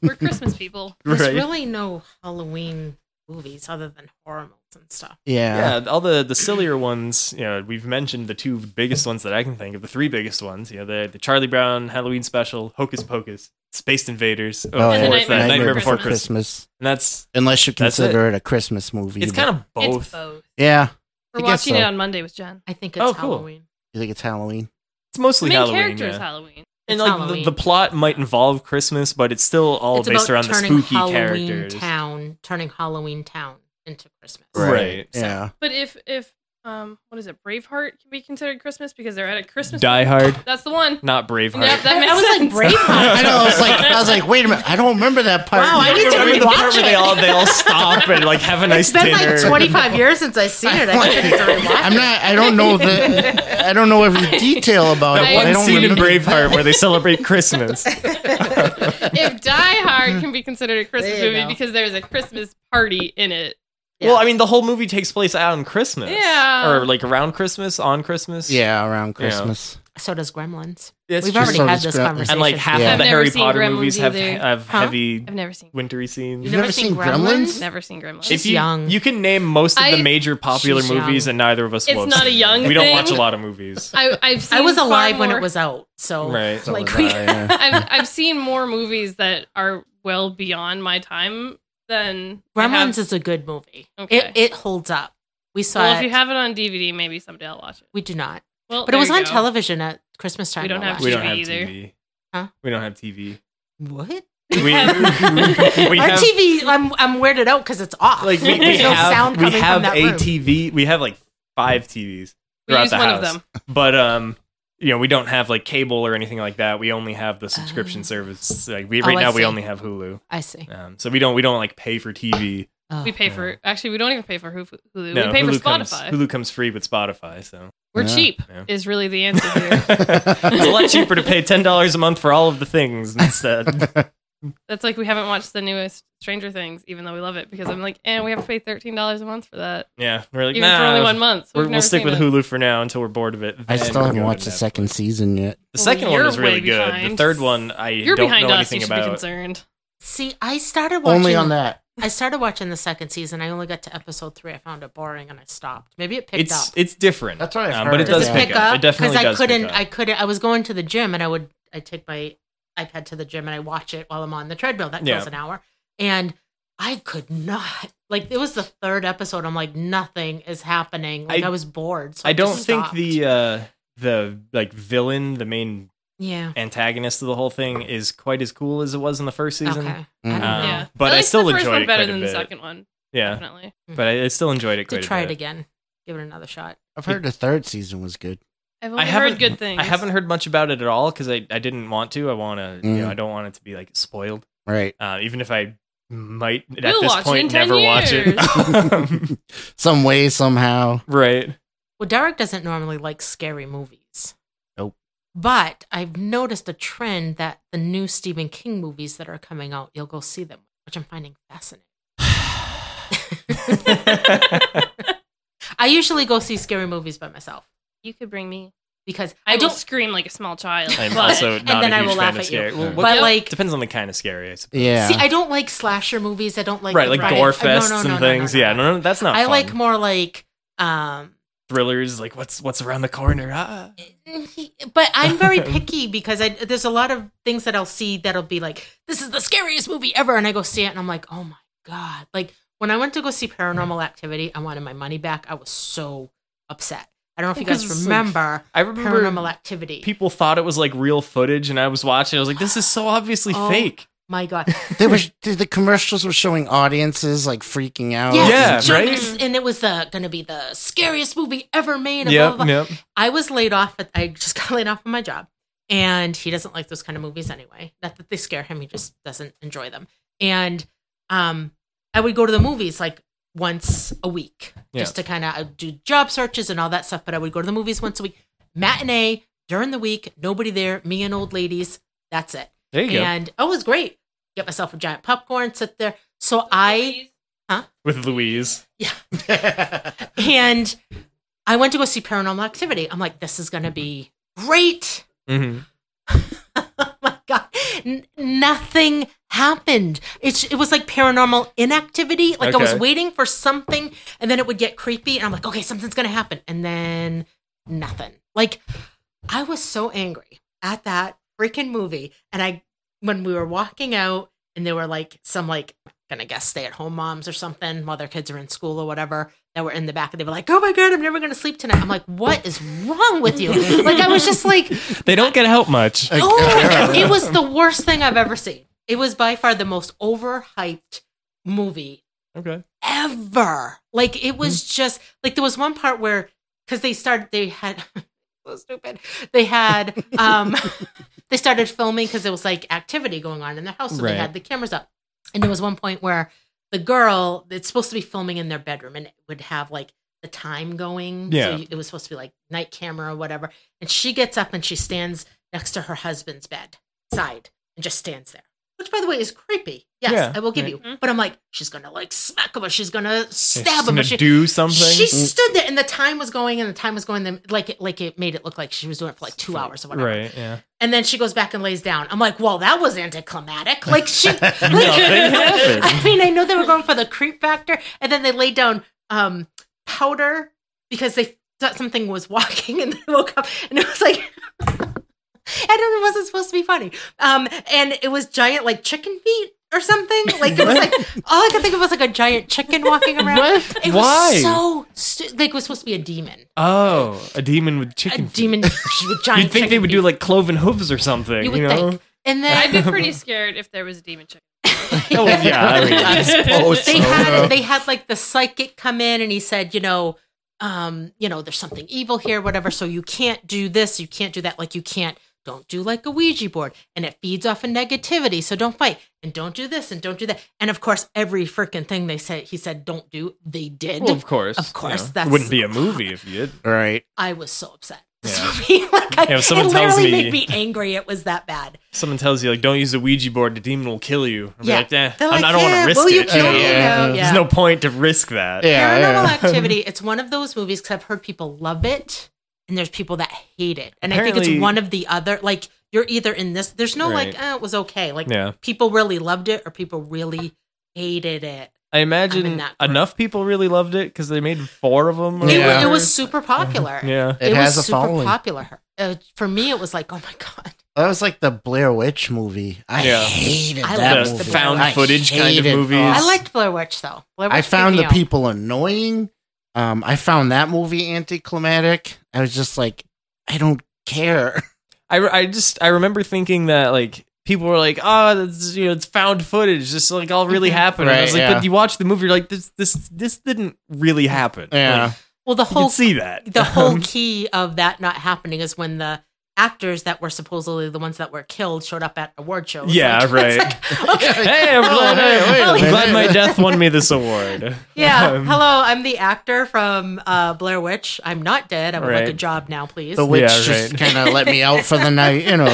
S3: We're Christmas people.
S2: There's
S4: right?
S2: really no Halloween movies other than horror movies and stuff.
S1: yeah.
S4: yeah, all the the sillier ones. You know, we've mentioned the two biggest ones that I can think of, the three biggest ones. You know, the the Charlie Brown Halloween special, Hocus Pocus, Space Invaders, oh,
S3: And
S4: of
S3: The
S4: course,
S3: Nightmare
S4: that Nightmare
S3: Before
S4: Before Christmas. And that's
S1: Unless you
S4: That's it.
S1: consider it. a Christmas movie.
S4: it's
S1: but-
S4: kind of
S3: It's
S4: both. It's,
S3: both.
S1: yeah.
S3: We're
S1: I guess
S3: watching
S1: so.
S3: it on Monday with Jen.
S2: I think it's
S4: Oh, cool.
S2: Halloween.
S1: You think it's Halloween?
S3: The
S4: mostly
S3: main
S4: Halloween.
S3: character is
S4: yeah.
S3: Halloween.
S4: And
S2: It's
S4: like the,
S2: Halloween.
S4: the plot might involve Christmas, but it's still all
S2: it's
S4: based
S2: about
S4: around the
S2: turning
S4: spooky
S2: Halloween
S4: characters.
S2: town, turning Halloween town into Christmas.
S4: Right.
S1: Yeah.
S3: But if if um what is it? Braveheart can be considered Christmas because they're at a Christmas.
S4: Die Hard,
S3: That's the one.
S4: not Braveheart.
S3: Yep, that makes
S2: I was like,
S3: sense.
S2: Braveheart.
S1: I know. I was like, I was like, wait a minute. I don't remember that part.
S2: Wow, I need to
S4: Remember the part
S2: rewatch
S4: where
S2: it.
S4: they all they all stop and like have a nice
S2: It's been
S4: dinner.
S2: like 25 years since I've seen it. I think it's a rewatch.
S1: I'm not. I don't know the. I don't know every detail about
S4: that
S1: it. but I
S4: one
S1: don't
S4: scene in
S1: remember.
S4: Braveheart where they celebrate Christmas.
S3: if Die Hard can be considered a Christmas
S2: There you
S3: movie
S2: go.
S3: because there's a Christmas party in it.
S2: Yeah.
S4: Well, I mean, the whole movie takes place on Christmas.
S3: Yeah.
S4: Or like around Christmas, on Christmas.
S1: Yeah, around Christmas.
S2: so does Gremlins.
S4: It's
S2: We've
S4: just-
S2: already
S1: so
S2: had this
S1: disgusting.
S2: conversation.
S4: and like half
S1: Yeah.
S4: of
S1: I've
S4: the
S3: never
S4: Harry
S3: seen
S4: Potter
S3: Gremlins
S4: movies have,
S3: either.
S4: have
S2: Huh?
S4: heavy
S3: I've never seen.
S4: wintry scenes.
S2: You've never, seen Gremlins?
S3: Never seen Gremlins.
S2: She's
S4: if you
S2: young.
S4: you can name most of
S3: I-
S4: the major popular
S2: She's
S4: movies,
S2: young.
S4: and neither of us
S3: It's
S4: will.
S3: not a young
S4: We don't
S3: thing.
S4: watch a lot of movies,
S3: I, I've seen
S2: I was
S3: far
S2: alive when
S3: more-
S2: it was out, so
S4: right?
S1: So
S2: Like,
S1: was
S2: we-
S1: I, yeah.
S3: I've, I've seen more movies that are well beyond my time than I
S2: Gremlins
S3: have-
S2: is a good movie.
S3: Okay.
S2: It it holds up. We saw
S3: Well, if
S2: it.
S3: you have it on DVD, maybe someday I'll watch it.
S2: we do not,
S3: Well,
S2: but it was
S3: there
S2: on
S3: you go.
S2: television at Christmas time.
S3: We don't
S2: a
S3: have
S2: lot.
S4: we don't have
S3: TV either.
S4: TV.
S2: Huh?
S4: We don't have TV.
S2: What?
S4: We, we
S2: Our
S4: have
S2: TV, I'm I'm weirded out because it's off.
S4: like we, we
S2: There's no
S4: have
S2: sound
S4: we
S2: coming
S4: have
S2: from that
S4: a
S2: room.
S4: TV. We have like five TVs.
S3: We
S4: throughout
S3: use
S4: the
S3: one of
S4: house.
S3: them.
S4: but um you know we don't have like cable or anything like that we only have the subscription
S2: Oh.
S4: service like we
S2: Oh,
S4: right
S2: I
S4: now we
S2: see.
S4: only have hulu
S2: I see.
S4: um, so we don't we don't like pay for tv
S2: Oh.
S3: We pay for actually we don't even pay for Hulu.
S4: no
S3: we pay
S4: hulu
S3: for
S4: comes,
S3: Spotify.
S4: hulu comes free with spotify so
S3: We're
S1: Yeah.
S3: cheap
S4: Yeah.
S3: is really the answer here.
S4: it's a lot cheaper to pay $10 a month for all of the things instead
S3: That's like we haven't watched the newest Stranger Things, even though we love it because I'm like, and we have to pay thirteen dollars a month for that,
S4: yeah we're like
S3: even for only
S4: nah,
S3: one month. So
S4: we're,
S3: we've
S4: we'll
S3: never
S4: stick
S3: seen
S4: with
S3: it.
S4: hulu for now until we're bored of it
S1: I
S4: then
S1: still
S4: we'll
S1: haven't
S4: go to
S1: watched the
S4: Netflix.
S1: second season yet.
S4: the second
S3: Well,
S4: one was
S3: you're
S4: really
S3: way
S4: good the
S3: behind.
S4: third one i
S3: You're
S4: don't
S3: behind
S4: know
S3: us. You
S4: anything
S3: should be
S4: about
S3: concerned.
S2: See, I started watching
S1: Only on that.
S2: I started watching the second season. I only got to episode three. I found it boring and I stopped. Maybe it picked
S4: it's
S2: up.
S4: it's different
S1: That's what I've
S4: um, but it
S1: heard,
S4: does
S1: yeah.
S4: pick up it definitely
S2: I
S4: does pick
S2: couldn't.
S4: up.
S2: I couldn't. I was going to the gym and I would. I take my iPad to the gym and I watch it while I'm on the treadmill. That
S4: Yeah.
S2: goes an hour, and I could not. Like it was the third episode. I'm like nothing is happening. Like
S4: I-
S2: I, was bored. So
S4: I don't
S2: just
S4: think
S2: stopped.
S4: the uh, the like villain, the main
S2: yeah.
S4: antagonist of the whole thing, is quite as cool as it was in the first season.
S2: Okay.
S1: Mm.
S2: I don't
S4: Uh,
S2: know.
S3: yeah,
S4: but I
S3: liked
S4: still
S3: the first
S4: enjoyed
S3: one
S4: it
S3: better
S4: quite a
S3: than
S4: bit.
S3: the second one.
S4: Yeah,
S3: Definitely.
S4: but I, I still enjoyed it
S2: To
S4: quite
S2: try
S4: a
S2: it
S4: bit.
S2: again. Give it another shot.
S1: I've heard the third season was good.
S3: I've
S4: I
S3: only
S4: haven't
S3: heard good things.
S4: I haven't heard much about it at all because I, I didn't want to. I want to. You
S1: Mm.
S4: know, I don't want it to be like spoiled.
S1: Right.
S4: Uh, even if I might at
S3: We'll watch it
S4: this point
S3: in 10
S4: never watch it.
S1: Some way, somehow.
S4: right.
S2: Well, Derek doesn't normally like scary movies.
S1: Nope.
S2: But I've noticed a trend that the new Stephen King movies that are coming out, you'll go see them, which I'm finding fascinating. I usually go see scary movies by myself
S3: You could bring me.
S2: because
S3: I,
S2: I
S3: will
S2: don't.
S3: scream like a small child.
S4: I'm
S3: but
S4: also
S2: And
S4: not
S2: then
S4: a
S2: I
S4: huge
S2: will
S4: fan
S2: laugh
S4: of
S2: at you.
S4: scary. Well,
S1: But,
S4: what-
S2: like-
S4: depends on the kind of scary. I suppose.
S1: Yeah.
S2: See, I don't like slasher movies. I don't like
S4: right,
S2: the
S4: like
S2: Friday-
S4: gore
S2: uh, no, no,
S4: fests
S2: no,
S4: and
S2: no, no,
S4: things.
S2: no,
S4: yeah,
S2: no.
S4: no, no, that's not.
S2: I
S4: fun.
S2: like more like. um
S4: thrillers, like what's what's around the corner. Ah.
S2: but I'm very picky because I there's a lot of things that I'll see that'll be like, this is the scariest movie ever, and I go see it and I'm like, oh my god! Like when I went to go see Paranormal Activity, I wanted my money back. I was so upset. I don't know if you
S4: Because
S2: guys
S4: it's like-
S2: remember
S4: I remember
S2: Paranormal Activity.
S4: people thought it was like real footage, and I was watching. I was like, this is so obviously
S2: Oh.
S4: fake.
S2: my god,
S1: They were the the commercials were showing audiences like freaking out.
S2: Yes,
S4: Oh. Yeah,
S2: it's jokes,
S3: right?
S2: And it was the gonna be the scariest movie ever made. And blah, blah,
S4: Yep,
S2: blah.
S4: yep.
S2: I was laid off. At, I just got laid off from my job, and he doesn't like those kind of movies anyway. Not that they scare him; he just doesn't enjoy them. And um, I would go to the movies like once a week, just to kind of do job searches and all that stuff. But I would go to the movies once a week, matinee during the week, nobody there, me and old ladies. That's it.
S4: There you go.
S2: And oh, it was great. Get myself a giant popcorn, sit there. So I
S4: With Louise.
S2: and I went to go see Paranormal Activity. I'm like, this is gonna be great.
S4: Mm-hmm.
S2: oh my god N- nothing happened. It, sh- it was like paranormal inactivity. Like I was
S4: Okay.
S2: waiting for something and then it would get creepy. And I'm like, okay, something's going to happen. And then nothing. Like I was so angry at that freaking movie. And I, when we were walking out and there were like some like, I'm gonna guess stay at home moms or something while their kids are in school or whatever that were in the back and they were like, oh my God, I'm never gonna sleep tonight. I'm like, what is wrong with you? like I was just like,
S4: They don't get help much.
S1: Like,
S2: Oh,
S1: uh,
S2: it was the worst thing I've ever seen. It was by far the most overhyped movie
S4: Okay.
S2: ever. Like it was just like there was one part where because they started they had so stupid. They had um they started filming because there was like activity going on in the house, so they
S4: Right.
S2: had the cameras up. And there was one point where the girl it's supposed to be filming in their bedroom and it would have like the time going. So
S4: Yeah.
S2: you- it was supposed to be like night camera or whatever. And she gets up and she stands next to her husband's bed side and just stands there. Which by the way is creepy. Yes,
S4: Yeah,
S2: I will give
S4: right.
S2: you. But I'm like, she's gonna like smack him or she's gonna stab
S4: She's
S2: him or
S4: gonna
S2: she,
S4: do something. Mm.
S2: she stood there and the time was going and the time was going then like it like it made it look like she was doing it for like two hours or whatever.
S4: right. Yeah.
S2: And then she goes back and lays down. I'm like, well, that was anticlimactic. Like she like,
S4: Nothing happened.
S2: I mean, I know they were going for the creep factor, and then they laid down um powder because they thought something was walking and they woke up and it was like and it wasn't supposed to be funny. Um, and it was giant like chicken feet or something. Like it was like all I could think of was like a giant chicken walking around. It
S4: Why?
S2: was so stu- like it was supposed to be a demon,
S4: Oh, a demon with
S2: a
S4: chicken. feet.
S2: demon with giant.
S4: You'd think they
S2: chicken
S4: would
S2: feet.
S4: do like cloven hooves or something.
S2: You would
S4: You, know?
S2: think. And
S3: I'd be
S2: then
S3: pretty scared if there was a demon chicken.
S4: Oh yeah. uh, I mean,
S1: I suppose
S2: they
S1: so.
S2: had they had like the psychic come in and he said, you know, um, you know, there's something evil here, whatever. So you can't do this, you can't do that, like you can't don't do like a Ouija board and it feeds off of negativity. So don't fight and don't do this and don't do that. And of course, every freaking thing they said he said don't do, they did.
S4: well, of course.
S2: Of course,
S4: yeah.
S2: that's-
S4: wouldn't be a movie if you did.
S1: right.
S2: I was so upset. This
S4: Yeah.
S2: movie, like, I,
S4: Yeah, if
S2: it
S4: someone tells
S2: literally
S4: me-
S2: made me angry. It was that bad.
S4: Someone tells you like, don't use the Ouija board. The demon will kill you. I'd be
S2: Yeah.
S4: like, eh,
S2: They're
S4: I'm-
S2: like,
S4: I don't want
S2: yeah,
S4: to risk
S2: will you
S4: it.
S2: kill
S4: you
S1: me?
S4: know?
S1: Yeah.
S2: No, yeah.
S4: There's no point to risk that.
S1: Yeah.
S2: Paranormal
S1: yeah.
S2: activity. It's one of those movies because I've heard people love it and there's people that hate it. And I think
S4: Apparently-
S2: it's one of the other. Like, you're either in this, there's no like,
S4: Right.
S2: oh, it was okay. Like,
S4: Yeah.
S2: people really loved it or people really hated it.
S4: I
S2: I'm in
S4: imagine
S2: that group.
S4: enough people really loved it because they made four of them. Or
S2: It, wa-
S1: Yeah.
S2: it was super popular.
S4: Yeah.
S1: It,
S2: It,
S1: has
S2: was
S1: a
S2: super
S1: following.
S2: popular. Uh, for me, it was like, oh my God.
S1: That was like the Blair Witch movie. I
S4: Yeah.
S1: hated
S2: I
S1: that
S2: liked the
S1: movie.
S2: found
S1: I
S4: footage kind of
S1: hated-
S4: movies.
S1: oh.
S2: I
S4: Yes.
S2: liked Blair Witch, though. Blair Witch
S1: I found
S2: freaked
S1: the
S2: me out.
S1: people annoying. Um, I found that movie anticlimactic. I was just like, I don't care.
S4: I, re- I just I remember thinking that like people were like, oh, that's, you know, it's found footage. This like all really
S2: Mhm.
S4: happened. And I was
S1: Right,
S4: like,
S1: yeah.
S4: but you watch the movie, you're like, this this this didn't really happen. Like,
S2: Well, the
S4: you can
S2: whole
S4: see that
S2: the whole
S4: Um,
S2: key of that not happening is when the actors that were supposedly the ones that were killed showed up at award shows.
S4: Yeah,
S2: Like, it's
S4: right.
S2: like, okay.
S4: hey, I'm
S1: Oh,
S4: glad,
S1: hey, wait a
S4: I'm
S1: minute.
S4: glad my death won me this award.
S2: Yeah.
S4: Um,
S2: Hello, I'm the actor from uh, Blair Witch. I'm not dead. I would like a
S4: Right.
S2: job now, please.
S1: The witch
S4: Yeah,
S1: just
S4: right.
S1: kind of let me out for the night, you know,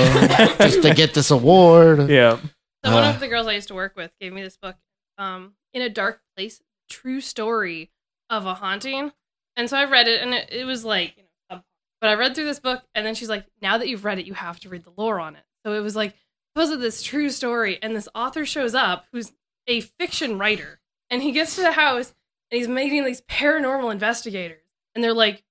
S1: just to get this award.
S4: Yeah.
S3: So one
S1: Uh.
S3: of the girls I used to work with gave me this book, um, In a Dark Place, True Story of a Haunting. And so I read it, and it, it was like, you know, um, but I read through this book, and then she's like, now that you've read it, you have to read the lore on it. So it was like, suppose that this true story, and this author shows up who's a fiction writer, and he gets to the house, and he's meeting these paranormal investigators, and they're like,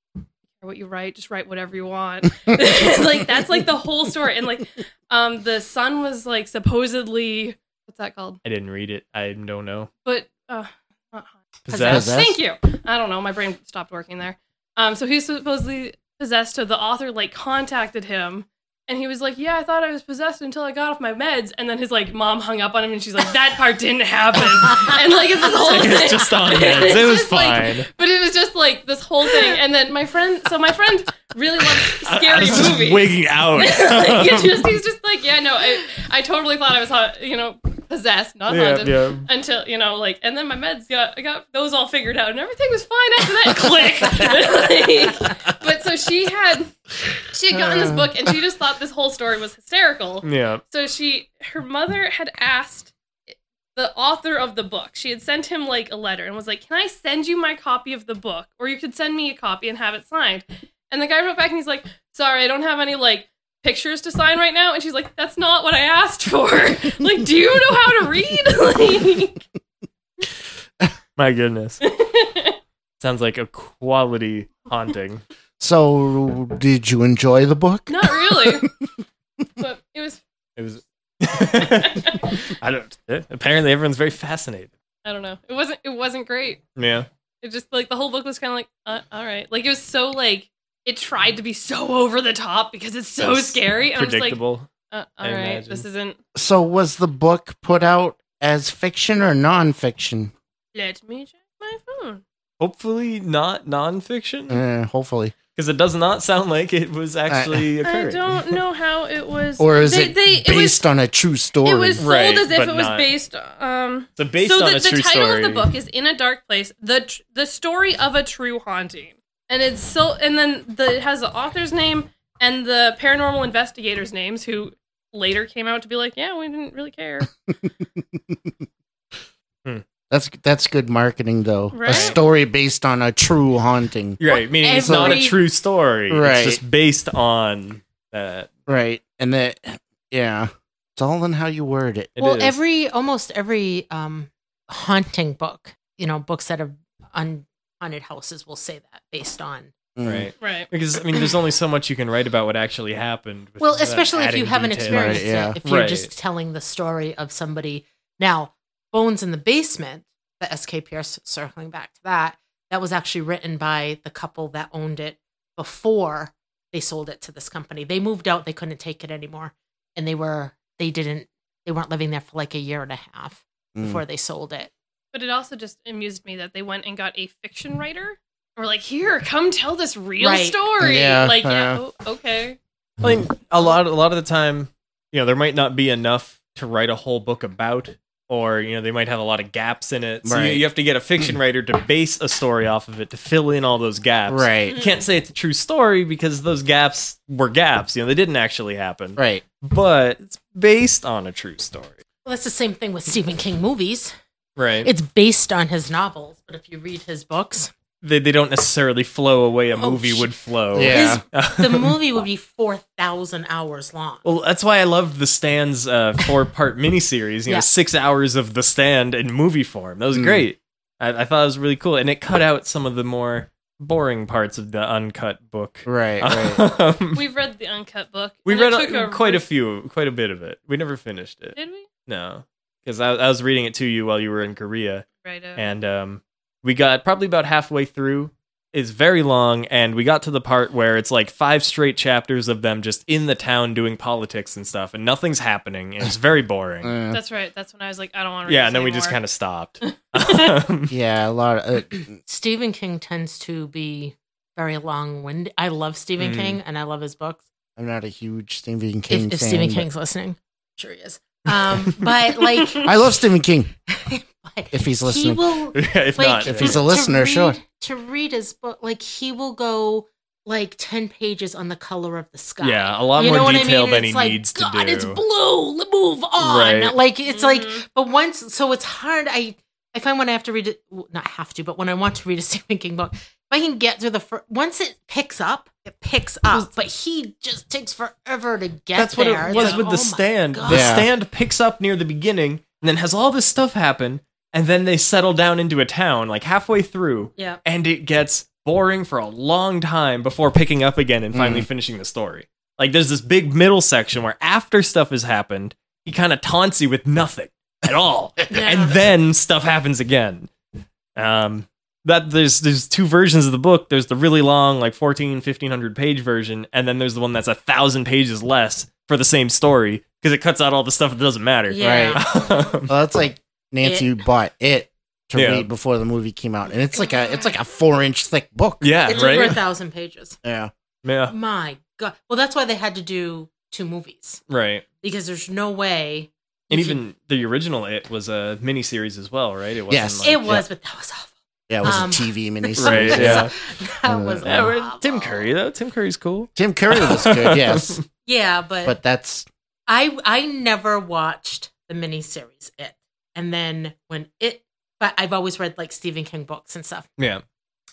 S3: what you write, just write whatever you want. like that's like the whole story, and like um, the son was like supposedly what's that called?
S4: I didn't read it. I don't know.
S3: But uh, not hot.
S4: Possessed.
S1: Possessed?
S3: Thank you. I don't know. My brain stopped working there. Um, so he's supposedly possessed. So the author like contacted him, and he was like, "Yeah, I thought I was possessed until I got off my meds." And then his like mom hung up on him, and she's like, "That part didn't happen." and like it's this whole thing.
S4: It's just on meds. It was
S3: just, like,
S4: fine.
S3: but it was just like this whole thing. And then my friend, so my friend really loves
S4: I-
S3: scary
S4: I, was just
S3: movies.
S4: wigging out.
S3: like, it just, he's just like, yeah, no, I, I totally thought I was, haunt- you know, possessed, not
S4: yeah,
S3: haunted.
S4: yeah.
S3: Until you know, like, and then my meds got I got those all figured out, and everything was fine after that. Click. Like, but so she had she had gotten this book, and she just thought this whole story was hysterical.
S4: Yeah.
S3: So she, her mother had asked the author of the book. She had sent him like a letter and was like, "Can I send you my copy of the book, or you could send me a copy and have it signed?" And the guy wrote back and he's like, "Sorry, I don't have any like pictures to sign right now, and she's like, "That's not what I asked for." like, do you know how to read?
S4: My goodness.
S3: like,
S4: Sounds like a quality haunting.
S1: So, did you enjoy the book?
S3: not really. but it was.
S4: It was. I don't. eh, Apparently, everyone's very fascinated.
S3: I don't know. It wasn't. It wasn't great.
S4: Yeah.
S3: It just like the whole book was kind of like, uh, all right. Like it was so like it tried to be so over the top because it's so
S4: Yes.
S3: scary. And I'm just like,
S4: Predictable.
S3: uh, all
S4: I
S3: right,
S4: imagine.
S3: this isn't.
S1: So, was the book put out as fiction or nonfiction?
S3: Let me check my phone.
S4: Hopefully, not nonfiction,
S1: Eh, hopefully.
S4: because it does not sound like it was actually
S3: I
S4: occurring.
S3: don't know how it was.
S1: Or is
S3: they,
S1: it
S3: they,
S1: based on a true story?
S3: It was, it was sold
S4: Right,
S3: as if
S4: but
S3: it was
S4: not-
S3: based. Um,
S4: So based
S3: so
S4: on
S3: the,
S4: a
S3: the
S4: true
S3: title
S4: story.
S3: of the book is "In a Dark Place: the tr- the story of a true haunting," and it's so. And then the it has the author's name and the paranormal investigators' names, who later came out to be like, "Yeah, we didn't really care."
S1: that's that's good marketing, though. A
S3: Right.
S1: story based on a true haunting,
S4: right, meaning it's not a
S2: every-
S4: true story.
S1: Right.
S4: It's just based on that.
S1: right? And that, yeah, it's all in how you word it.
S4: It
S2: well,
S4: is.
S2: every almost every um, haunting book, you know, books that have un- haunted houses will say that based on.
S1: Mm.
S4: right.
S3: right.
S4: Because I mean, there's only so much you can write about what actually happened.
S2: Well,
S4: without
S2: especially if
S4: adding
S2: you haven't
S4: detail.
S2: experienced
S1: Right, yeah.
S2: it, if you're
S4: Right.
S2: just telling the story of somebody. Now, Bones in the Basement, the S.K. Pierce, circling back to that, that was actually written by the couple that owned it before they sold it to this company. They moved out; they couldn't take it anymore, and they were they didn't they weren't living there for like a year and a half
S1: Mm.
S2: before they sold it.
S3: But it also just amused me that they went and got a fiction writer. We're like, here, come tell this real
S2: Right.
S3: story.
S1: Yeah,
S3: like, yeah,
S1: yeah.
S3: oh, okay.
S4: I
S1: Mm-hmm.
S4: mean, a lot, a lot of the time, you know, there might not be enough to write a whole book about, or you know, they might have a lot of gaps in it. So you,
S1: Right.
S4: you have to get a fiction writer to base a story off of it to fill in all those gaps.
S1: right,
S4: You can't say it's a true story because those gaps were gaps. You know, they didn't actually happen.
S1: right.
S4: But it's based on a true story.
S2: Well, that's the same thing with Stephen King movies.
S4: Right.
S2: It's based on his novels, but if you read his books,
S4: they, they don't necessarily flow away a
S2: Oh,
S4: movie
S2: shit.
S4: would flow.
S1: Yeah.
S2: the movie would be 4,000 hours long.
S4: Well, that's why I loved The Stand's uh, four-part miniseries. You know,
S2: Yeah.
S4: six hours of The Stand in movie form. That was
S1: Mm.
S4: great. I, I thought it was really cool, and it cut out some of the more boring parts of the uncut book.
S1: Right, right.
S4: Um,
S3: We've read the uncut book.
S4: we
S3: and it
S4: read
S3: took
S4: a, quite a
S3: re-
S4: few, quite a bit of it. We never finished it.
S3: Did we?
S4: No, because I, I was reading it to you while you were in Korea,
S3: Right. Uh,
S4: and um, we got probably about halfway through. It's very long, and we got to the part where it's like five straight chapters of them just in the town doing politics and stuff, and nothing's happening, and it's very boring.
S1: Uh,
S3: that's right. That's when I was like, I don't want to.
S4: yeah, and then we just kind of stopped. Um,
S1: yeah, a lot of uh,
S2: Stephen King tends to be very long winded. I love Stephen
S4: Mm.
S2: King and I love his books.
S1: I'm not a huge Stephen Hmm. King
S2: If, if
S1: fan.
S2: Stephen
S1: but-
S2: King's listening, sure he is. Um, but like,
S1: I love Stephen King.
S2: but
S1: If he's
S2: he
S1: listening.
S2: will
S4: if
S2: like,
S4: not,
S1: If he's a
S2: to
S1: listener,
S2: read,
S1: sure.
S2: To read his book, like he will go like ten pages on the color of the sky.
S4: Yeah, a lot more detail than he needs to
S2: God, It's
S4: do."
S2: blue. let- Move on.
S4: Right.
S2: Like it's like,
S3: Mhm.
S2: but once, so it's hard. I I find when I have to read it, well, not have to, but when I want to read a Stephen King book, if I can get through the first, once it picks up, it picks up. But he just takes forever to get
S4: that's what
S2: there.
S4: it
S2: It's
S4: was
S2: like,
S4: with
S2: oh
S4: the
S2: my
S4: stand.
S2: God.
S4: The
S1: Yeah.
S4: stand picks up near the beginning, and then has all this stuff happen, and then they settle down into a town like halfway through,
S2: Yeah.
S4: and it gets boring for a long time before picking up again and
S2: Mm.
S4: finally finishing the story. Like there's this big middle section where after stuff has happened, he kind of taunts you with nothing at all, and then stuff happens again. Um, that there's there's two versions of the book. There's the really long, like 14, 1500 page version, and then there's the one that's a thousand pages less for the same story because it cuts out all the stuff that doesn't matter.
S2: Yeah.
S4: Right.
S1: Well, that's like Nancy bought it to
S4: Yeah.
S1: read before the movie came out, and it's like a it's like a four inch thick book.
S4: yeah,
S2: It's over a
S4: right.
S2: thousand pages.
S1: Yeah.
S4: Yeah,
S2: My God. Well, that's why they had to do two movies
S4: right.
S2: because there's no way.
S4: And
S2: you could-
S4: even the original it was a miniseries as well, right? It wasn't
S1: Yes.
S4: like,
S2: it was, but that was awful.
S1: Yeah, it was
S2: Um,
S1: a TV miniseries.
S4: Right, yeah.
S2: that was
S4: Yeah, we're-
S2: awful.
S4: Tim Curry though. Tim Curry's cool.
S1: Tim Curry was good, yes.
S2: Yeah, but,
S1: But that's
S2: I I never watched the miniseries It, and then when it, but I've always read like Stephen King books and stuff.
S4: Yeah.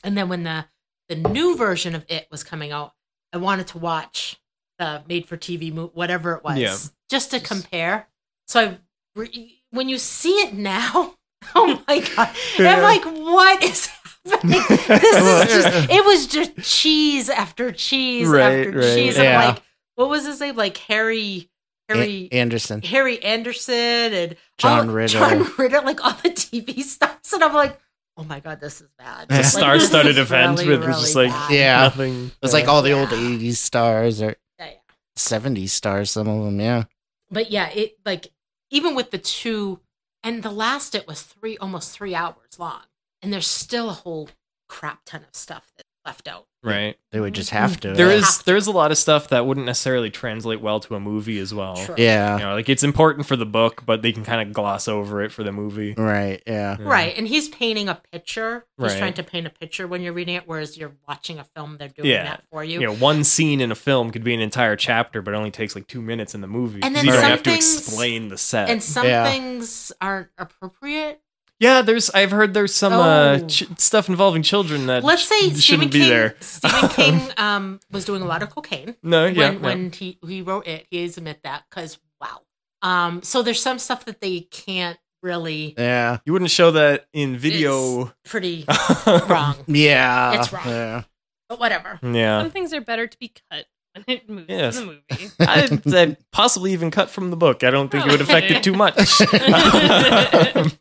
S2: And then when the the new version of It was coming out, I wanted to watch the made for TV movie, whatever it was,
S4: Yeah.
S2: just to
S4: Just-
S2: compare. So I, re- when you see it now, oh my god,
S4: Yeah.
S2: I'm like, what is happening? this is just. It was just cheese after cheese
S4: Right,
S2: after
S4: right.
S2: cheese.
S1: Yeah.
S2: I'm like, what was his name? Like Harry, Harry.
S1: A- Anderson.
S2: Harry Anderson and
S1: John
S2: all-
S1: Ritter.
S2: John Ritter, like all the TV stars, and I'm like, oh my god, this is
S1: It's a
S2: bad. Like, this is
S4: star-studded event
S2: really,
S4: with just,
S2: really
S4: like-
S2: bad.
S1: Yeah.
S4: Nothing.
S1: It's like all the old
S2: Yeah.
S1: 80s stars or
S2: Yeah, yeah.
S1: 70s stars, some of them, yeah.
S2: but yeah, it like even with the two and the last it was three almost three hours long, and there's still a whole crap ton of stuff that's left out.
S4: right.
S1: They would just have to.
S4: There
S1: uh,
S4: is there is a lot of stuff that wouldn't necessarily translate well to a movie as well.
S2: Sure.
S1: Yeah.
S4: You know, like it's important for the book, but they can kind of gloss over it for the movie.
S1: Right, yeah.
S4: Yeah.
S2: Right, and he's painting a picture. He's
S4: Right.
S2: trying to paint a picture when you're reading it, whereas you're watching a film. They're doing
S4: Yeah.
S2: that for you.
S4: You know, one scene in a film could be an entire chapter, but it only takes like two minutes in the movie.
S2: And
S4: 'cause
S2: then
S4: you don't
S2: some
S4: have to
S2: things-
S4: explain the set.
S2: And some
S1: Yeah.
S2: things aren't appropriate.
S4: yeah, there's I've heard there's some uh,
S2: Oh.
S4: ch- stuff involving children that
S2: Let's say
S4: sh-
S2: Stephen
S4: shouldn't be
S2: King.
S4: there.
S2: Stephen King um, was doing a lot of cocaine.
S4: No, yeah,
S2: when
S4: yeah.
S2: when he he wrote it, he is admit that because wow. Um, so there's some stuff that they can't really
S1: Yeah.
S4: you wouldn't show that in video.
S2: pretty
S4: yeah,
S2: wrong,
S1: Yeah.
S2: It's wrong.
S1: Yeah.
S2: but whatever.
S3: Some things are better to be cut when it moves
S4: uh, Yes.
S3: in the movie.
S4: I, I possibly even cut from the book. I don't think it would affect it too much.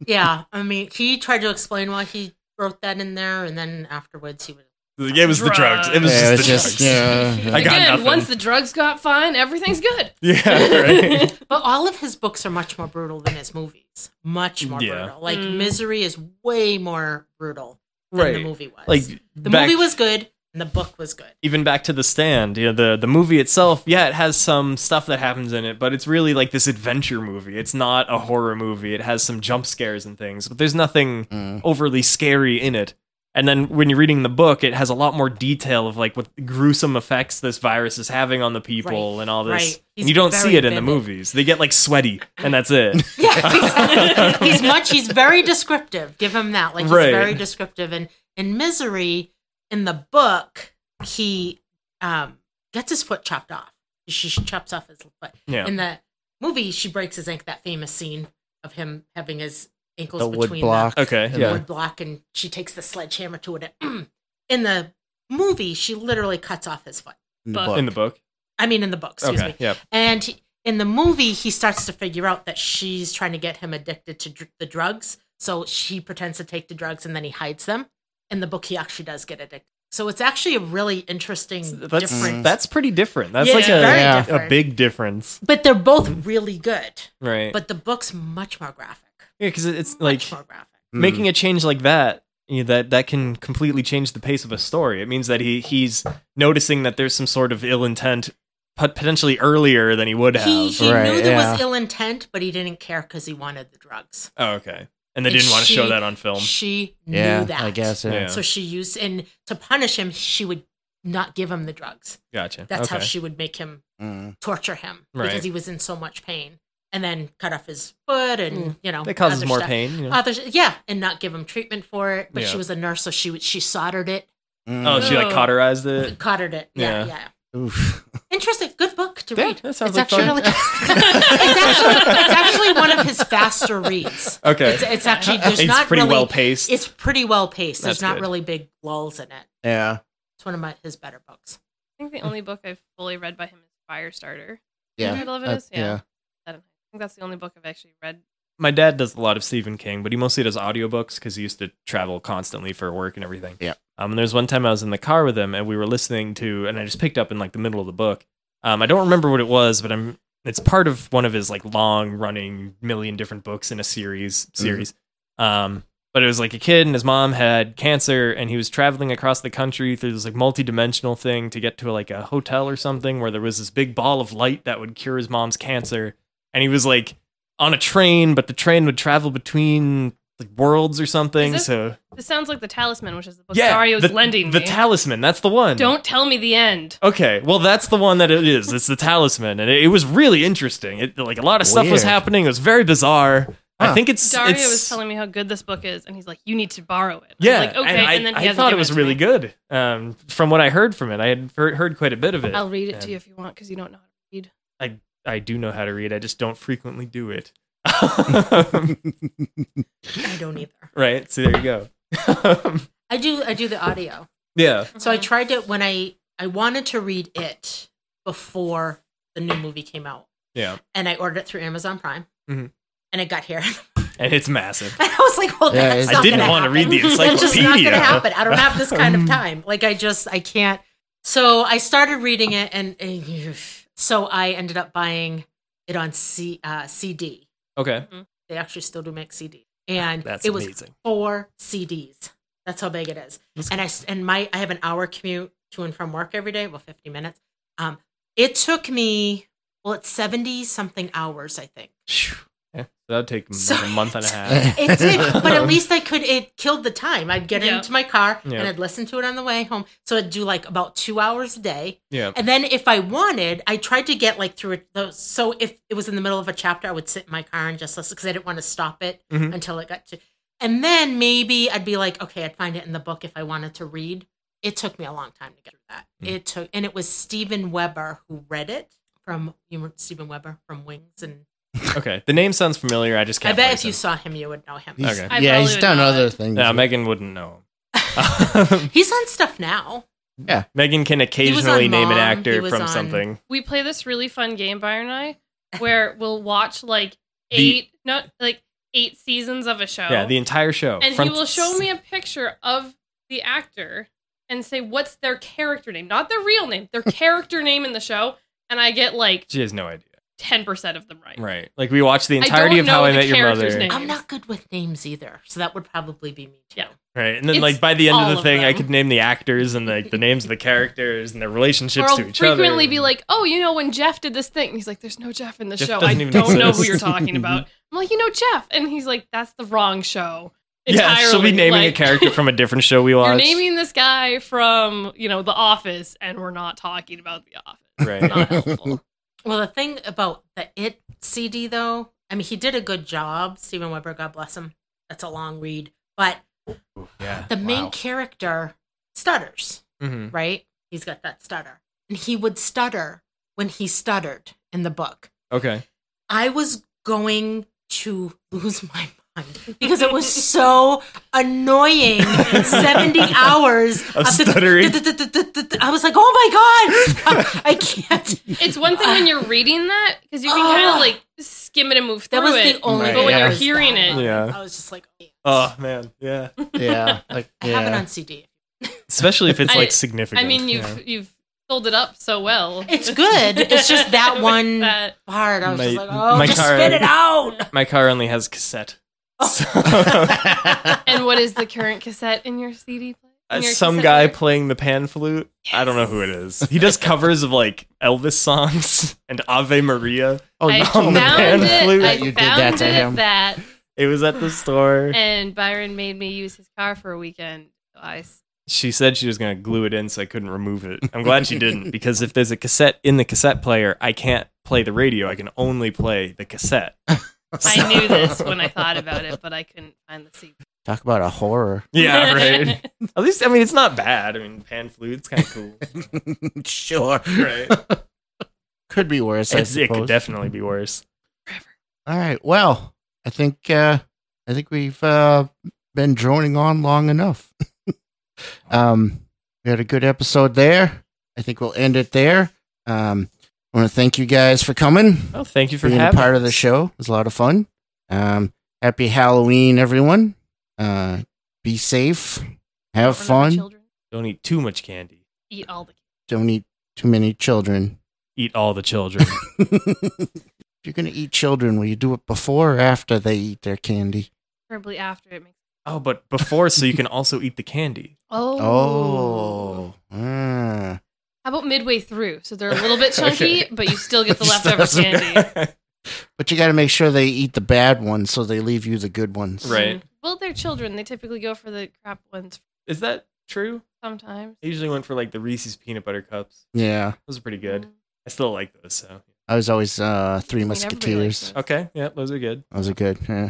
S2: Yeah, I mean, he tried to explain why he wrote that in there, and then afterwards he would.
S4: it was the drugs. It was
S1: Yeah, it
S4: just the
S1: was just-
S4: drugs.
S1: yeah.
S4: I got
S3: Again,
S4: nothing.
S3: once the drugs got fine, everything's good.
S4: Yeah, right.
S2: But all of his books are much more brutal than his movies. Much more
S4: Yeah.
S2: brutal. Like
S3: Mm.
S2: Misery is way more brutal than the
S4: right.
S2: movie was.
S4: Like
S2: the
S4: back,
S2: movie was good, and the book was good.
S4: even back to the stand. You know, the the movie itself. Yeah, it has some stuff that happens in it, but it's really like this adventure movie. It's not a horror movie. It has some jump scares and things, but there's nothing
S1: Mm.
S4: overly scary in it. And then when you're reading the book, it has a lot more detail of like what gruesome effects this virus is having on the people
S2: Right,
S4: and all this.
S2: right.
S4: And
S2: He's
S4: you don't see
S2: very
S4: it in the
S2: vivid.
S4: movies. They get like sweaty, and that's it.
S2: Yeah, he's, he's much. He's very descriptive. Give him that. Like he's
S4: Right.
S2: very descriptive. And in Misery, in the book, he um, gets his foot chopped off. She chops off his foot.
S4: Yeah.
S2: In the movie, she breaks his ankle. That famous scene of him having his ankles
S1: The wood
S2: between
S1: block. mm,
S4: Okay.
S2: the, the
S1: yeah.
S2: wood block, and she takes the sledgehammer to it. in the movie, she literally cuts off his foot.
S1: In
S3: But-
S4: In the book.
S2: I mean, in the book. Excuse me. Mm.
S4: okay. Yeah.
S2: And he- in the movie, he starts to figure out that she's trying to get him addicted to dr- the drugs. So she pretends to take the drugs and then he hides them. In the book, he actually does get addicted. So it's actually a really interesting
S4: That's
S1: mm,
S2: difference.
S4: that's pretty different. That's
S2: Yeah,
S4: like
S2: it's
S4: a,
S2: very
S1: yeah,
S4: a
S2: different.
S4: big difference,
S2: But they're both really good.
S4: right?
S2: But the book's much more graphic.
S4: yeah, because it's like
S2: Much more graphic.
S1: Mm.
S4: making a change like that you know, that that can completely change the pace of a story it means that he he's noticing that there's some sort of ill intent pot- potentially earlier than he would have
S2: He, he
S1: Right,
S2: knew there
S1: yeah.
S2: was ill intent, but he didn't care because he wanted the drugs.
S4: oh okay and they
S2: And
S4: didn't want to show
S2: she-
S4: that on film
S2: She
S1: Oh. yeah,
S2: knew that.
S1: I guess. Yeah.
S4: Yeah.
S2: So she used, and to punish him, she would not give him the drugs.
S4: gotcha
S2: That's how
S4: Okay.
S2: she would make him
S1: Mm.
S2: torture him
S4: Right.
S2: because he was in so much pain and then cut off his foot and
S4: Mm.
S2: you know
S4: that causes
S2: other
S4: more
S2: stuff.
S4: pain you know?
S2: other yeah and not give him treatment for it but
S4: Yeah.
S2: she was a nurse so she would she soldered it
S4: oh
S1: Mm.
S4: she like
S3: Oh.
S4: cauterized it
S2: cautered it yeah
S4: Yeah.
S2: yeah,
S1: Oof.
S2: interesting good book to
S4: Yeah,
S2: read
S4: that sounds
S2: it's
S4: like
S2: actually
S4: fun.
S2: really it's actually it's actually one of his faster reads
S4: okay
S2: it's, it's actually there's
S4: It's
S2: not
S4: pretty
S2: really
S4: well paced
S2: it's pretty well paced there's
S4: That's
S2: not
S4: good.
S2: really big lulls in it
S1: Yeah.
S2: it's one of my, his better books
S3: I think the only book I've fully read by him is Firestarter.
S1: Yeah.
S3: The title of it
S1: Uh,
S3: is? Yeah.
S1: yeah.
S3: I don't know. I think that's the only book I've actually read.
S4: my dad does a lot of Stephen King, but he mostly does audiobooks because he used to travel constantly for work and everything.
S1: Yeah.
S4: Um, and there's one time I was in the car with him and we were listening to, and I just picked up in like the middle of the book. Um, I don't remember what it was, but I'm. It's part of one of his like long running million different books in a series series. Um, but it was like a kid and his mom had cancer and he was traveling across the country through this like multi-dimensional thing to get to like a hotel or something where there was this big ball of light that would cure his mom's cancer and he was like on a train but the train would travel between like worlds or something
S3: Is this-
S4: so
S3: This sounds like The Talisman, which is the book
S4: yeah
S3: Dario's
S4: the,
S3: lending
S4: the
S3: me.
S4: talisman that's the one
S3: don't tell me the end.
S4: Okay, well that's the one that it is. It's the talisman, and it, it was really interesting. It, like a lot of stuff was
S1: Weird.
S4: happening. It was very bizarre,
S1: Huh.
S4: I think it's
S3: Dario
S4: it's,
S3: was telling me how good this book is, and he's like, "You need to borrow it." I was
S4: Yeah,
S3: like okay,
S4: and I,
S3: and then he
S4: I
S3: hasn't
S4: thought it
S3: given
S4: was
S3: to
S4: really
S3: me.
S4: good. Um, from what I heard from it, I had heard, heard quite a bit of it.
S3: I'll read it to
S4: and
S3: you if you want because you don't know how to read.
S4: I do know how to read. I just don't frequently do it.
S2: I don't either.
S4: right. So there you go.
S2: I do. I do the audio.
S4: yeah.
S2: So I tried to when I I wanted to read it before the new movie came out,
S4: Yeah.
S2: and I ordered it through Amazon Prime,
S4: Mhm.
S2: and it got here.
S4: And it's massive.
S2: And I was like, well,
S1: Yeah,
S2: that's
S1: it's-
S2: not
S4: I didn't
S2: gonna
S4: want to read the
S2: happen. That's just not
S4: encyclopedia.
S2: going to happen. I don't have this kind of
S4: Um,
S2: time. Like, I just, I can't. So I started reading it, and eh, so I ended up buying it on C, uh, CD.
S4: Okay.
S2: They actually still do make CD, and
S4: That's
S2: it was
S4: amazing.
S2: four CDs. That's how big it is.
S4: That's
S2: and I s- and my I have an hour commute to and from work every day, well, fifty minutes. Um, it took me well, it's seventy something hours, I think.
S4: Yeah. So that would take
S2: So-
S4: like a month and a half.
S2: It did, but at least I could. It killed the time. I'd get
S3: Yeah.
S2: into my car
S4: Yeah.
S2: and I'd listen to it on the way home. So I'd do like about two hours a day.
S4: Yeah.
S2: And then if I wanted, I tried to get like through it. though- So if it was in the middle of a chapter, I would sit in my car and just listen because I didn't want to stop it
S4: Mhm.
S2: until it got to. And then maybe I'd be like, okay, I'd find it in the book if I wanted to read. It took me a long time to get through that.
S4: Mm.
S2: It took, and it was Stephen Weber who read it from you remember Stephen Weber from Wings, and
S4: Okay. The name sounds familiar. I just can't.
S2: I bet
S4: place
S2: if you
S4: him.
S2: saw him, you would know him.
S1: He's-
S4: Okay.
S3: I
S1: Yeah,
S3: probably
S1: he's
S3: would
S1: done
S3: know
S1: other
S3: it.
S1: things.
S4: No, Megan wouldn't know. him.
S2: He's on stuff now.
S4: Megan can
S2: was on
S4: occasionally name
S2: Mom,
S4: an
S2: he
S4: actor
S2: was
S4: from
S2: on-
S4: something.
S3: We play this really fun game, Byron and I, where we'll watch like
S4: The-
S3: eight, no, like eight seasons of a show.
S4: Yeah, the entire show.
S3: and
S4: From-
S3: he will show me a picture of the actor and say what's their character name, not their real name, their character name in the show, and I get like
S4: She has no idea.
S3: ten percent of them right.
S4: Right. Like we watched the entirety
S3: don't
S4: of How
S3: know
S4: I
S3: the
S4: Met Your
S3: character's
S4: Mother.
S3: name.
S2: I'm
S3: names.
S2: not good with names either, so that would probably be me too.
S3: Yeah.
S4: Right. And then
S3: It's
S4: like by the end
S3: all
S4: of the
S3: of
S4: thing I
S3: them.
S4: could name the actors and like the names of the characters and their relationships
S3: Or
S4: to
S3: I'll
S4: each other.
S3: frequently be like, "Oh, you know when Jeff did this thing?" And he's like, "There's no Jeff in the
S4: Jeff
S3: show. I
S4: doesn't
S3: don't
S4: even
S3: know who
S4: exist."
S3: you're talking about." I'm like, "You know Jeff," and he's like, "That's the wrong show."
S4: Yeah, she'll be
S3: entirely."
S4: naming
S3: Like,
S4: a character from a different show we
S3: You're
S4: watched.
S3: naming this guy from you know The Office, and we're not talking about The Office.
S4: right.
S3: Not helpful.
S2: Well, the thing about the It CD, though, I mean, he did a good job, Steven Weber, God bless him. That's a long read. But
S4: Yeah.
S2: the main
S4: Wow.
S2: character stutters,
S4: Mhm.
S2: right? He's got that stutter. And he would stutter when he stuttered in the book.
S4: Okay.
S2: I was going to lose my mind because it was so annoying. 70 hours the-
S4: Of stuttering.
S2: I was like, oh my God, I can't.
S3: It's one thing when you're reading that because you can kind
S2: Ah.
S3: of like skim it and move
S2: That
S3: through
S2: was
S3: it.
S2: the only.
S4: Right. But when
S3: you're
S2: verse
S3: hearing
S2: that I
S3: it-
S2: loved.
S4: Yeah.
S2: I was just like,
S4: Oh man. Yeah.
S1: yeah, like
S2: I
S1: yeah.
S2: have it on CD.
S4: Especially if it's
S3: I-
S4: like significant.
S3: I mean, you've
S4: yeah.
S3: you've filled it up so well.
S2: It's good. It's just that one
S3: That-
S2: part. I was just
S4: My-
S2: like, oh,
S4: my
S2: just
S4: car-
S2: spit it out.
S4: my car only has cassette. So- Oh,
S3: and what is the current cassette in your CD player? In your
S4: Uh, some
S3: cassette
S4: guy
S3: player?
S4: playing the pan flute. I don't know who it is. He does covers of like Elvis songs and Ave Maria.
S1: oh,
S3: I
S1: you
S4: on
S1: told
S3: found
S1: me
S4: the
S1: that.
S4: pan flute.
S3: it. I
S1: You did
S3: found
S1: that to
S3: it
S1: him.
S3: that,
S4: It was at the store.
S3: and Byron made me use his car for a weekend. So I s-
S4: She said she was going to glue it in so I couldn't remove it. I'm glad she didn't because if there's a cassette in the cassette player, I can't play the radio. I can only play the cassette.
S3: I knew this when I thought about it, but I couldn't find the CD.
S1: Talk about a horror.
S4: Yeah, right. At least, I mean, it's not bad. I mean, pan flute's kind of cool.
S1: sure.
S4: Right.
S1: Could be worse, I
S4: It's-
S1: suppose.
S4: it could definitely be worse.
S1: All right. Well, I think uh, I think we've uh, been droning on long enough. um, we had a good episode there. I think we'll end it there. Um, I want to thank you guys for coming,
S4: Well, thank you Oh, for
S1: being a
S4: having
S1: part of the
S4: us.
S1: show. It was a lot of fun. Um, happy Halloween, everyone. Uh, be safe. Have fun.
S3: Children
S4: Don't eat too much candy.
S3: eat all the
S1: Don't eat too many children.
S4: Eat all the children.
S1: if you're going to eat children, will you do it before or after they eat their candy?
S3: preferably after it makes.
S4: oh, but before, so you can also eat the candy.
S1: Oh. Ah.
S3: How about midway through? So they're a little bit chunky,
S4: Okay.
S3: but you still get the
S1: Just
S3: leftover
S1: doesn't
S3: candy.
S1: But you got to make sure they eat the bad ones so they leave you the good ones.
S4: Right.
S3: Mm. Well, they're children. They typically go for the crap ones
S4: Is that true?
S3: sometimes.
S4: I usually went for like the Reese's peanut butter cups.
S1: Yeah.
S4: Those are pretty
S3: Mm.
S4: good. I still like those. So
S1: I was always uh, Three
S3: mean, everybody likes
S1: Musketeers.
S3: those.
S4: okay, yeah, those are good.
S1: Those are good. Yeah.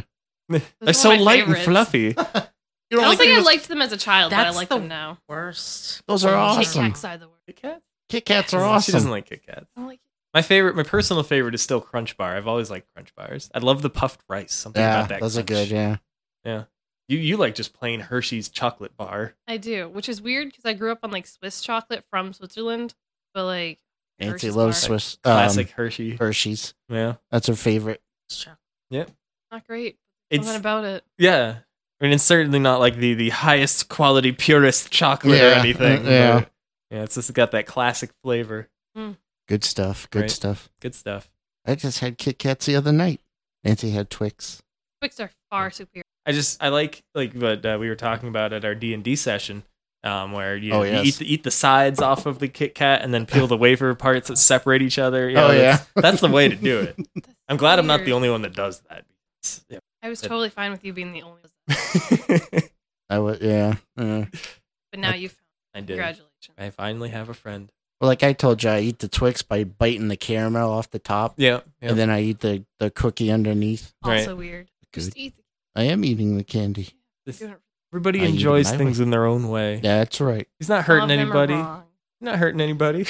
S3: are
S4: They're so
S3: my
S4: light
S3: favorites.
S4: and fluffy.
S1: You
S3: I
S1: don't
S3: don't
S1: like
S3: think I
S1: them?
S3: liked them as a child, but I
S2: That's
S3: like
S2: the-
S3: them now.
S2: Worst.
S1: Those are
S3: Kit
S1: awesome.
S3: Kats are the worst.
S4: Kit Kat?
S1: Kit Kats are
S4: She
S1: awesome.
S4: doesn't like Kit Kat.
S3: I don't like
S4: My favorite, my personal favorite is still Crunch Bar. I've always liked Crunch Bars. I love the puffed rice. Something
S1: Yeah,
S4: about that.
S1: those are
S4: crunch.
S1: good. Yeah.
S4: You you like just plain Hershey's chocolate bar.
S3: I do, which is weird because I grew up on like Swiss chocolate from Switzerland, but like
S1: Nancy
S3: Hershey's
S1: loves
S3: bar.
S1: Swiss um,
S4: Classic Hershey.
S1: Hershey's.
S3: Oh,
S4: yeah.
S1: That's her favorite.
S3: not great.
S4: It's
S3: Something about it.
S4: yeah. I mean it's certainly not like the the highest quality purest chocolate or
S1: Yeah,
S4: anything.
S1: uh, yeah.
S4: but, Yeah, it's just got that classic flavor.
S1: Good stuff. Good
S4: Right.
S1: stuff.
S4: Good stuff.
S1: I just had Kit Kats the other night. Nancy had Twix.
S3: Twix are far superior.
S4: I just I like like what uh, we were talking about at our D and D session, um, where you,
S1: Oh,
S4: you
S1: yes.
S4: eat the, eat the sides off of the Kit Kat and then peel the wafer parts that separate each other. You
S1: Oh,
S4: know,
S1: yeah.
S4: that's, that's the way to do it.
S3: That's
S4: I'm glad I'm not the
S3: weird.
S4: only one that does that. It's- yeah.
S3: I was totally fine with you being the only one,
S1: I was yeah. yeah.
S3: but now you found.
S4: I did.
S3: Congratulations.
S4: I finally have a friend.
S1: Well, like I told you, I eat the Twix by biting the caramel off the top,
S4: Yeah.
S1: and then I eat the the cookie underneath.
S3: Also weird. Just
S1: Good.
S3: eat.
S1: I am eating the candy.
S3: The,
S4: Everybody
S1: I eat it
S4: enjoys
S1: my
S4: things in their own way.
S1: That's right.
S4: He's not hurting anybody. He's not hurting anybody.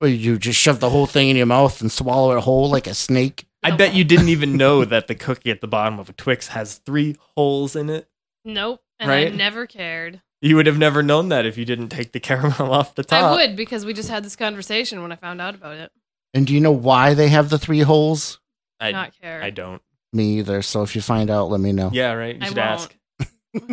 S1: Well, you just shove the whole thing in your mouth and swallow it whole like a snake.
S4: I
S3: No.
S4: bet you didn't even know that the cookie at the bottom of a Twix has three holes in it.
S3: Nope. And
S4: Right?
S3: I never cared.
S4: You would have never known that if you didn't take the caramel off the top.
S3: I would because we just had this conversation when I found out about it.
S1: And do you know why they have the three holes?
S4: I,
S3: not care.
S4: I don't.
S1: Me either. So if you find out, let me know.
S4: Yeah, right. You
S3: I
S4: should
S3: won't.
S4: ask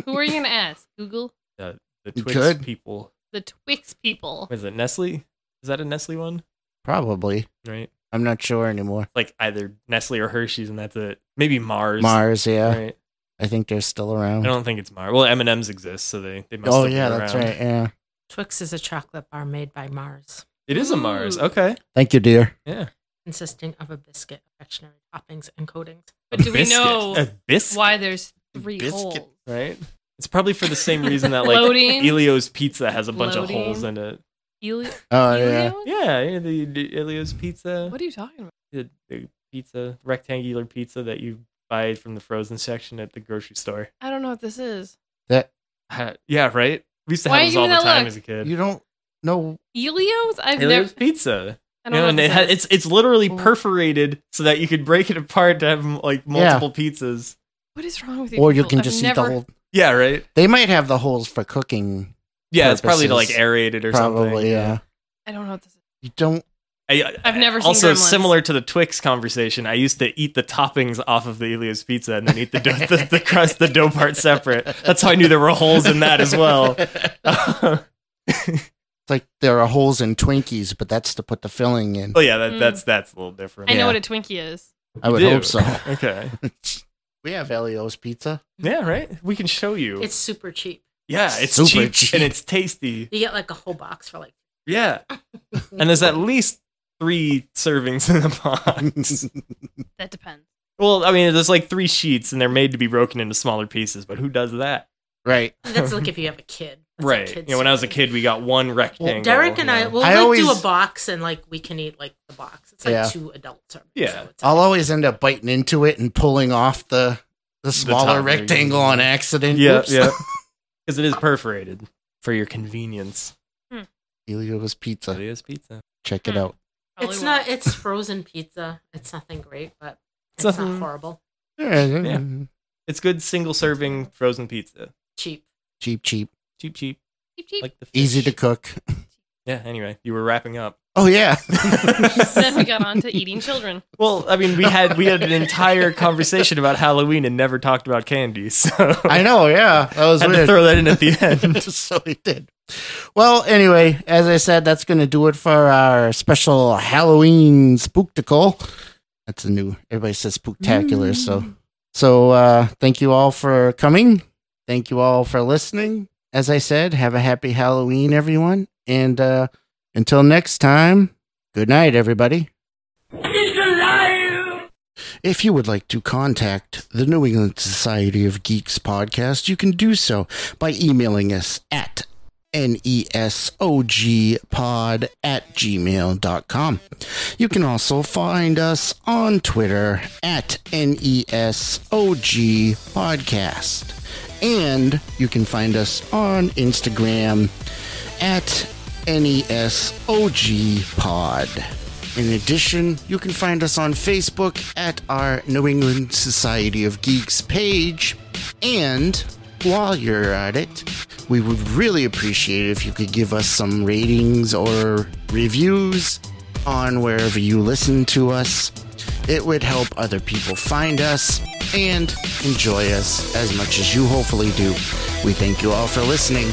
S3: Who are you going to ask? Google
S4: the
S1: You
S4: Twix
S1: could.
S4: people.
S3: the Twix people.
S4: What is it Nestle? Is that a Nestle one?
S1: Probably.
S4: Right.
S1: I'm not sure anymore.
S4: Like either Nestle or Hershey's, and that's it. Maybe Mars.
S1: Mars, yeah.
S4: Right.
S1: I think they're still
S4: I
S1: around.
S4: don't think it's Mars. Well, M and M's exist, so they they must.
S1: Oh
S4: still be
S1: yeah, that's
S4: around.
S1: right. Yeah.
S2: Twix is a chocolate bar made by Mars,
S4: It is a Mars.
S3: Ooh.
S4: Okay.
S1: Thank you, dear.
S4: Yeah.
S2: consisting of a biscuit, confectionery toppings, and coatings.
S3: But do we
S4: Biscuit.
S3: know
S4: a biscuit?
S3: why there's three
S1: Biscuit.
S3: holes?
S4: Right. It's probably for the same reason that like
S3: Loading.
S4: Elio's pizza has a bunch
S3: Loading.
S4: of holes in it.
S3: Eli-
S1: Oh yeah.
S3: Elio's?
S4: Yeah, yeah, the, the Elio's pizza,
S3: What are you talking about?
S4: the, the pizza rectangular pizza that you buy from the frozen section at the grocery store.
S3: I don't know what this is.
S1: That
S4: Uh, yeah, right. We used to
S3: Why you
S4: have those
S3: give
S4: all
S3: me
S4: the
S3: that
S4: time
S3: look?
S4: as a kid.
S1: you don't know.
S3: Elio's? I've never.
S4: Elio's pizza.
S3: I
S4: You know,
S3: don't
S4: and
S3: know.
S4: it
S3: What
S4: has,
S3: this is.
S4: it's it's literally
S3: Oh.
S4: perforated so that you could break it apart to have like multiple pizzas.
S3: What is wrong with you?
S1: Or you
S3: people?
S1: can
S3: I've
S1: just eat
S3: never-
S1: the whole.
S4: Yeah, right.
S1: They might have the holes for cooking.
S4: Yeah, it's probably to like
S1: Purposes.
S4: aerate it or something.
S1: Probably, yeah.
S3: I don't know what this is.
S1: You don't.
S4: I,
S3: I've never seen
S4: also
S3: gremlins.
S4: similar to the Twix conversation. I used to eat the toppings off of the Elio's pizza and then eat the dough, the, the crust, the dough part separate. That's how I knew there were holes in that as well.
S1: it's
S4: oh
S1: like there are holes in Twinkies, but that's to put the filling in.
S4: yeah, that,
S3: Mm.
S4: that's that's a little different.
S3: I know
S1: Yeah.
S3: what a Twinkie is.
S1: I would
S4: Dude.
S1: hope so.
S4: Okay.
S1: we have Elio's pizza.
S4: Yeah, right. We can show you.
S2: It's super cheap.
S4: yeah, it's
S1: super
S4: cheap,
S1: cheap.
S4: and it's tasty.
S2: You get like a whole box for like.
S4: Yeah, and there's at least three servings in the box.
S3: That depends.
S4: well, I mean, there's like three sheets, and they're made to be broken into smaller pieces. But who does that?
S1: right.
S2: That's like if you have a kid. That's a
S4: right.
S2: kid's
S4: You know, when I was a
S2: thing.
S4: kid, we got one rectangle.
S2: Derek and
S4: you
S2: I
S4: know.
S2: will
S1: I
S2: like do
S1: always-
S2: a box and like we can eat like the box. It's like
S1: Yeah.
S2: two adult servings.
S4: Yeah.
S2: so it's
S1: I'll always end up biting into it and pulling off the the smaller
S4: top there,
S1: rectangle
S4: yeah.
S1: on accident.
S4: Yeah,
S1: Oops.
S4: yeah. Because it is perforated for your convenience.
S1: Elio's pizza.
S4: is pizza.
S1: Check it
S3: Hmm.
S1: out.
S3: Probably
S2: it's
S3: won't.
S2: not. It's frozen pizza. It's nothing great, but it's
S4: Nothing-
S2: not horrible.
S4: It's good single serving frozen pizza.
S2: Cheap.
S1: Cheap, cheap,
S4: Cheap, cheap,
S3: Cheep, cheep.
S4: like the fish.
S1: easy to cook.
S4: Yeah. Anyway, you were wrapping up.
S1: Oh yeah.
S3: then we got on to eating children.
S4: well, I mean, we had we had an entire conversation about Halloween and never talked about candy, so
S1: I know. Yeah, that was
S4: had to
S1: weird.
S4: throw that in at the end.
S1: so he did. Well, anyway, as I said, that's going to do it for our special Halloween spooktacle. That's a new. Everybody says spooktacular.
S2: Mm.
S3: Mm.
S1: So, so uh, thank you all for coming. Thank you all for listening. As I said, have a happy Halloween, everyone. And uh, until next time, good night, everybody. If you would like to contact the New England Society of Geeks podcast, you can do so by emailing us at E nesogpod at gmail.com. You can also find us on Twitter at E nesogpodcast. And you can find us on Instagram at E nesogpod. In addition, you can find us on Facebook at our New England Society of Geeks page. And while you're at it, we would really appreciate it if you could give us some ratings or reviews on wherever you listen to us. It would help other people find us and enjoy us as much as you hopefully do. We thank you all for listening.